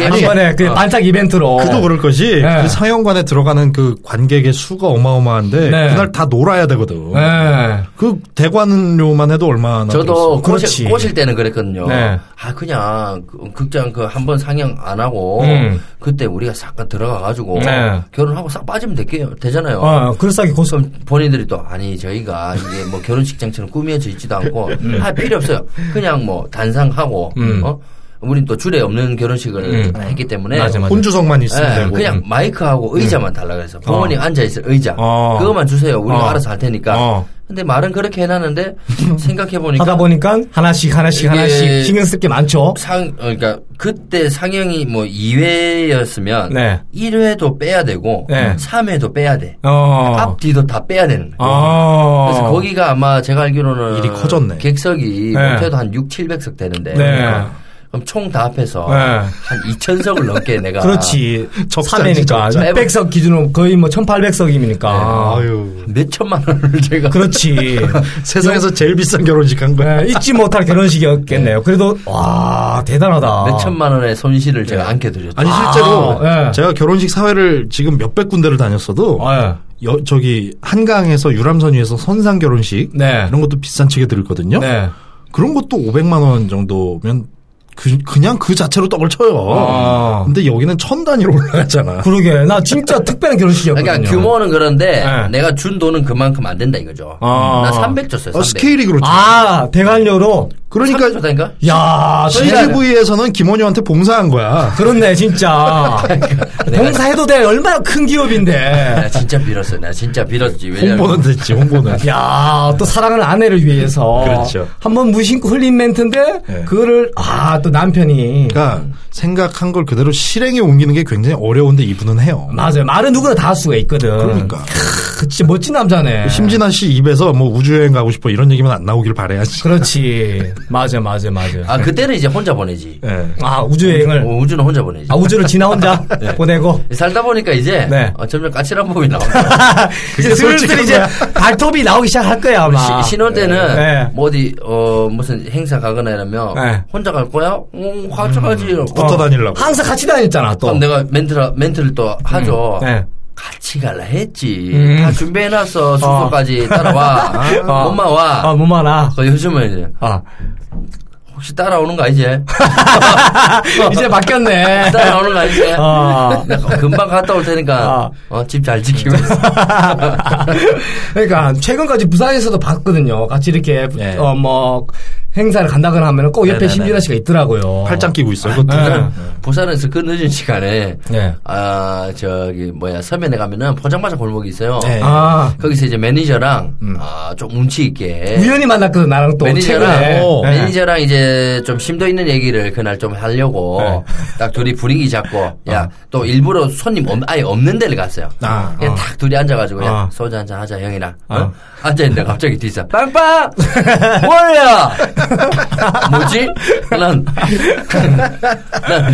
Speaker 2: 한 번에 그
Speaker 5: 어.
Speaker 2: 반짝 이벤트로.
Speaker 4: 그도 그럴 것이
Speaker 2: 네.
Speaker 4: 그 상영관에 들어가는 그 관객의 수가 어마어마한데
Speaker 2: 네.
Speaker 4: 그날 다 놀아야 되거든.
Speaker 2: 네.
Speaker 4: 그 대관료만 해도 얼마나
Speaker 5: 저도
Speaker 4: 들었어.
Speaker 2: 아, 그렇지.
Speaker 5: 꼬실, 꼬실 때는 그랬거든요.
Speaker 2: 네.
Speaker 5: 아 그냥 그 극장 그 한 번 상영 안 하고
Speaker 2: 음.
Speaker 5: 그때 우리가 잠깐 들어가 가지고
Speaker 2: 네.
Speaker 5: 결혼하고 싹 빠지면 될게요 되잖아요.
Speaker 2: 어, 그럴싸하게 고수.
Speaker 5: 그럼 본인들이 또 아니 저희가 이게 뭐 결혼식장처럼 꾸며져 있지도 않고
Speaker 2: 음.
Speaker 5: 할 필요 없어요. 그냥 뭐 단상하고 어 우린 또 줄에 없는 결혼식을 했기 때문에
Speaker 2: 음. 맞아, 맞아.
Speaker 4: 혼주석만
Speaker 5: 예,
Speaker 4: 있으면 되고.
Speaker 5: 그냥 마이크하고 의자만 달라 그래서 부모님 앉아 있을 의자
Speaker 2: 음. 어.
Speaker 5: 그것만 주세요. 우리가
Speaker 2: 어.
Speaker 5: 알아서 할 테니까.
Speaker 2: 어.
Speaker 5: 근데 말은 그렇게 해놨는데 생각해보니까
Speaker 2: 하다 보니까 하나씩 하나씩
Speaker 5: 음. 이게-
Speaker 2: 하나씩 신경 쓸 게 많죠.
Speaker 5: 상, 어, 그러니까 그때 상영이 뭐 2회였으면
Speaker 2: 네.
Speaker 5: 1회도 빼야 되고
Speaker 2: 네.
Speaker 5: 3회도 빼야 돼.
Speaker 2: 어.
Speaker 5: 앞뒤도 다 빼야 되는 거예요.
Speaker 2: 어.
Speaker 5: 아. 그래서 거기가 아마 제가 알기로는
Speaker 4: 일이 커졌네.
Speaker 5: 객석이
Speaker 2: 네.
Speaker 5: 못해도 한 6, 700석 되는데
Speaker 2: 네.
Speaker 5: 그럼 총 다 합해서
Speaker 2: 네.
Speaker 5: 한 2000석을 넘게 내가
Speaker 2: 그렇지.
Speaker 4: 적자지, 네,
Speaker 2: 3회니까.
Speaker 5: 적자.
Speaker 2: 600석 기준으로 거의 뭐 1800석이니까.
Speaker 4: 아유.
Speaker 5: 몇 천만 원을 제가
Speaker 2: 그렇지.
Speaker 4: 세상에서 제일 비싼 결혼식 한 거야.
Speaker 2: 네, 잊지 못할 결혼식이었겠네요. 그래도 와 대단하다.
Speaker 5: 몇 천만 원의
Speaker 2: 네.
Speaker 5: 손실을 제가 안게 드렸죠.
Speaker 4: 아니 실제로
Speaker 2: 아, 예.
Speaker 4: 제가 결혼식 사회를 지금 몇백 군데를 다녔어도
Speaker 2: 아,
Speaker 4: 여- 저기 한강에서 유람선 위에서 선상 결혼식
Speaker 2: 네.
Speaker 4: 이런 것도 비싼 치게 들거든요.
Speaker 2: 네.
Speaker 4: 그런 것도 500만 원 정도면 그, 그냥 그 자체로 떡을 쳐요.
Speaker 2: 아.
Speaker 4: 근데 여기는 천 단위로 올라갔잖아.
Speaker 2: 그러게 나 진짜 특별한 결혼식이었거든요.
Speaker 5: 그러니까 규모는 그런데
Speaker 2: 네.
Speaker 5: 내가 준 돈은 그만큼 안 된다 이거죠.
Speaker 2: 아.
Speaker 5: 나 300 줬어요. 300.
Speaker 4: 어, 스케일이 그렇죠.
Speaker 2: 아 대관료로.
Speaker 4: 그러니까
Speaker 5: 300 줬다니까?
Speaker 2: 야 진짜
Speaker 4: CGV에서는 김원효한테 봉사한 거야.
Speaker 2: 그렇네 진짜.
Speaker 4: 그러니까. 네.
Speaker 2: 봉사해도 돼 얼마나 큰 기업인데.
Speaker 5: 아, 나 진짜 빌었어. 나 진짜 빌었지. 왜냐면
Speaker 4: 홍보는 됐지, 홍보는.
Speaker 2: 야 또 사랑하는 아내를 위해서
Speaker 4: 네. 그렇죠.
Speaker 2: 한번 무심코 흘린 멘트인데
Speaker 4: 네.
Speaker 2: 그거를 아 또 남편이
Speaker 4: 그러니까 생각한 걸 그대로 실행에 옮기는 게 굉장히 어려운데 이분은 해요.
Speaker 2: 맞아요 말은 누구나 다 할 수가 있거든.
Speaker 4: 그러니까.
Speaker 2: 크, 진짜 멋진 남자네.
Speaker 4: 심진아 씨 입에서 뭐 우주여행 가고 싶어 이런 얘기만 안 나오길 바라야지.
Speaker 2: 그렇지. 맞아, 맞아, 맞아.
Speaker 5: 아 그때는 이제 혼자 보내지.
Speaker 4: 예.
Speaker 2: 아, 우주여행을.
Speaker 5: 어, 우주는 혼자 보내지.
Speaker 2: 아, 우주를 지나 혼자
Speaker 4: 네.
Speaker 2: 보내고.
Speaker 5: 살다 보니까 이제
Speaker 2: 네.
Speaker 5: 어, 점점 까칠한 몸이 나와.
Speaker 2: 이제 슬슬
Speaker 4: 솔직한
Speaker 2: 이제
Speaker 4: 거야.
Speaker 2: 발톱이 나오기 시작할 거야, 아마.
Speaker 5: 시- 신혼 때는
Speaker 2: 네.
Speaker 5: 뭐 어디 어 무슨 행사 가거나 이러면
Speaker 2: 네. 음.
Speaker 5: 혼자 갈 거야? 응, 같이 가지. 이러고.
Speaker 4: 붙어 다니려고.
Speaker 2: 항상 같이 다녔잖아, 또.
Speaker 5: 그럼 내가 멘트를 멘트를 또 하죠.
Speaker 2: 네.
Speaker 5: 같이 갈라 했지.
Speaker 2: 음.
Speaker 5: 다 준비해놨어. 숙소까지 따라와.
Speaker 2: 어.
Speaker 5: 엄마 와.
Speaker 2: 아, 뭐 많아.
Speaker 5: 그 요즘은 이제
Speaker 2: 아.
Speaker 5: 혹시 따라오는 거 아니지?
Speaker 2: 이제 바뀌었네.
Speaker 5: 따라오는 거 아니지?
Speaker 2: 아.
Speaker 5: 내가 금방 갔다 올 테니까 어,
Speaker 2: 아.
Speaker 5: 집 잘 지키고 있어.
Speaker 2: 그러니까 최근까지 부산에서도 봤거든요. 같이 이렇게
Speaker 4: 네.
Speaker 2: 어 뭐 행사를 간다거나 하면 꼭 옆에
Speaker 5: 네네네.
Speaker 2: 심진아 씨가 있더라고요.
Speaker 4: 팔짱 끼고 있어요. 그것도.
Speaker 2: 네.
Speaker 5: 부산에서 그 늦은 시간에
Speaker 2: 네.
Speaker 5: 아 저기 뭐야 서면에 가면은 포장마차 골목이 있어요.
Speaker 4: 네.
Speaker 2: 아 음. 네.
Speaker 5: 거기서 이제 매니저랑 아, 좀 운치 있게
Speaker 2: 우연히 만났거든 나랑 또 최근에.
Speaker 5: 매니저랑
Speaker 4: 오.
Speaker 5: 네. 매니저랑 이제 좀 심도 있는 얘기를 그날 좀 하려고
Speaker 2: 네.
Speaker 5: 딱 둘이 분위기 잡고
Speaker 2: 어.
Speaker 5: 야 또 일부러 손님 없- 아예 없는 데를 갔어요.
Speaker 4: 아,
Speaker 5: 그냥 딱 둘이 앉아가지고 야
Speaker 2: 아. 소주
Speaker 5: 소주 한잔 하자 형이랑 어? 앉아있는데 갑자기 뒤에서 빵빵 뭐야 뭐지? 난, 난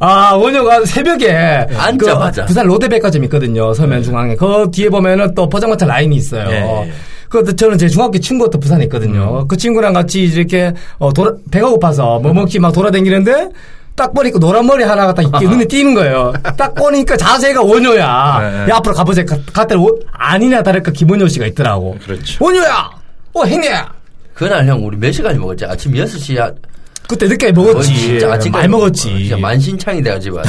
Speaker 2: 아, 원효가 새벽에
Speaker 5: 앉자마자.
Speaker 2: 그 부산 롯데백화점 있거든요. 서면 중앙에. 그 뒤에 보면은 또 포장마차 라인이 있어요.
Speaker 4: 예, 예.
Speaker 2: 그것도 저는 제 중학교 친구가 또 부산에 있거든요. 그 친구랑 같이 이렇게 어, 돌아- 배가 고파서 뭐 먹지 막 돌아다니는데 딱 보니까 노란 머리 하나가 딱 이렇게 눈에 띄는 거예요. 딱 보니까 자세가 원효야.
Speaker 4: 예, 예.
Speaker 2: 야 앞으로 가보자. 가- 갔더니 원- 아니나 다를까 김원효 씨가 있더라고.
Speaker 4: 그렇죠.
Speaker 2: 원효야. 어 형님.
Speaker 5: 그날 형 우리 몇 시까지 먹었지? 아침 6시야
Speaker 2: 그때 늦게 먹었지. 많이 먹었지.
Speaker 5: 진짜 만신창이 돼가지고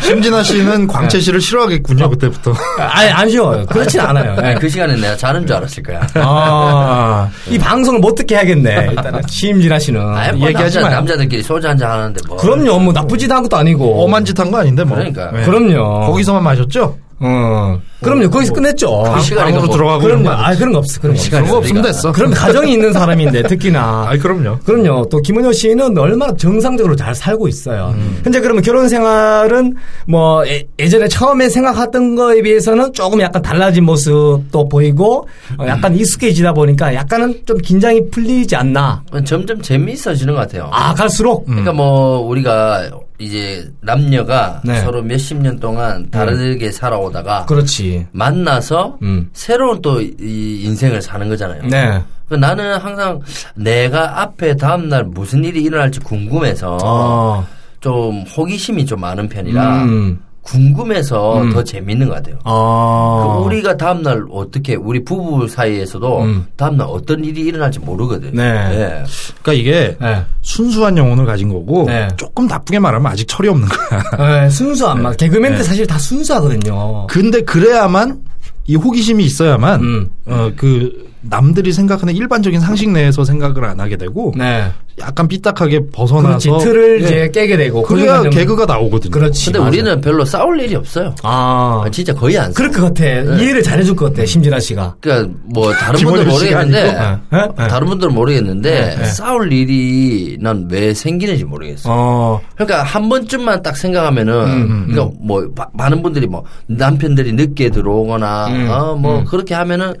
Speaker 4: 심진아 씨는 광채 씨를 싫어하겠군요, 그때부터.
Speaker 2: 아니 안 쉬워요. 그렇진 않아요. 어. 예.
Speaker 5: 아니, 그 시간에 내가 자는 줄 알았을 거야
Speaker 2: 아, 이 방송을 못 듣게 해야겠네. 일단은 심진아 씨는
Speaker 5: 아니, 뭐
Speaker 4: 얘기하지
Speaker 5: 남자,
Speaker 4: 마요.
Speaker 5: 남자들끼리 소주 한잔 하는데 뭐
Speaker 2: 그럼요. 뭐 나쁘지도 한 것도 아니고.
Speaker 4: 엄한 짓 한 거 아닌데, 뭐.
Speaker 5: 그러니까.
Speaker 4: 예.
Speaker 2: 그럼요.
Speaker 4: 거기서만 마셨죠?
Speaker 2: 어. 그럼요. 거기서 끝냈죠.
Speaker 5: 그 시간에
Speaker 4: 방으로
Speaker 5: 뭐-
Speaker 4: 들어가고.
Speaker 2: 그런
Speaker 4: 이런
Speaker 2: 거,
Speaker 4: 거
Speaker 2: 아 그런 거 없어. 그런 거 없어.
Speaker 5: 시간이
Speaker 4: 그런 거 없으면
Speaker 5: 없으니까.
Speaker 4: 됐어.
Speaker 2: 그럼 가정이 있는 사람인데 특히나.
Speaker 4: 아이, 그럼요.
Speaker 2: 그럼요. 또 김은효 씨는 얼마나 정상적으로 잘 살고 있어요. 현재 그러면 결혼 생활은 뭐 예, 예전에 처음에 생각했던 거에 비해서는 조금 약간 달라진 모습도 보이고 어, 약간 익숙해지다 보니까 약간은 좀 긴장이 풀리지 않나.
Speaker 5: 점점 재미있어지는 것 같아요
Speaker 2: 아 갈수록
Speaker 4: 음.
Speaker 5: 그러니까 뭐 우리가 이제 남녀가
Speaker 2: 네. 음.
Speaker 5: 서로 몇십 년 동안 다르게 살아오다가
Speaker 2: 그렇지.
Speaker 5: 만나서
Speaker 2: 음.
Speaker 5: 새로운 또 이 인생을 사는 거잖아요.
Speaker 2: 네.
Speaker 5: 그 나는 항상 내가 앞에 다음날 무슨 일이 일어날지 궁금해서
Speaker 2: 어.
Speaker 5: 좀 호기심이 좀 많은 편이라
Speaker 2: 음.
Speaker 5: 궁금해서 더 재밌는 것 같아요.
Speaker 2: 아.
Speaker 5: 그 우리가 다음날 어떻게 우리 부부 사이에서도 다음날 어떤 일이 일어날지 모르거든.
Speaker 2: 네.
Speaker 5: 예.
Speaker 4: 그러니까 이게
Speaker 2: 네.
Speaker 4: 순수한 영혼을 가진 거고
Speaker 2: 네.
Speaker 4: 조금 나쁘게 말하면 아직 철이 없는 거야.
Speaker 2: 네, 순수한
Speaker 4: 네.
Speaker 2: 맛. 개그맨들 사실 다 순수하거든요.
Speaker 4: 근데 그래야만 이 호기심이 있어야만
Speaker 2: 음.
Speaker 4: 어, 그 남들이 생각하는 일반적인 상식 내에서 생각을 안 하게 되고
Speaker 2: 네.
Speaker 4: 약간 삐딱하게 벗어나서
Speaker 2: 그렇지. 틀을
Speaker 4: 예.
Speaker 2: 이제 깨게 되고.
Speaker 4: 그래야
Speaker 2: 고정관념-
Speaker 4: 개그가 나오거든요.
Speaker 2: 그렇지.
Speaker 5: 근데
Speaker 2: 맞아.
Speaker 5: 우리는 별로 싸울 일이 없어요.
Speaker 2: 아.
Speaker 5: 아, 진짜 거의 안 싸워.
Speaker 2: 그럴 것 같아.
Speaker 4: 네.
Speaker 2: 이해를 잘해줄 것 같아. 심진아 씨가.
Speaker 5: 그러니까 뭐 다른 분들
Speaker 4: 김원효
Speaker 5: 은
Speaker 4: 씨가
Speaker 5: 모르겠는데
Speaker 2: 아니고? 예, 예, 예.
Speaker 5: 다른 분들은 모르겠는데 싸울 일이 난 왜 생기는지 모르겠어. 요
Speaker 2: 어. 음,
Speaker 5: 그러니까 한 번쯤만 딱 생각하면은 그러니까 뭐 마- 많은 분들이 뭐 남편들이 늦게 들어오거나 어, 뭐 그렇게 하면은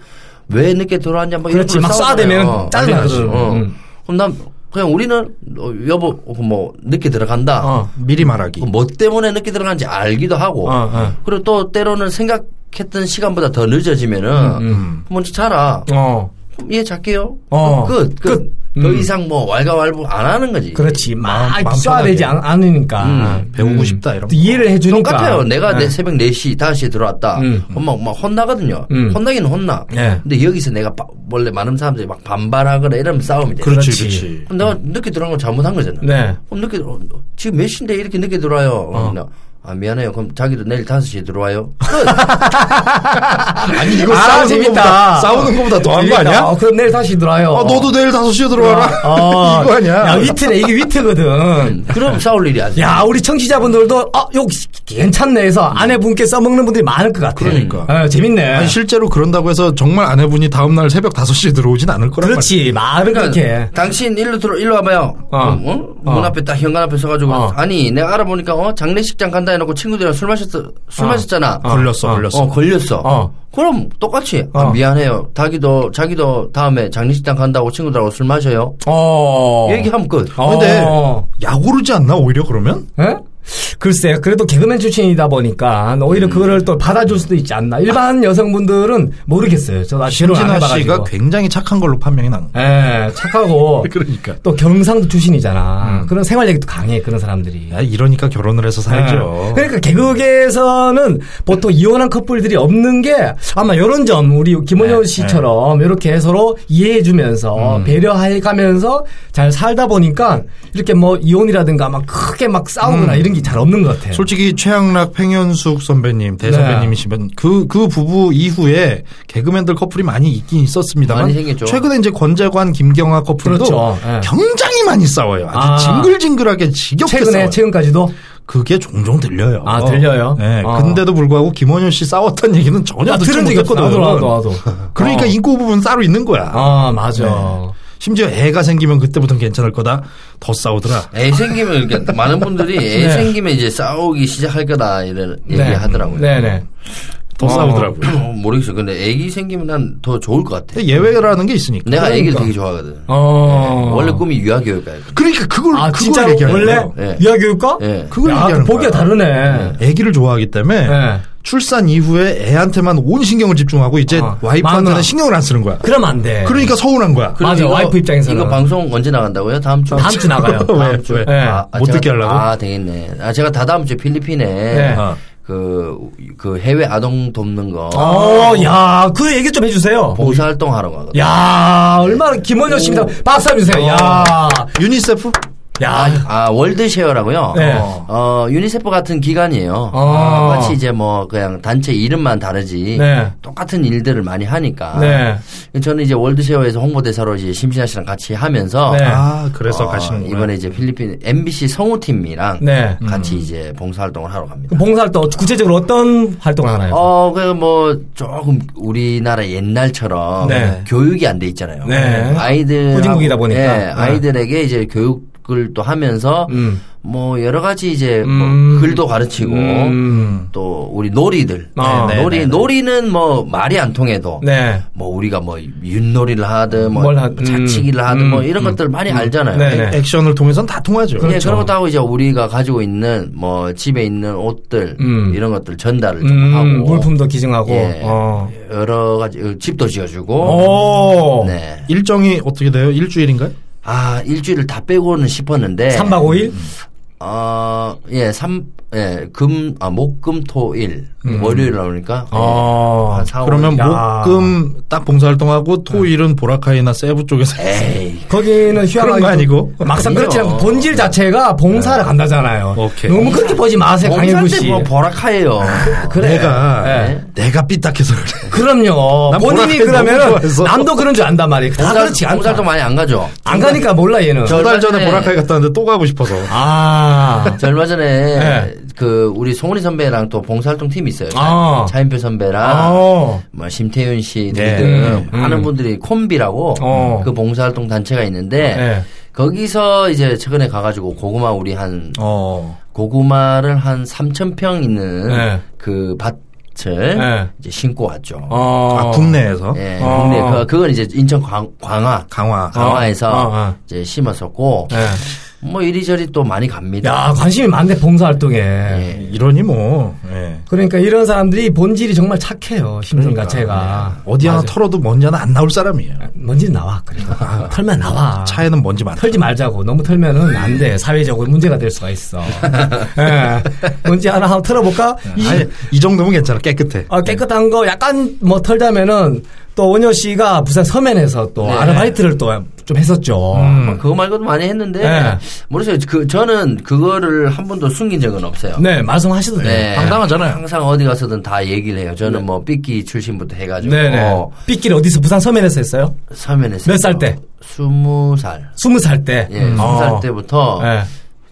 Speaker 5: 왜 늦게 들어왔냐 뭐
Speaker 2: 음, 그렇지.
Speaker 5: 이런 걸로
Speaker 2: 막
Speaker 5: 싸우잖아요.
Speaker 2: 쏴대면은 짜증나,
Speaker 5: 그렇지.
Speaker 2: 그거는.
Speaker 5: 어.
Speaker 2: 음.
Speaker 5: 그럼 난 그냥 우리는 어, 여보 어, 뭐 늦게 들어간다.
Speaker 2: 어.
Speaker 4: 미리 말하기.
Speaker 5: 그뭐 때문에 늦게 들어간지 알기도 하고
Speaker 2: 어, 어.
Speaker 5: 그리고 또 때로는 생각했던 시간보다 더 늦어지면은
Speaker 2: 음,
Speaker 5: 먼저 자라
Speaker 2: 어.
Speaker 5: 그럼 예 잘게요
Speaker 2: 어. 음.
Speaker 5: 끝, 끝. 더 이상 뭐 왈가왈부 안 하는 거지
Speaker 2: 그렇지. 막
Speaker 4: 마음- 마음
Speaker 2: 쏴대지
Speaker 4: 편하게.
Speaker 2: 않- 않으니까.
Speaker 5: 음.
Speaker 4: 배우고 싶다 이런
Speaker 2: 또 이해를 해주니까. 네. 예.
Speaker 5: 똑같아요 내가 내 새벽 4시 5시에 들어왔다
Speaker 2: 그러니까. 음.
Speaker 5: 엄마 막 혼나거든요
Speaker 2: 음.
Speaker 5: 혼나긴 혼나
Speaker 2: 예.
Speaker 5: 근데 여기서 내가 바- 원래 많은 사람들이 막 반발하거나 이러면 싸움이 돼
Speaker 4: 그렇지,
Speaker 2: 그렇지.
Speaker 4: 그렇지.
Speaker 5: 그럼 내가 늦게 들어간 건 잘못한 거잖아
Speaker 2: 네.
Speaker 5: 그럼 늦게 들어- 지금 몇 시인데 이렇게 늦게 들어와요 그럼 아 미안해요 그럼 자기도 내일 5시에 들어와요 끝
Speaker 4: 아니, 이거
Speaker 2: 아,
Speaker 4: 싸우는
Speaker 2: 재밌다.
Speaker 4: 거보다, 싸우는 거보다 더한 거
Speaker 2: 재밌다.
Speaker 4: 아니야?
Speaker 2: 어, 그럼 내일 다시 들어와요.
Speaker 4: 아, 너도 내일 5시에 들어와라.
Speaker 2: 어.
Speaker 4: 이거 아니야?
Speaker 2: 야, 위트네. 이게 위트거든.
Speaker 5: 그럼 싸울 일이 아니야.
Speaker 2: 야, 우리 청취자분들도, 아, 욕 괜찮네 해서 아내분께 써먹는 분들이 많을 것 같아.
Speaker 4: 음. 그러니까.
Speaker 2: 어, 재밌네.
Speaker 4: 아니, 실제로 그런다고 해서 정말 아내분이 다음날 새벽 5시에 들어오진 않을 거란
Speaker 2: 그렇지. 말은 그렇게.
Speaker 5: 그러니까 당신 일로 들어 일로 와봐요.
Speaker 2: 어.
Speaker 5: 어? 문 앞에 딱 현관 앞에 서가지고
Speaker 2: 어.
Speaker 5: 아니 내가 알아보니까 어 장례식장 간다 해놓고 친구들이랑 술 마셨어 술 마셨잖아.
Speaker 4: 말이야. 걸렸어, 걸렸어.
Speaker 5: 어 걸렸어.
Speaker 2: 어.
Speaker 5: 그럼 똑같이 아,
Speaker 2: 어.
Speaker 5: 미안해요. 자기도 자기도 다음에 장례식장 간다고 친구들하고 술 마셔요.
Speaker 2: 어.
Speaker 5: 얘기하면 끝.
Speaker 2: 어.
Speaker 4: 근데 약오르지 않나 오히려 그러면?
Speaker 2: 예? 글쎄, 그래도 개그맨 출신이다 보니까
Speaker 4: 음.
Speaker 2: 오히려 그거를 또 받아줄 수도 있지 않나. 일반 여성분들은 모르겠어요. 저도 아직 결혼 안
Speaker 4: 신진아
Speaker 2: 해봐가지고.
Speaker 4: 씨가 굉장히 착한 걸로 판명이 난 거야.
Speaker 2: 예, 착하고
Speaker 4: 그러니까. 음.
Speaker 2: 또 경상도 출신이잖아. 그런 생활력이도 강해 그런 사람들이.
Speaker 4: 야, 이러니까 결혼을 해서
Speaker 2: 예.
Speaker 4: 살죠.
Speaker 2: 그러니까 개그계에서는 보통 이혼한 커플들이 없는 게 아마 이런 점 우리 김원효
Speaker 4: 네,
Speaker 2: 씨처럼 이렇게 서로 이해해주면서
Speaker 4: 음.
Speaker 2: 배려해가면서 잘 살다 보니까 이렇게 뭐 이혼이라든가 막 크게 막 싸우거나
Speaker 4: 음.
Speaker 2: 이런 게 잘 없는 것 같아요.
Speaker 4: 솔직히 최양락, 팽현숙 선배님,
Speaker 2: 네.
Speaker 4: 대선배님이시면 그, 그 부부 이후에 개그맨들 커플이 많이 있긴 있었습니다만
Speaker 5: 많이 생겼죠.
Speaker 4: 최근에 이제 권재관, 김경아 커플도
Speaker 2: 그렇죠. 예.
Speaker 4: 굉장히 많이 싸워요. 아주
Speaker 2: 아.
Speaker 4: 징글징글하게 지겹게
Speaker 2: 최근에
Speaker 4: 싸워요.
Speaker 2: 최근까지도
Speaker 4: 그게 종종 들려요.
Speaker 2: 아, 들려요?
Speaker 4: 네.
Speaker 2: 어.
Speaker 4: 근데도 불구하고 김원효 씨 싸웠다는 얘기는 전혀
Speaker 2: 나
Speaker 4: 듣지
Speaker 2: 들은 적이 없어.
Speaker 4: 못했거든.
Speaker 2: 나도 나도 나도.
Speaker 4: 그러니까
Speaker 2: 어.
Speaker 4: 인구 부분 따로 있는 거야.
Speaker 2: 아 맞아.
Speaker 4: 네. 심지어 애가 생기면 그때부터는 괜찮을 거다. 더 싸우더라.
Speaker 5: 애 생기면 이렇게 많은 분들이 애
Speaker 2: 네.
Speaker 5: 생기면 이제 싸우기 시작할 거다 이런 얘기하더라고요. 어.
Speaker 2: 네네. 어.
Speaker 4: 더 싸우더라고요.
Speaker 5: 모르겠어요. 근데 애기 생기면 난 더 좋을 것 같아.
Speaker 4: 근데 예외라는 게 있으니까.
Speaker 5: 내가 애기를 되게 좋아하거든.
Speaker 2: 어.
Speaker 5: 네. 원래 꿈이 유아교육가야.
Speaker 4: 그러니까 그걸
Speaker 2: 아
Speaker 4: 그걸
Speaker 2: 진짜
Speaker 4: 얘기하는
Speaker 2: 원래
Speaker 4: 거예요.
Speaker 5: 네.
Speaker 2: 유아교육과?
Speaker 5: 예.
Speaker 4: 그걸
Speaker 2: 야,
Speaker 4: 얘기하는
Speaker 2: 보기가
Speaker 4: 거야.
Speaker 2: 다르네.
Speaker 4: 애기를 좋아하기 때문에
Speaker 2: 네.
Speaker 4: 출산 이후에 애한테만 온 신경을 집중하고 이제
Speaker 2: 어.
Speaker 4: 와이프한테는
Speaker 2: 마누라.
Speaker 4: 신경을 안 쓰는 거야.
Speaker 2: 그러면 안 돼.
Speaker 4: 그러니까 서운한 거야.
Speaker 5: 그리고
Speaker 2: 맞아, 와이프 입장에서는.
Speaker 5: 이거 방송 언제 나간다고요? 다음 주.
Speaker 2: 다음 주 나가요.
Speaker 5: 다음 주.
Speaker 4: 왜?
Speaker 2: 네.
Speaker 4: 못 듣게 하려고?
Speaker 5: 아, 되겠네. 아, 제가 다 다음 주에 필리핀에
Speaker 2: 네.
Speaker 4: 어.
Speaker 5: 그, 그 해외 아동 돕는 거
Speaker 2: 어, 야, 그 얘기 좀 해주세요.
Speaker 5: 봉사활동 하러 가거든.
Speaker 2: 야, 얼마나 김원효 씨입니다. 박수 한번 주세요. 야,
Speaker 4: 유니세프?
Speaker 2: 야,
Speaker 5: 아, 월드쉐어라고요?
Speaker 2: 네.
Speaker 5: 어, 유니세프 같은 기관이에요.
Speaker 2: 어.
Speaker 5: 같이 이제 뭐 그냥 단체 이름만 다르지
Speaker 2: 네.
Speaker 5: 똑같은 일들을 많이 하니까.
Speaker 2: 네.
Speaker 5: 저는 이제 월드쉐어에서 홍보대사로 이제 심신아 씨랑 같이 하면서
Speaker 2: 네.
Speaker 4: 아, 그래서
Speaker 5: 어,
Speaker 4: 가시는 거야.
Speaker 5: 이번에 이제 필리핀 MBC 성우팀이랑
Speaker 2: 네.
Speaker 5: 같이 이제 봉사활동을 하러 갑니다.
Speaker 2: 그 봉사활동 구체적으로 어떤 활동을 하나요?
Speaker 5: 어, 그뭐 조금 우리나라 옛날처럼
Speaker 2: 네.
Speaker 5: 교육이 안 돼 있잖아요.
Speaker 2: 네.
Speaker 5: 아이들
Speaker 2: 후진국이다 보니까. 네.
Speaker 5: 아이들에게 이제 교육을 또 하면서
Speaker 2: 음.
Speaker 5: 뭐 여러 가지 이제
Speaker 2: 음.
Speaker 5: 뭐 글도 가르치고
Speaker 2: 음.
Speaker 5: 또 우리 놀이들
Speaker 2: 아,
Speaker 5: 네,
Speaker 2: 네,
Speaker 5: 놀이 놀이는 뭐 말이 안 통해도
Speaker 2: 네.
Speaker 5: 뭐 우리가 뭐 윷놀이를 하든 뭐
Speaker 2: 뭘 하- 음.
Speaker 5: 자치기를 하든 뭐
Speaker 2: 음.
Speaker 5: 이런 것들 많이 알잖아요.
Speaker 2: 네.
Speaker 4: 액- 액션을 통해서는 다 통하죠.
Speaker 2: 그렇죠.
Speaker 4: 그렇죠.
Speaker 5: 예, 그런 것도 하고 이제 우리가 가지고 있는 뭐 집에 있는 옷들
Speaker 2: 음.
Speaker 5: 이런 것들 전달을 좀 하고
Speaker 2: 음, 물품도 기증하고.
Speaker 5: 예.
Speaker 2: 어.
Speaker 5: 여러 가지 어, 집도 지어주고
Speaker 2: 오.
Speaker 5: 네.
Speaker 4: 일정이 어떻게 돼요? 일주일인가요?
Speaker 5: 아 일주일을 다 빼고는 싶었는데 어, 예,
Speaker 2: 삼박오일
Speaker 5: 아, 어예삼예금아목금토일
Speaker 2: 음.
Speaker 5: 월요일 나오니까
Speaker 2: 어.
Speaker 5: 예,
Speaker 4: 아,
Speaker 5: 한 사,
Speaker 4: 그러면
Speaker 5: 오일.
Speaker 4: 목금 딱 봉사활동하고 토일은 보라카이나 세부 쪽에서
Speaker 5: 에이
Speaker 2: 거기는 휴양하기
Speaker 4: 그런 거 아니고? 네.
Speaker 2: 막상
Speaker 5: 아니요.
Speaker 2: 그렇지 않고 본질 자체가 봉사를 간다잖아요.
Speaker 4: 오케이.
Speaker 2: 너무 그렇게 보지 마세요, 강일구 씨. 아,
Speaker 5: 봉사인데 뭐 보라카예요
Speaker 2: 그래.
Speaker 4: 내가
Speaker 2: 예.
Speaker 4: 내가 삐딱해서 그래.
Speaker 2: 그럼요.
Speaker 4: 난
Speaker 2: 본인이
Speaker 4: 보라카이 너무
Speaker 2: 그러면
Speaker 4: 좋아해서.
Speaker 2: 남도 그런 줄 안단 말이에요. 다 아, 그렇지 않다.
Speaker 5: 봉사도 많이 안 가죠
Speaker 2: 안 가니까 몰라 얘는.
Speaker 5: 저-
Speaker 4: 두달 전에
Speaker 5: 얼마 전에-
Speaker 4: 보라카이 갔다 왔는데 또 가고 싶어서.
Speaker 2: 아.
Speaker 5: 저 얼마 전에
Speaker 2: 네.
Speaker 5: 그 우리 송은이 선배랑 또 봉사활동 팀이 있어요.
Speaker 2: 아.
Speaker 5: 차인표 선배랑
Speaker 2: 어.
Speaker 5: 뭐 심태윤 씨
Speaker 4: 네.
Speaker 5: 등등 많은 분들이 콤비라고
Speaker 2: 음. 어.
Speaker 5: 그 봉사활동 단체가 있는데
Speaker 2: 네.
Speaker 5: 거기서 이제 최근에 가가지고 고구마 우리 한
Speaker 2: 어.
Speaker 5: 고구마를 한 3천 평 있는
Speaker 2: 네.
Speaker 5: 그 밭을
Speaker 2: 네.
Speaker 5: 이제 심고 왔죠.
Speaker 2: 어.
Speaker 4: 아, 국내에서
Speaker 5: 예,
Speaker 2: 어.
Speaker 5: 국내 그 그건 이제 인천 광, 광화
Speaker 4: 강화.
Speaker 5: 강화에서
Speaker 2: 어, 어.
Speaker 5: 이제 심었었고
Speaker 2: 예.
Speaker 5: 뭐 이리저리 또 많이 갑니다.
Speaker 2: 야, 관심이 많네, 봉사활동에.
Speaker 5: 예.
Speaker 4: 이러니 뭐 예.
Speaker 2: 그러니까 이런 사람들이 본질이 정말 착해요, 심슨
Speaker 4: 그러니까.
Speaker 2: 자체가.
Speaker 4: 어디 하나 털어도 먼지 하나 안 나올 사람이에요.
Speaker 2: 먼지 나와, 그래도. 털면 나와.
Speaker 4: 아. 차에는 먼지 많다.
Speaker 2: 털지 말자고. 너무 털면은 안 돼. 사회적으로 문제가 될 수가 있어. 예. 먼지 하나 한번 털어볼까? 이,
Speaker 4: 예. 아니, 이 정도면 괜찮아 깨끗해.
Speaker 2: 어, 깨끗한 거 약간 뭐 털자면은 또 원효 씨가 부산 서면에서 또 아르바이트를 또 좀 했었죠.
Speaker 5: 뭐 그거 말고도 많이 했는데
Speaker 2: 음. 네.
Speaker 5: 모르겠어요. 그 저는 그거를 한 번도 숨긴 적은 없어요.
Speaker 2: 네, 말씀하셔도 돼요. 네.
Speaker 5: 네.
Speaker 4: 당당하잖아요.
Speaker 5: 항상 어디 가서든 다 얘기를 해요. 저는 뭐 삐끼 출신부터 해가지고
Speaker 2: 네네. 삐끼를 어디서 부산 서면에서 했어요?
Speaker 5: 서면에서
Speaker 2: 몇살 때?
Speaker 5: 스무 살.
Speaker 2: 스무 살 때.
Speaker 5: 예, 스무 살
Speaker 2: 어.
Speaker 5: 때부터
Speaker 2: 예.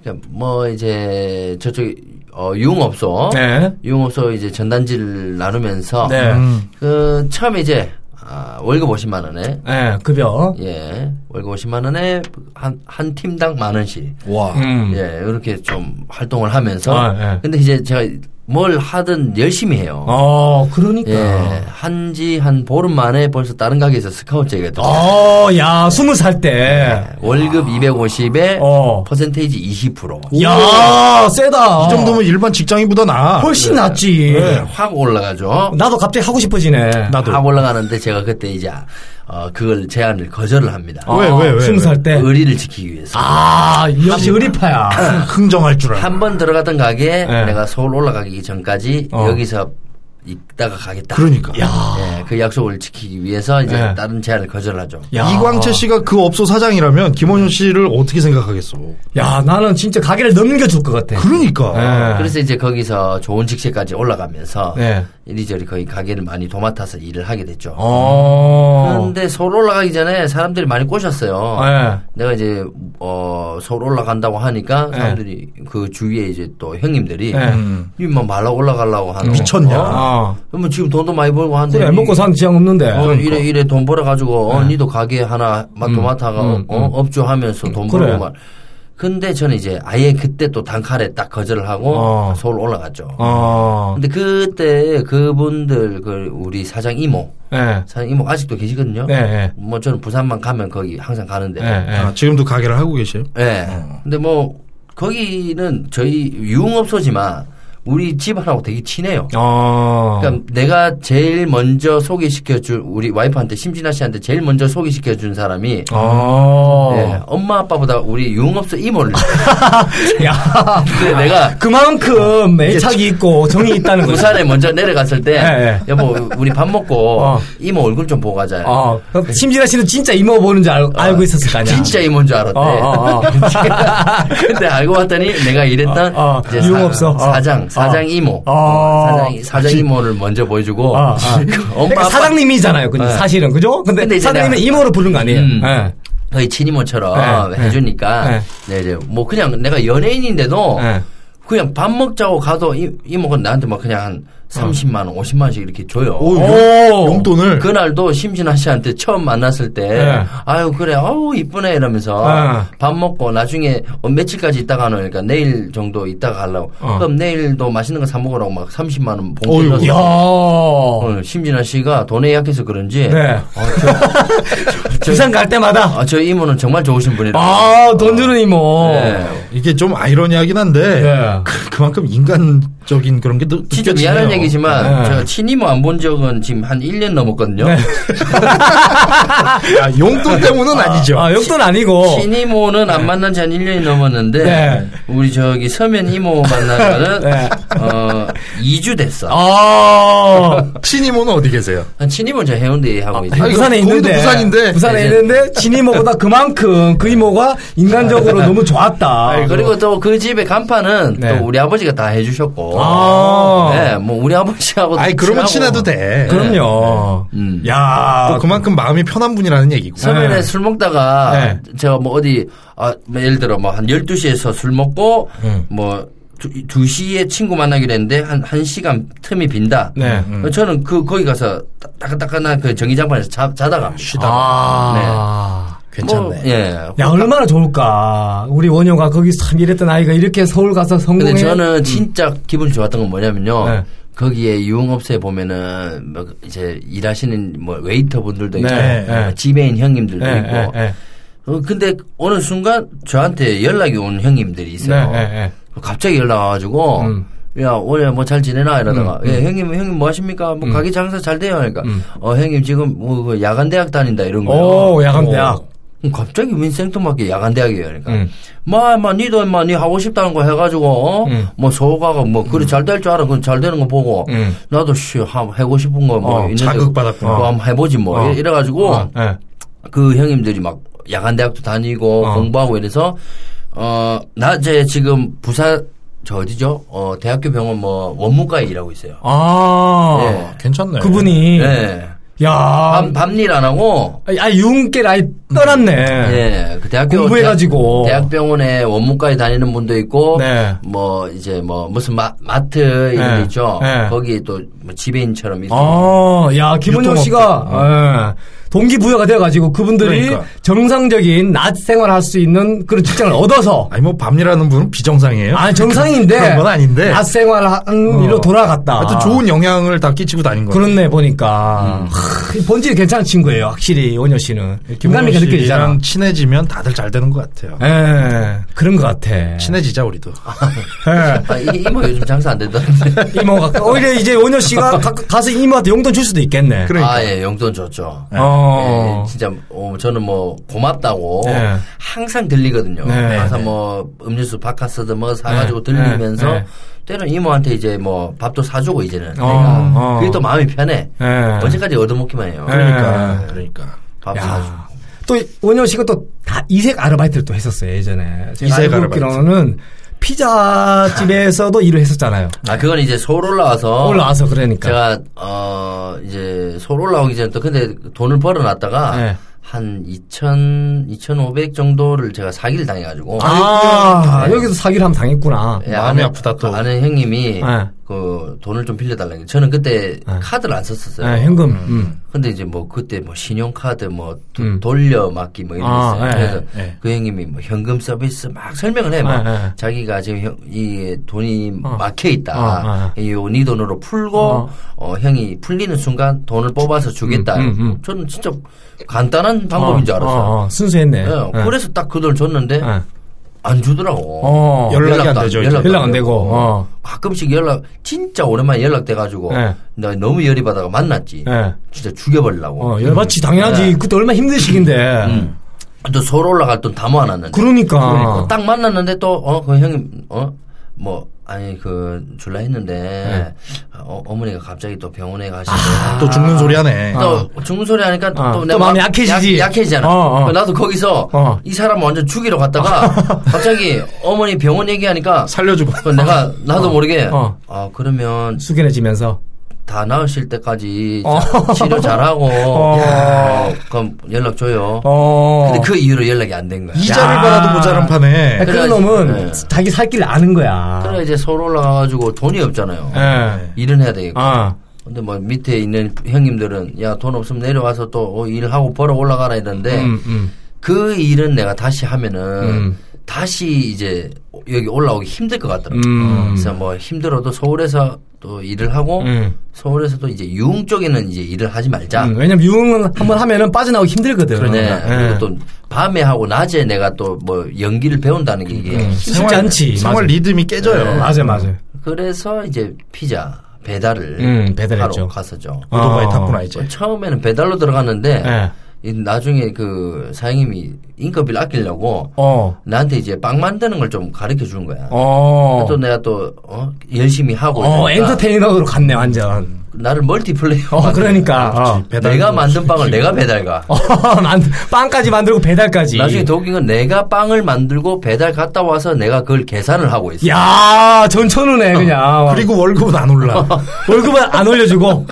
Speaker 5: 그러니까 뭐 이제 저쪽 어, 유흥업소,
Speaker 2: 네.
Speaker 5: 유흥업소 이제 전단지를 나누면서
Speaker 2: 네.
Speaker 5: 그 처음에 이제 아, 월급 50만 원에
Speaker 2: 예, 급여.
Speaker 5: 예 월급 50만 원에 한 한 팀당 만 원씩
Speaker 4: 와.
Speaker 2: 음.
Speaker 5: 예, 이렇게 좀 활동을 하면서.
Speaker 2: 아, 예.
Speaker 5: 근데 이제 제가 뭘 하든 열심히 해요.
Speaker 2: 어, 그러니까.
Speaker 5: 예, 한지 한 보름 만에 벌써 다른 가게에서 스카우트제가
Speaker 4: 아.
Speaker 5: 됐
Speaker 2: 어, 야, 스무 살 때.
Speaker 5: 월급 250에
Speaker 2: 어.
Speaker 5: 퍼센테이지 20%.
Speaker 2: 야, 세다.
Speaker 4: 이 정도면 일반 직장인보다 나아.
Speaker 2: 훨씬 낫지.
Speaker 5: 예, 확 올라가죠.
Speaker 2: 나도 갑자기 하고 싶어지네.
Speaker 4: 네. 나도.
Speaker 5: 확 올라가는데 제가 그때 이제 어, 그걸 제안을 거절을 합니다.
Speaker 4: 왜, 왜, 왜,
Speaker 2: 스무 살
Speaker 4: 왜?
Speaker 2: 아,
Speaker 4: 음.
Speaker 2: 때.
Speaker 5: 의리를 지키기 위해서.
Speaker 2: 아, 역시 의리파야.
Speaker 4: 흥정할 줄 알아.
Speaker 5: 한 번 들어갔던 가게에
Speaker 4: 네.
Speaker 2: 예.
Speaker 5: 내가 서울 올라가기 전까지
Speaker 2: 어.
Speaker 5: 여기서 있다가 가겠다.
Speaker 4: 그러니까. 네.
Speaker 5: 예, 그 약속을 지키기 위해서 이제
Speaker 2: 예.
Speaker 5: 다른 제안을 거절하죠.
Speaker 2: 야.
Speaker 4: 이광채 씨가 그 업소 사장이라면 김원효 씨를 어떻게 생각하겠어?
Speaker 2: 야, 나는 진짜 가게를 넘겨줄 것 같아.
Speaker 4: 그러니까.
Speaker 2: 예.
Speaker 5: 그래서 이제 거기서 좋은 직책까지 올라가면서
Speaker 2: 예.
Speaker 5: 이리저리 거기 가게를 많이 도맡아서 일을 하게 됐죠.
Speaker 2: 어.
Speaker 5: 그런데 서울 올라가기 전에 사람들이 많이 꼬셨어요.
Speaker 2: 예.
Speaker 5: 내가 이제 어 서울 올라간다고 하니까 사람들이 그 주위에 이제 또 형님들이
Speaker 2: 예.
Speaker 5: 이만 뭐 말라 올라가려고 하는
Speaker 4: 미쳤냐?
Speaker 2: 아.
Speaker 5: 그러면 지금 돈도 많이 벌고 하는데
Speaker 2: 그래,
Speaker 5: 이-
Speaker 2: 먹고 사는 예. 지향 없는데.
Speaker 5: 어, 이래 이래 돈 벌어가지고 어, 니도 가게 하나 마- 도맡아가 어, 어, 업주하면서 돈
Speaker 2: 음. 그래.
Speaker 5: 벌고 말. 근데 저는 이제 아예 그때 또 단칼에 딱 거절을 하고
Speaker 2: 어.
Speaker 5: 서울 올라갔죠.
Speaker 2: 어.
Speaker 5: 근데 그때 그분들 그 우리 사장 이모
Speaker 2: 예.
Speaker 5: 사장 이모 아직도 계시거든요.
Speaker 2: 예, 예.
Speaker 5: 뭐 저는 부산만 가면 거기 항상 가는데.
Speaker 2: 예, 예.
Speaker 4: 아, 지금도 가게를 하고 계세요?
Speaker 5: 예. 근데 뭐 거기는 저희 유흥업소지만 우리 집안하고 되게 친해요.
Speaker 2: 어.
Speaker 5: 그러니까 내가 제일 먼저 소개시켜 준 우리 와이프한테 심진아 씨한테 제일 먼저 소개시켜 준 사람이
Speaker 2: 어.
Speaker 5: 예, 엄마 아빠보다 우리 융업소 이모를
Speaker 2: 야.
Speaker 5: 근데 내가
Speaker 2: 그만큼 애착이 있고 정이 있다는 거지.
Speaker 5: 부산에 먼저 내려갔을 때
Speaker 2: 예, 예.
Speaker 5: 여보 우리 밥 먹고
Speaker 2: 어.
Speaker 5: 이모 얼굴 좀 보고 가자.
Speaker 2: 어. 그럼 심진아 씨는 진짜 이모 보는 줄 알, 알고 있었을 거 아니야.
Speaker 5: 진짜 네. 이모인 줄 알았대.
Speaker 2: 어, 어, 어.
Speaker 5: 근데 알고 봤더니 내가 이랬던
Speaker 2: 어, 어,
Speaker 5: 이제
Speaker 2: 유흥업소. 어.
Speaker 5: 사, 장 사장
Speaker 2: 어.
Speaker 5: 이모,
Speaker 2: 어.
Speaker 5: 사장, 사장 이모를 먼저 보여주고
Speaker 2: 아, 아.
Speaker 5: 그 엄마
Speaker 2: 그러니까
Speaker 5: 아빠
Speaker 2: 사장님이잖아요, 근데
Speaker 5: 네.
Speaker 2: 사실은 그죠? 근데,
Speaker 5: 근데 이제
Speaker 2: 사장님은
Speaker 5: 내가-
Speaker 2: 이모로 부른 거 아니에요?
Speaker 5: 음.
Speaker 2: 예.
Speaker 5: 거의 친이모처럼
Speaker 2: 예,
Speaker 5: 해주니까 네, 이제 뭐 그냥 내가 연예인인데도
Speaker 2: 예.
Speaker 5: 그냥 밥 먹자고 가도 이, 이모가 나한테 막 그냥 한 30만 원, 50만 원씩 이렇게 줘요. 어,
Speaker 4: 오,
Speaker 2: 어. 오.
Speaker 4: 용, 돈을
Speaker 5: 그날도 심진아 씨한테 처음 만났을 때
Speaker 2: 예.
Speaker 5: 아유 그래 아우 이쁘네 이러면서
Speaker 2: 예.
Speaker 5: 밥 먹고 나중에 어, 며칠까지 있다가 하는 그러니까 내일 정도 있다가 가려고
Speaker 2: 어.
Speaker 5: 그럼 내일도 맛있는 거 사 먹으라고 막 30만 원
Speaker 4: 어이구.
Speaker 5: 봉투
Speaker 2: 야.
Speaker 5: 넣어서 어, 심진아 씨가 돈에 약해서 그런지
Speaker 2: 네. 부산 갈 때마다
Speaker 5: 아, 저희 이모는 정말 좋으신 분이라
Speaker 2: 아, 돈 주는 이모.
Speaker 5: 네.
Speaker 4: 이게 좀 아이러니하긴 한데
Speaker 2: 예.
Speaker 4: 그, 만큼 인간 직접적인 그런 게 느-
Speaker 5: 진짜
Speaker 4: 느껴지네요.
Speaker 5: 미안한 얘기지만
Speaker 4: 네.
Speaker 5: 제가 친이모 안 본 적은 지금 한 1년 넘었거든요.
Speaker 2: 네.
Speaker 4: 아, 용돈 때문은 아니죠.
Speaker 2: 아, 용돈 아니고.
Speaker 5: 그 친이모는 안 만난 지 한 1년이 넘었는데
Speaker 2: 네.
Speaker 5: 우리 저기 서면 이모 만나면은
Speaker 2: 네.
Speaker 5: 어 2주 됐어.
Speaker 2: 아.
Speaker 4: 친이모는 어디 계세요?
Speaker 5: 한 친이모는 저 해운대에 하고 있어요.
Speaker 4: 아, 이거
Speaker 2: 부산에
Speaker 4: 거기도
Speaker 2: 있는데
Speaker 4: 부산인데.
Speaker 2: 부산에
Speaker 5: 이제-
Speaker 2: 있는데 진 이모보다 그만큼 그 이모가 인간적으로 너무 좋았다.
Speaker 5: 네. 그리고 또 그 집의 간판은
Speaker 2: 네.
Speaker 5: 또 우리 아버지가 다 해주셨고.
Speaker 2: 아.
Speaker 5: 네, 뭐 우리 아버지하고.
Speaker 4: 아이 그러면 친해도 돼.
Speaker 2: 그럼요.
Speaker 5: 음.
Speaker 4: 또
Speaker 2: 야.
Speaker 4: 그만큼 마음이 편한 분이라는 얘기고.
Speaker 5: 서면에
Speaker 2: 네.
Speaker 5: 술 먹다가
Speaker 2: 네.
Speaker 5: 제가 뭐 어디 아, 뭐 예를 들어 뭐 한 12시에서 술 먹고 뭐 두, 2시에 친구 만나기로 했는데 한 1시간 틈이 빈다.
Speaker 2: 네.
Speaker 5: 저는 그 거기 가서 따- 따끈따끈한 그 전기장판에서 자, 자다가
Speaker 2: 아.
Speaker 5: 괜찮네. 예.
Speaker 2: 야 얼마나 좋을까. 우리 원효가 거기 참 이랬던 아이가 이렇게 서울 가서 성공해.
Speaker 5: 근데 저는 진짜 기분이 좋았던 건 뭐냐면요.
Speaker 2: 음. 네.
Speaker 5: 거기에 유흥업소에 보면은 뭐 이제 일하시는 뭐 웨이터 분들도 있고
Speaker 2: 네, 네.
Speaker 5: 지배인 형님들도
Speaker 2: 예,
Speaker 5: 있고.
Speaker 2: 예, 예.
Speaker 5: 어, 근데 어느 순간 저한테 연락이 온 형님들이 있어요.
Speaker 2: 네, 예, 예.
Speaker 5: 갑자기 연락 와가지고
Speaker 4: 음.
Speaker 5: 야 오늘 뭐 잘 지내나 이러다가 예 형님 형님 뭐 하십니까
Speaker 4: 음.
Speaker 5: 뭐 가게 장사 잘 돼요 그러니까 어 형님 지금 뭐그 야간 대학 다닌다 이런 거예요.
Speaker 2: 오, 야간 대학.
Speaker 5: 어. 그럼 갑자기 웬 생뚱맞게 야간 대학이에요 그러니까
Speaker 4: 음.
Speaker 5: 마마 니도 인마 니 하고 싶다는 거 해가지고 어?
Speaker 4: 음.
Speaker 5: 뭐 소가가 뭐 그래 잘 될 줄 알아 그럼 잘 되는 거 보고 나도 씨 한번 해고 싶은 거 뭐
Speaker 4: 음. 어,
Speaker 5: 있는데
Speaker 4: 자극받았구나. 어.
Speaker 5: 뭐 한번 해보지 뭐 이래- 이래가지고
Speaker 2: 예.
Speaker 5: 그 형님들이 막 야간 대학도 다니고 공부하고 이래서 어 낮에 지금 부사 저 어디죠? 어 대학교 병원 뭐 원무과에 일하고 있어요.
Speaker 2: 아.
Speaker 5: 예.
Speaker 4: 괜찮네.
Speaker 2: 그분이.
Speaker 5: 예.
Speaker 2: 야.
Speaker 5: 밤 밤일 안 하고
Speaker 2: 아, 유흥길 아예 떠났네.
Speaker 5: 예. 그 대학교
Speaker 2: 공부해가지고.
Speaker 5: 대학, 대학병원에 원무과에 다니는 분도 있고
Speaker 2: 네.
Speaker 5: 뭐 이제 뭐 무슨 마, 마트 이런
Speaker 2: 네.
Speaker 5: 데 있죠.
Speaker 2: 네.
Speaker 5: 거기에 또뭐 지배인처럼 있고
Speaker 2: 아, 야, 김은영
Speaker 4: 유통업계.
Speaker 2: 씨가 예, 동기부여가 돼가지고 그분들이
Speaker 4: 어. 그러니까.
Speaker 2: 정상적인 낮 생활할 수 있는 그런 직장을 얻어서
Speaker 4: 아니 뭐 밤이라는 분은 비정상이에요.
Speaker 2: 아니 정상인데
Speaker 4: 그런 건 아닌데.
Speaker 2: 낮 생활한 일로 돌아갔다.
Speaker 4: 하여튼 좋은 영향을 다 끼치고 다닌 거예요.
Speaker 2: 그렇네 보니까 하, 그 본질이 괜찮은 친구예요. 확실히 원효 씨는
Speaker 4: 김건희
Speaker 2: 긴가미가 느껴지잖아.
Speaker 4: 씨랑 친해지면 다들 잘 되는 것 같아요.
Speaker 2: 예, 그런 것 같아.
Speaker 4: 친해지자 우리도.
Speaker 2: 예.
Speaker 5: 아, 이- 이모 요즘 장사 안 된다는데.
Speaker 2: 이모가 오히려 이제 원효 씨가 가, 서 이모한테 용돈 줄 수도 있겠네.
Speaker 4: 그러니까.
Speaker 5: 아, 예, 용돈 줬죠.
Speaker 2: 어.
Speaker 5: 예, 진짜 어, 저는 뭐 고맙다고
Speaker 2: 네.
Speaker 5: 항상 들리거든요.
Speaker 2: 네,
Speaker 5: 항상
Speaker 2: 네.
Speaker 5: 뭐 음료수 바카스도 뭐 사가지고
Speaker 2: 네,
Speaker 5: 들리면서
Speaker 2: 네, 네.
Speaker 5: 때는 이모한테 이제 뭐 밥도 사주고 이제는
Speaker 2: 어,
Speaker 5: 내가
Speaker 2: 어.
Speaker 5: 그게 또 마음이 편해.
Speaker 2: 네.
Speaker 5: 언제까지 얻어먹기만 해요.
Speaker 2: 예.
Speaker 4: 그러니까. 그러니까.
Speaker 5: 밥
Speaker 2: 야.
Speaker 5: 사주고.
Speaker 2: 또 원효 씨가 또 다 이색 아르바이트를 또 했었어요 예전에. 제가
Speaker 4: 이색
Speaker 2: 알고
Speaker 4: 아르바이트.
Speaker 2: 있기로는 피자 집에서도 일을 했었잖아요.
Speaker 5: 아, 그건 이제 서울 올라와서
Speaker 2: 올라와서 그러니까.
Speaker 5: 아. 제가 어 이제 서울 올라오기 전에 또 근데 돈을 벌어놨다가
Speaker 2: 네.
Speaker 5: 한 2,000, 2,500 정도를 제가 사기를 당해가지고
Speaker 2: 아, 여기서 사기를 하면 당했구나.
Speaker 5: 예,
Speaker 4: 마음이 아프다, 또.
Speaker 5: 아는 형님이
Speaker 2: 네.
Speaker 5: 그 돈을 좀 빌려달라. 는 저는 그때 카드를 안 썼었어요.
Speaker 2: 예, 현금. 음.
Speaker 5: 근데 이제 뭐 그때 뭐 신용카드 뭐 도- 돌려막기 뭐 이런 게
Speaker 2: 아,
Speaker 5: 있어요.
Speaker 2: 예,
Speaker 5: 그래서
Speaker 4: 예.
Speaker 5: 그 형님이 뭐 현금 서비스 막 설명을 해. 막
Speaker 2: 예, 예.
Speaker 5: 자기가 지금 형, 이 돈이 막혀 있다.
Speaker 2: 어,
Speaker 5: 이네 돈으로 풀고 어. 형이 풀리는 순간 돈을 뽑아서 주겠다. 저는 진짜 간단한 방법인 줄 알았어요.
Speaker 2: 어, 어, 순수했네.
Speaker 5: 예,
Speaker 2: 예.
Speaker 5: 그래서 딱 그 돈을 줬는데
Speaker 2: 예.
Speaker 5: 안 주더라고.
Speaker 2: 어.
Speaker 4: 연락이 안 되죠, 이제.
Speaker 5: 연락도
Speaker 2: 연락 안 되고, 어.
Speaker 5: 가끔씩 연락, 진짜 오랜만에 연락돼가지고,
Speaker 2: 예.
Speaker 5: 나 너무 열이 받아가 만났지.
Speaker 2: 예.
Speaker 5: 진짜 죽여버리려고.
Speaker 2: 어, 열받지 당연하지.
Speaker 5: 네. 그때
Speaker 2: 그때 얼마나 힘든 시기인데.
Speaker 5: 또 서울 올라갈 돈 다 모아놨는데.
Speaker 2: 그러니까.
Speaker 5: 딱 만났는데 또, 어, 그 형님, 어? 뭐, 아니, 그, 줄라
Speaker 2: 네.
Speaker 5: 했는데, 어, 어머니가 갑자기 또 병원에 가시고.
Speaker 2: 아.
Speaker 4: 또 죽는 소리 하네.
Speaker 5: 또 죽는 소리 하니까
Speaker 2: 어,
Speaker 5: 또
Speaker 2: 아, 또
Speaker 5: 내
Speaker 2: 마음이
Speaker 5: 마-
Speaker 2: 약해지지.
Speaker 5: 약, 해지잖아 그
Speaker 2: 어, 어.
Speaker 5: 나도 거기서
Speaker 2: 어. 아.
Speaker 5: 이 사람 완전 죽이러 갔다가 갑자기 어머니 병원 얘기하니까
Speaker 4: 살려주고.
Speaker 5: 그 내가 나도 모르게
Speaker 2: 어.
Speaker 5: 아 그러면
Speaker 2: 숙연해지면서.
Speaker 5: 다 나으실 때까지
Speaker 2: 어.
Speaker 5: 자- 치료 잘하고
Speaker 2: 어.
Speaker 5: 야, 그럼 연락 줘요.
Speaker 2: 어.
Speaker 5: 근데 그 이후로 연락이 안 된 거야.
Speaker 4: 이자를
Speaker 2: 야.
Speaker 4: 받아도 모자란 판에.
Speaker 2: 그
Speaker 5: 그래가지고,
Speaker 2: 놈은
Speaker 5: 네.
Speaker 2: 자기 살 길을 아는 거야.
Speaker 5: 그래 이제 서울 올라가가지고 돈이 없잖아요.
Speaker 2: 예.
Speaker 5: 일은 해야 되겠고.
Speaker 2: 아.
Speaker 5: 근데 뭐 밑에 있는 형님들은 야 돈 없으면 내려와서 또 어, 일하고 벌어 올라가라 이러는데
Speaker 2: 음, 음.
Speaker 5: 그 일은 내가 다시 하면은
Speaker 2: 음.
Speaker 5: 다시 이제 여기 올라오기 힘들 것 같더라고요.
Speaker 2: 음.
Speaker 5: 그래서 뭐 힘들어도 서울에서 또 일을 하고
Speaker 2: 음.
Speaker 5: 서울에서도 이제 유흥 쪽에는 이제 일을 하지 말자.
Speaker 2: 음, 왜냐면 유흥은 한번 하면은 빠져나오기 힘들거든.
Speaker 5: 네.
Speaker 2: 예.
Speaker 5: 그리고 또 밤에 하고 낮에 내가 또 뭐 연기를 배운다는 게 이게
Speaker 2: 쉽지 않지.
Speaker 4: 생활
Speaker 2: 맞아. 예,
Speaker 4: 리듬이 깨져요.
Speaker 2: 맞아, 맞아.
Speaker 5: 그래서 이제 피자 배달을
Speaker 1: 음, 배달했죠.
Speaker 5: 하러 갔었죠.
Speaker 1: 오토바이
Speaker 4: 아.
Speaker 1: 탔구나 이제.
Speaker 5: 어,
Speaker 2: 그렇죠.
Speaker 5: 처음에는 배달로 들어갔는데
Speaker 1: 예.
Speaker 2: 네.
Speaker 5: 이 나중에 그 사장님이 인건비를 아끼려고
Speaker 1: 어.
Speaker 5: 나한테 이제 빵 만드는 걸 좀 가르쳐 주는 거야.
Speaker 1: 어.
Speaker 5: 또 내가 또 어? 열심히 하고
Speaker 2: 어,
Speaker 5: 이러니까
Speaker 2: 엔터테이너로 갔네, 완전.
Speaker 5: 나를 멀티플레이어
Speaker 2: 어, 그러니까. 어.
Speaker 5: 내가 만든 빵을 내가 배달가
Speaker 2: 어, 만- 빵까지 만들고 배달까지.
Speaker 5: 나중에 더 웃긴 건 내가 빵을 만들고 배달 갔다 와서 내가 그걸 계산을 하고 있어
Speaker 2: 야 전천후네, 그냥.
Speaker 4: 그리고 월급은 안 올라.
Speaker 2: 아. 월급은 안 올려주고.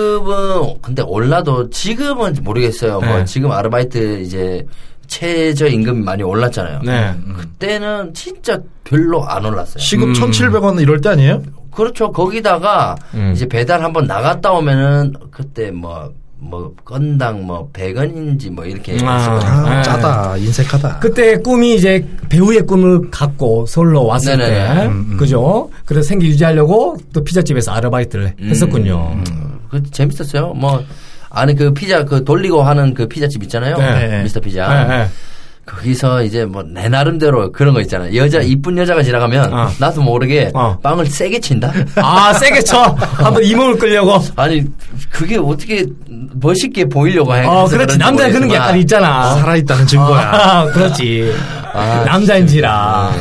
Speaker 5: 월급은 근데 올라도 지금은 모르겠어요 뭐 지금 아르바이트 이제 최저 임금이 많이 올랐잖아요
Speaker 1: 네.
Speaker 5: 그때는 진짜 별로 안 올랐어요
Speaker 4: 시급
Speaker 2: 음.
Speaker 4: 1,700원 이럴 때 아니에요?
Speaker 5: 그렇죠 거기다가 이제 배달 한번 나갔다 오면은 그때 뭐 뭐 건당 뭐 100원인지 뭐 이렇게 했었거든요.
Speaker 2: 어,
Speaker 4: 아,
Speaker 2: 예.
Speaker 1: 네.
Speaker 4: 짜다. 인색하다.
Speaker 2: 그때 꿈이 이제 배우의 꿈을 갖고 서울로 왔을
Speaker 5: 네네네.
Speaker 2: 때. 그죠? 그래서 생계 유지하려고 또 피자집에서 아르바이트를 음.
Speaker 5: 음.
Speaker 2: 했었군요.
Speaker 5: 그 재밌었어요. 뭐 안에 그 피자 그 돌리고 하는 그 피자집 있잖아요.
Speaker 1: 네.
Speaker 5: 미스터 피자.
Speaker 1: 예, 예.
Speaker 5: 거기서 이제 뭐 내 나름대로 그런 거 있잖아요.
Speaker 2: 음.
Speaker 5: 여자 이쁜 여자가 지나가면
Speaker 1: 어.
Speaker 5: 나도 모르게
Speaker 1: 어.
Speaker 5: 빵을 세게 친다.
Speaker 2: 아, 세게 쳐. 한번 이몸을 끌려고.
Speaker 5: 아니 그게 어떻게 멋있게 보이려고 해.
Speaker 2: 어, 그렇지. 남자 그런 게 약간 있잖아.
Speaker 4: 살아있다는 증거야.
Speaker 2: 아, 그렇지. 남자인지라.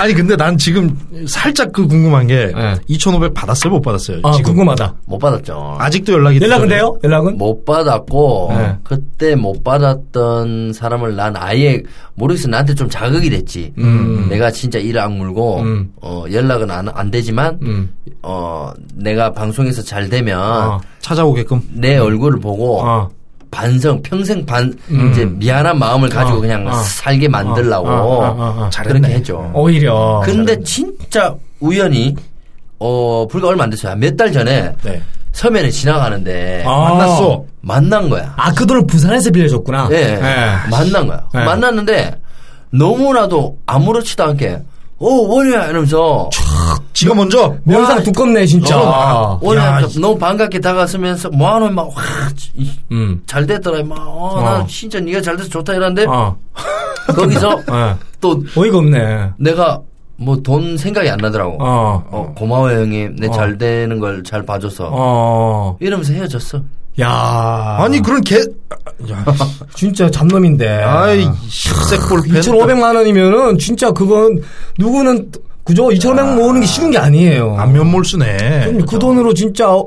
Speaker 4: 아니 근데 난 지금 살짝 그 궁금한 게
Speaker 1: 네.
Speaker 4: 2,500 받았어요? 못 받았어요?
Speaker 2: 아,
Speaker 4: 지금
Speaker 2: 궁금하다.
Speaker 5: 못 받았죠.
Speaker 4: 아직도 연락이
Speaker 2: 연락은
Speaker 4: 됐어요?
Speaker 2: 돼요? 연락은?
Speaker 5: 못 받았고
Speaker 1: 네.
Speaker 5: 그때 못 받았던 사람을 난 아예 모르겠어 나한테 좀 자극이 됐지.
Speaker 2: 음.
Speaker 5: 내가 진짜 일을 악물고
Speaker 1: 음.
Speaker 5: 어, 연락은 안, 안 되지만
Speaker 1: 음.
Speaker 5: 어, 내가 방송에서 잘 되면
Speaker 1: 어.
Speaker 4: 찾아오게끔.
Speaker 5: 내 얼굴을 보고
Speaker 1: 어.
Speaker 5: 반성 평생 반 이제 미안한 마음을
Speaker 1: 음.
Speaker 5: 가지고
Speaker 1: 어.
Speaker 5: 그냥
Speaker 1: 어.
Speaker 5: 살게 만들라고
Speaker 1: 어. 어. 어. 어.
Speaker 5: 그렇게 했죠.
Speaker 2: 오히려.
Speaker 5: 근데 진짜 우연히 어 불과 얼마 안 됐어요. 몇 달 전에
Speaker 4: 네.
Speaker 5: 서면에 지나가는데
Speaker 1: 아.
Speaker 4: 만났어.
Speaker 5: 만난 거야.
Speaker 2: 아, 그 돈을 부산에서 빌려줬구나. 네.
Speaker 5: 예,
Speaker 1: 예.
Speaker 5: 만난 거야.
Speaker 1: 예.
Speaker 5: 만났는데 너무나도 아무렇지도 않게 어 원우야 이러면서
Speaker 4: 지가 먼저
Speaker 2: 면상
Speaker 5: 와,
Speaker 2: 두껍네, 진짜.
Speaker 1: 아.
Speaker 5: 어, 원우야
Speaker 4: 야,
Speaker 5: 하면서 너무 반갑게 다가서면서 뭐하노 막잘
Speaker 1: 음.
Speaker 5: 됐더라 막어나
Speaker 1: 어.
Speaker 5: 진짜 네가 잘 돼서 좋다 이러는데
Speaker 1: 어.
Speaker 5: 거기서
Speaker 2: 네.
Speaker 1: 예.
Speaker 5: 또
Speaker 2: 어이가 없네.
Speaker 5: 내가 뭐 돈 생각이 안 나더라고. 어.
Speaker 1: 어.
Speaker 5: 고마워 형님
Speaker 2: 어.
Speaker 5: 내 잘 되는 걸 잘 봐줘서
Speaker 1: 어.
Speaker 5: 이러면서 헤어졌어.
Speaker 2: 야
Speaker 4: 아니 그런 개
Speaker 2: 진짜 잡놈인데.
Speaker 4: 아이 십색볼펜
Speaker 2: 2,500만 원이면은 진짜 그건 누구는 그죠? 2,500만 모으는 게 쉬운 게 아니에요.
Speaker 4: 안면몰수네.
Speaker 2: 그 돈으로 진짜 어-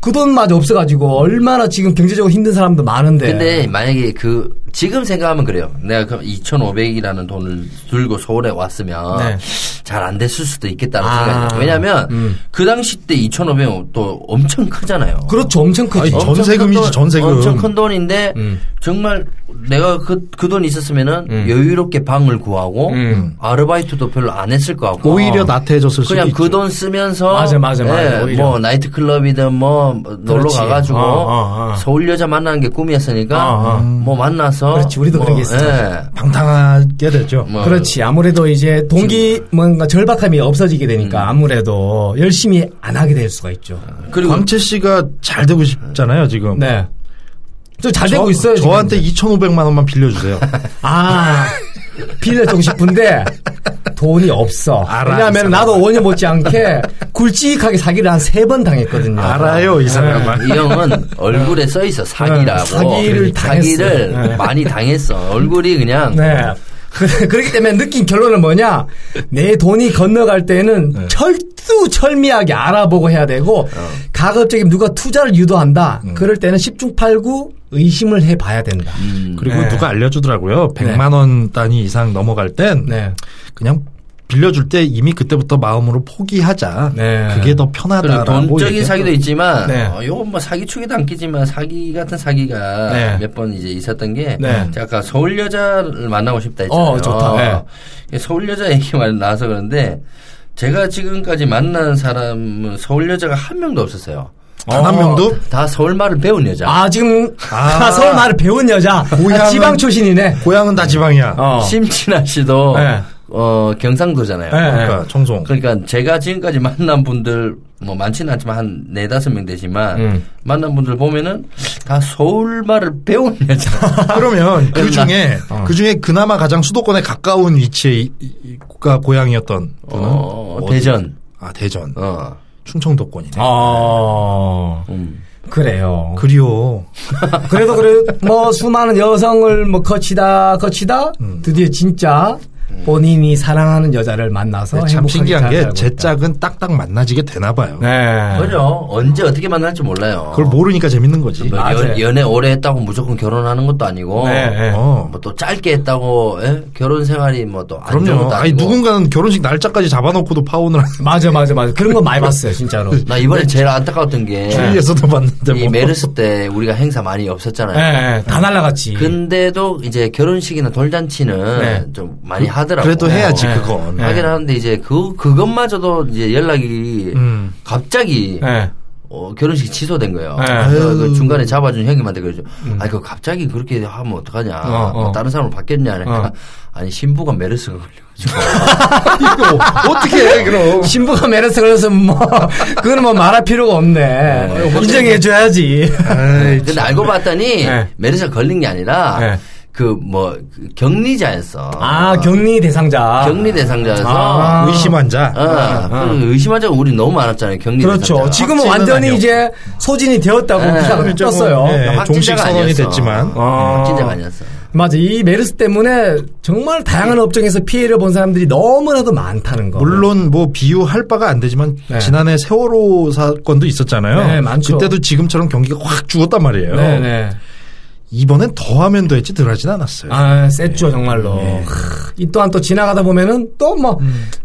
Speaker 2: 그 돈마저 없어가지고 얼마나 지금 경제적으로 힘든 사람도 많은데.
Speaker 5: 근데 만약에 그 지금 생각하면 그래요. 내가 그럼 2,500이라는 돈을 들고 서울에 왔으면
Speaker 1: 네.
Speaker 5: 잘 안 됐을 수도 있겠다는
Speaker 2: 아. 음.
Speaker 5: 생각이 들어요. 왜냐하면 그 당시 때 2,500은 또 엄청 크잖아요.
Speaker 2: 그렇죠, 엄청 크죠.
Speaker 4: 아니, 저-
Speaker 5: 엄청
Speaker 4: 전세금이지,
Speaker 5: 큰 돈,
Speaker 4: 전세금.
Speaker 5: 엄청 큰 돈인데 정말 내가 그 그 돈 있었으면은 여유롭게 방을 구하고
Speaker 1: 음.
Speaker 5: 아르바이트도 별로 안 했을 것 같고
Speaker 4: 오히려 나태해졌을 수도
Speaker 5: 아. 그냥
Speaker 4: 있죠.
Speaker 5: 그 돈 쓰면서
Speaker 2: 맞아, 맞아, 맞아.
Speaker 5: 예,
Speaker 2: 오히려.
Speaker 5: 뭐 나이트 클럽이든 뭐 놀러
Speaker 2: 그렇지.
Speaker 5: 가가지고
Speaker 1: 어, 어, 어.
Speaker 5: 서울 여자 만나는 게 꿈이었으니까
Speaker 1: 어, 어.
Speaker 5: 뭐 만나서
Speaker 2: 그렇지, 우리도
Speaker 5: 뭐,
Speaker 2: 그런 게 있어.
Speaker 5: 예,
Speaker 4: 방탕하게 되죠.
Speaker 5: 뭐
Speaker 2: 그렇지. 아무래도 이제 동기 뭔가 절박함이 없어지게
Speaker 4: 음.
Speaker 2: 되니까 아무래도 열심히 안 하게 될 수가 있죠.
Speaker 4: 아.
Speaker 5: 그리고
Speaker 4: 광채 씨가 잘 되고 싶잖아요 지금.
Speaker 2: 네. 저 잘
Speaker 4: 저,
Speaker 2: 되고 있어요. 지금.
Speaker 4: 저한테 2,500만 원만 빌려주세요.
Speaker 2: 아 빌려주고 싶은데 돈이 없어.
Speaker 4: 알아, 이
Speaker 2: 왜냐하면
Speaker 4: 사람.
Speaker 2: 나도 원년 못지않게 굵직하게 사기를 한 세 번 당했거든요.
Speaker 4: 알아요 이 사람만.
Speaker 5: 예, 이 형은 얼굴에 써 있어 사기라고 그러니까
Speaker 2: 사기를
Speaker 5: 사기를
Speaker 2: 당했어. 네.
Speaker 5: 많이 당했어 얼굴이 그냥
Speaker 2: 네. 그- 그렇기 때문에 느낀 결론은 뭐냐? 내 돈이 건너갈 때는
Speaker 4: 네.
Speaker 2: 철두철미하게 알아보고 해야 되고
Speaker 4: 어.
Speaker 2: 가급적이면 누가 투자를 유도한다.
Speaker 4: 음.
Speaker 2: 그럴 때는 십중팔구 의심을 해봐야 된다.
Speaker 4: 그리고
Speaker 2: 네.
Speaker 4: 누가 알려주더라고요. 100만 원 단위 이상 넘어갈 땐
Speaker 2: 네.
Speaker 4: 그냥 빌려줄 때 이미 그때부터 마음으로 포기하자.
Speaker 2: 네.
Speaker 4: 그게 더
Speaker 5: 그리고
Speaker 4: 편하다라고.
Speaker 5: 돈적인
Speaker 4: 얘기해요.
Speaker 5: 사기도 있지만
Speaker 2: 네.
Speaker 5: 어, 요건 뭐 사기 축에도 안 끼지만 사기 같은 사기가
Speaker 1: 네.
Speaker 5: 몇 번 이제 있었던 게
Speaker 1: 네.
Speaker 5: 제가 아까 서울 여자를 만나고 싶다 했잖아요.
Speaker 2: 어, 좋다.
Speaker 5: 예, 서울 여자 얘기만 나와서 그런데 제가 지금까지 만난 사람은 서울 여자가 한 명도 없었어요.
Speaker 4: 단한 명도
Speaker 5: 다 서울 말을 배운 여자.
Speaker 2: 아 지금
Speaker 4: 아.
Speaker 2: 서울 말을 배운 여자 아,
Speaker 4: 고향은-
Speaker 2: 지방 출신이네.
Speaker 4: 고향은 다 지방이야.
Speaker 2: 어.
Speaker 5: 심진아 씨도
Speaker 1: 네.
Speaker 5: 어,
Speaker 2: 네.
Speaker 5: 경상도잖아요.
Speaker 4: 그러니까 청송.
Speaker 5: 그러니까 제가 지금까지 만난 분들 뭐 많지는 않지만 한 네 다섯 명 되지만
Speaker 6: 음.
Speaker 5: 만난 분들 보면은 다 서울 말을 배운 여자.
Speaker 4: 그러면 그 중에
Speaker 2: 어.
Speaker 4: 그 중에 그나마 가장 수도권에 가까운 위치에 이- 이- 가 고향이었던 분은
Speaker 5: 어,
Speaker 4: 어디?
Speaker 5: 대전.
Speaker 4: 아 대전
Speaker 5: 어.
Speaker 4: 충청도권이네.
Speaker 6: 아.
Speaker 5: 음.
Speaker 2: 그래요. 어,
Speaker 4: 그리워.
Speaker 2: 그래도 그래 뭐 수많은 여성을 뭐 거치다 거치다
Speaker 4: 음.
Speaker 2: 드디어 진짜 본인이 사랑하는 여자를 만나서
Speaker 4: 네, 참
Speaker 2: 행복하게
Speaker 4: 신기한
Speaker 2: 잘
Speaker 4: 게
Speaker 2: 살고
Speaker 4: 제
Speaker 2: 있다.
Speaker 4: 짝은 딱딱 만나지게 되나 봐요.
Speaker 6: 네.
Speaker 5: 그죠. 언제 어떻게 만날지 몰라요.
Speaker 4: 아. 그걸 모르니까 재밌는 거지.
Speaker 2: 아, 네.
Speaker 4: 네.
Speaker 5: 뭐 연, 연애 오래 했다고 무조건 결혼하는 것도 아니고
Speaker 6: 네, 네.
Speaker 4: 어.
Speaker 5: 뭐 또 짧게 했다고 예? 결혼 생활이 뭐 또 안 좋은
Speaker 4: 그럼요.
Speaker 5: 것도
Speaker 4: 아니
Speaker 5: 아니고
Speaker 4: 누군가는 결혼식 날짜까지 잡아놓고도 파혼을 하는
Speaker 2: 맞아 맞아 맞아 그런 거 많이 봤어요 진짜로.
Speaker 4: 음.
Speaker 5: 나 이번에 제일 안타까웠던 게
Speaker 2: 네.
Speaker 5: 이
Speaker 4: 주위에서도 봤는데 네. 뭐.
Speaker 5: 메르스 때 우리가 행사 많이
Speaker 6: 네,
Speaker 5: 없었잖아요.
Speaker 6: 네.
Speaker 2: 예, 다 날라갔지.
Speaker 5: 근데도 이제 결혼식이나 돌잔치는
Speaker 6: 네.
Speaker 5: 좀 많이 하더라고요.
Speaker 4: 그래도 해야지
Speaker 2: 네.
Speaker 4: 네. 그건.
Speaker 5: 하긴 하는데 이제 그 그것마저도 이제 연락이 갑자기
Speaker 6: 네.
Speaker 5: 어, 결혼식이 취소된 거예요.
Speaker 6: 네.
Speaker 5: 그래서 그 중간에 잡아준 형님한테 그러죠. 아니 그 갑자기 그렇게 하면 어떡하냐.
Speaker 6: 어, 어.
Speaker 5: 뭐 다른 사람으로 바뀌었냐. 그러니까
Speaker 6: 어.
Speaker 5: 아니 신부가 메르스가 걸려가지고
Speaker 4: 어떻게 해 그럼.
Speaker 2: 신부가 메르스 걸려서 뭐 그거는 뭐 말할 필요가 없네.
Speaker 4: 어,
Speaker 2: 인정해 줘야지.
Speaker 4: 아.
Speaker 5: 근데 알고 봤더니
Speaker 6: 네.
Speaker 5: 메르스가 걸린 게 아니라
Speaker 6: 네.
Speaker 5: 그 뭐 격리자였어.
Speaker 2: 아 격리 대상자.
Speaker 5: 격리 대상자여서
Speaker 2: 아.
Speaker 4: 네. 의심 환자.
Speaker 5: 어, 그 의심한 자가 우리 너무 많았잖아요. 격리
Speaker 2: 그렇죠.
Speaker 5: 대상자가.
Speaker 2: 지금은
Speaker 4: 확진은
Speaker 2: 완전히
Speaker 4: 아니었고.
Speaker 2: 이제 소진이 되었다고
Speaker 5: 네.
Speaker 2: 네.
Speaker 4: 좀,
Speaker 2: 떴어요.
Speaker 4: 예,
Speaker 5: 확진자가
Speaker 4: 종식 선언이
Speaker 5: 아니었어.
Speaker 4: 됐지만.
Speaker 6: 아.
Speaker 5: 확진자가 아니었어.
Speaker 2: 맞아. 이 메르스 때문에 정말 다양한 업종에서 피해를 본 사람들이 너무나도 많다는 거.
Speaker 4: 물론 뭐 비유할 바가 안 되지만
Speaker 2: 네.
Speaker 4: 지난해 세월호 사건도 있었잖아요.
Speaker 2: 네, 많죠.
Speaker 4: 그때도 지금처럼 경기가 확 죽었단 말이에요.
Speaker 2: 네네.
Speaker 4: 이번엔 더하면 더했지 덜하진 않았어요.
Speaker 2: 아, 셌죠, 정말로.
Speaker 4: 네.
Speaker 2: 크, 이 또한 또 지나가다 보면은 또 뭐,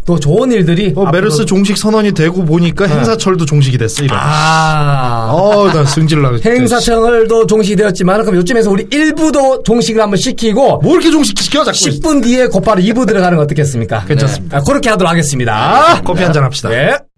Speaker 2: 또 좋은 일들이.
Speaker 4: 음. 어, 메르스 종식 선언이 되고 보니까
Speaker 2: 네.
Speaker 4: 행사철도 종식이 됐어. 이런.
Speaker 2: 아.
Speaker 4: 어, 나 승질 나.
Speaker 2: 행사청을 또 종식되었지만, 그럼 요즘에서 우리 1부도 종식을 한번 시키고,
Speaker 4: 뭐 이렇게 종식 시켜 자꾸.
Speaker 2: 네. 10분 뒤에 곧바로 2부 들어가는 거 어떻겠습니까? 괜찮습니다. 그렇게 아, 하도록 하겠습니다.
Speaker 4: 커피 한 잔 합시다.
Speaker 2: 네.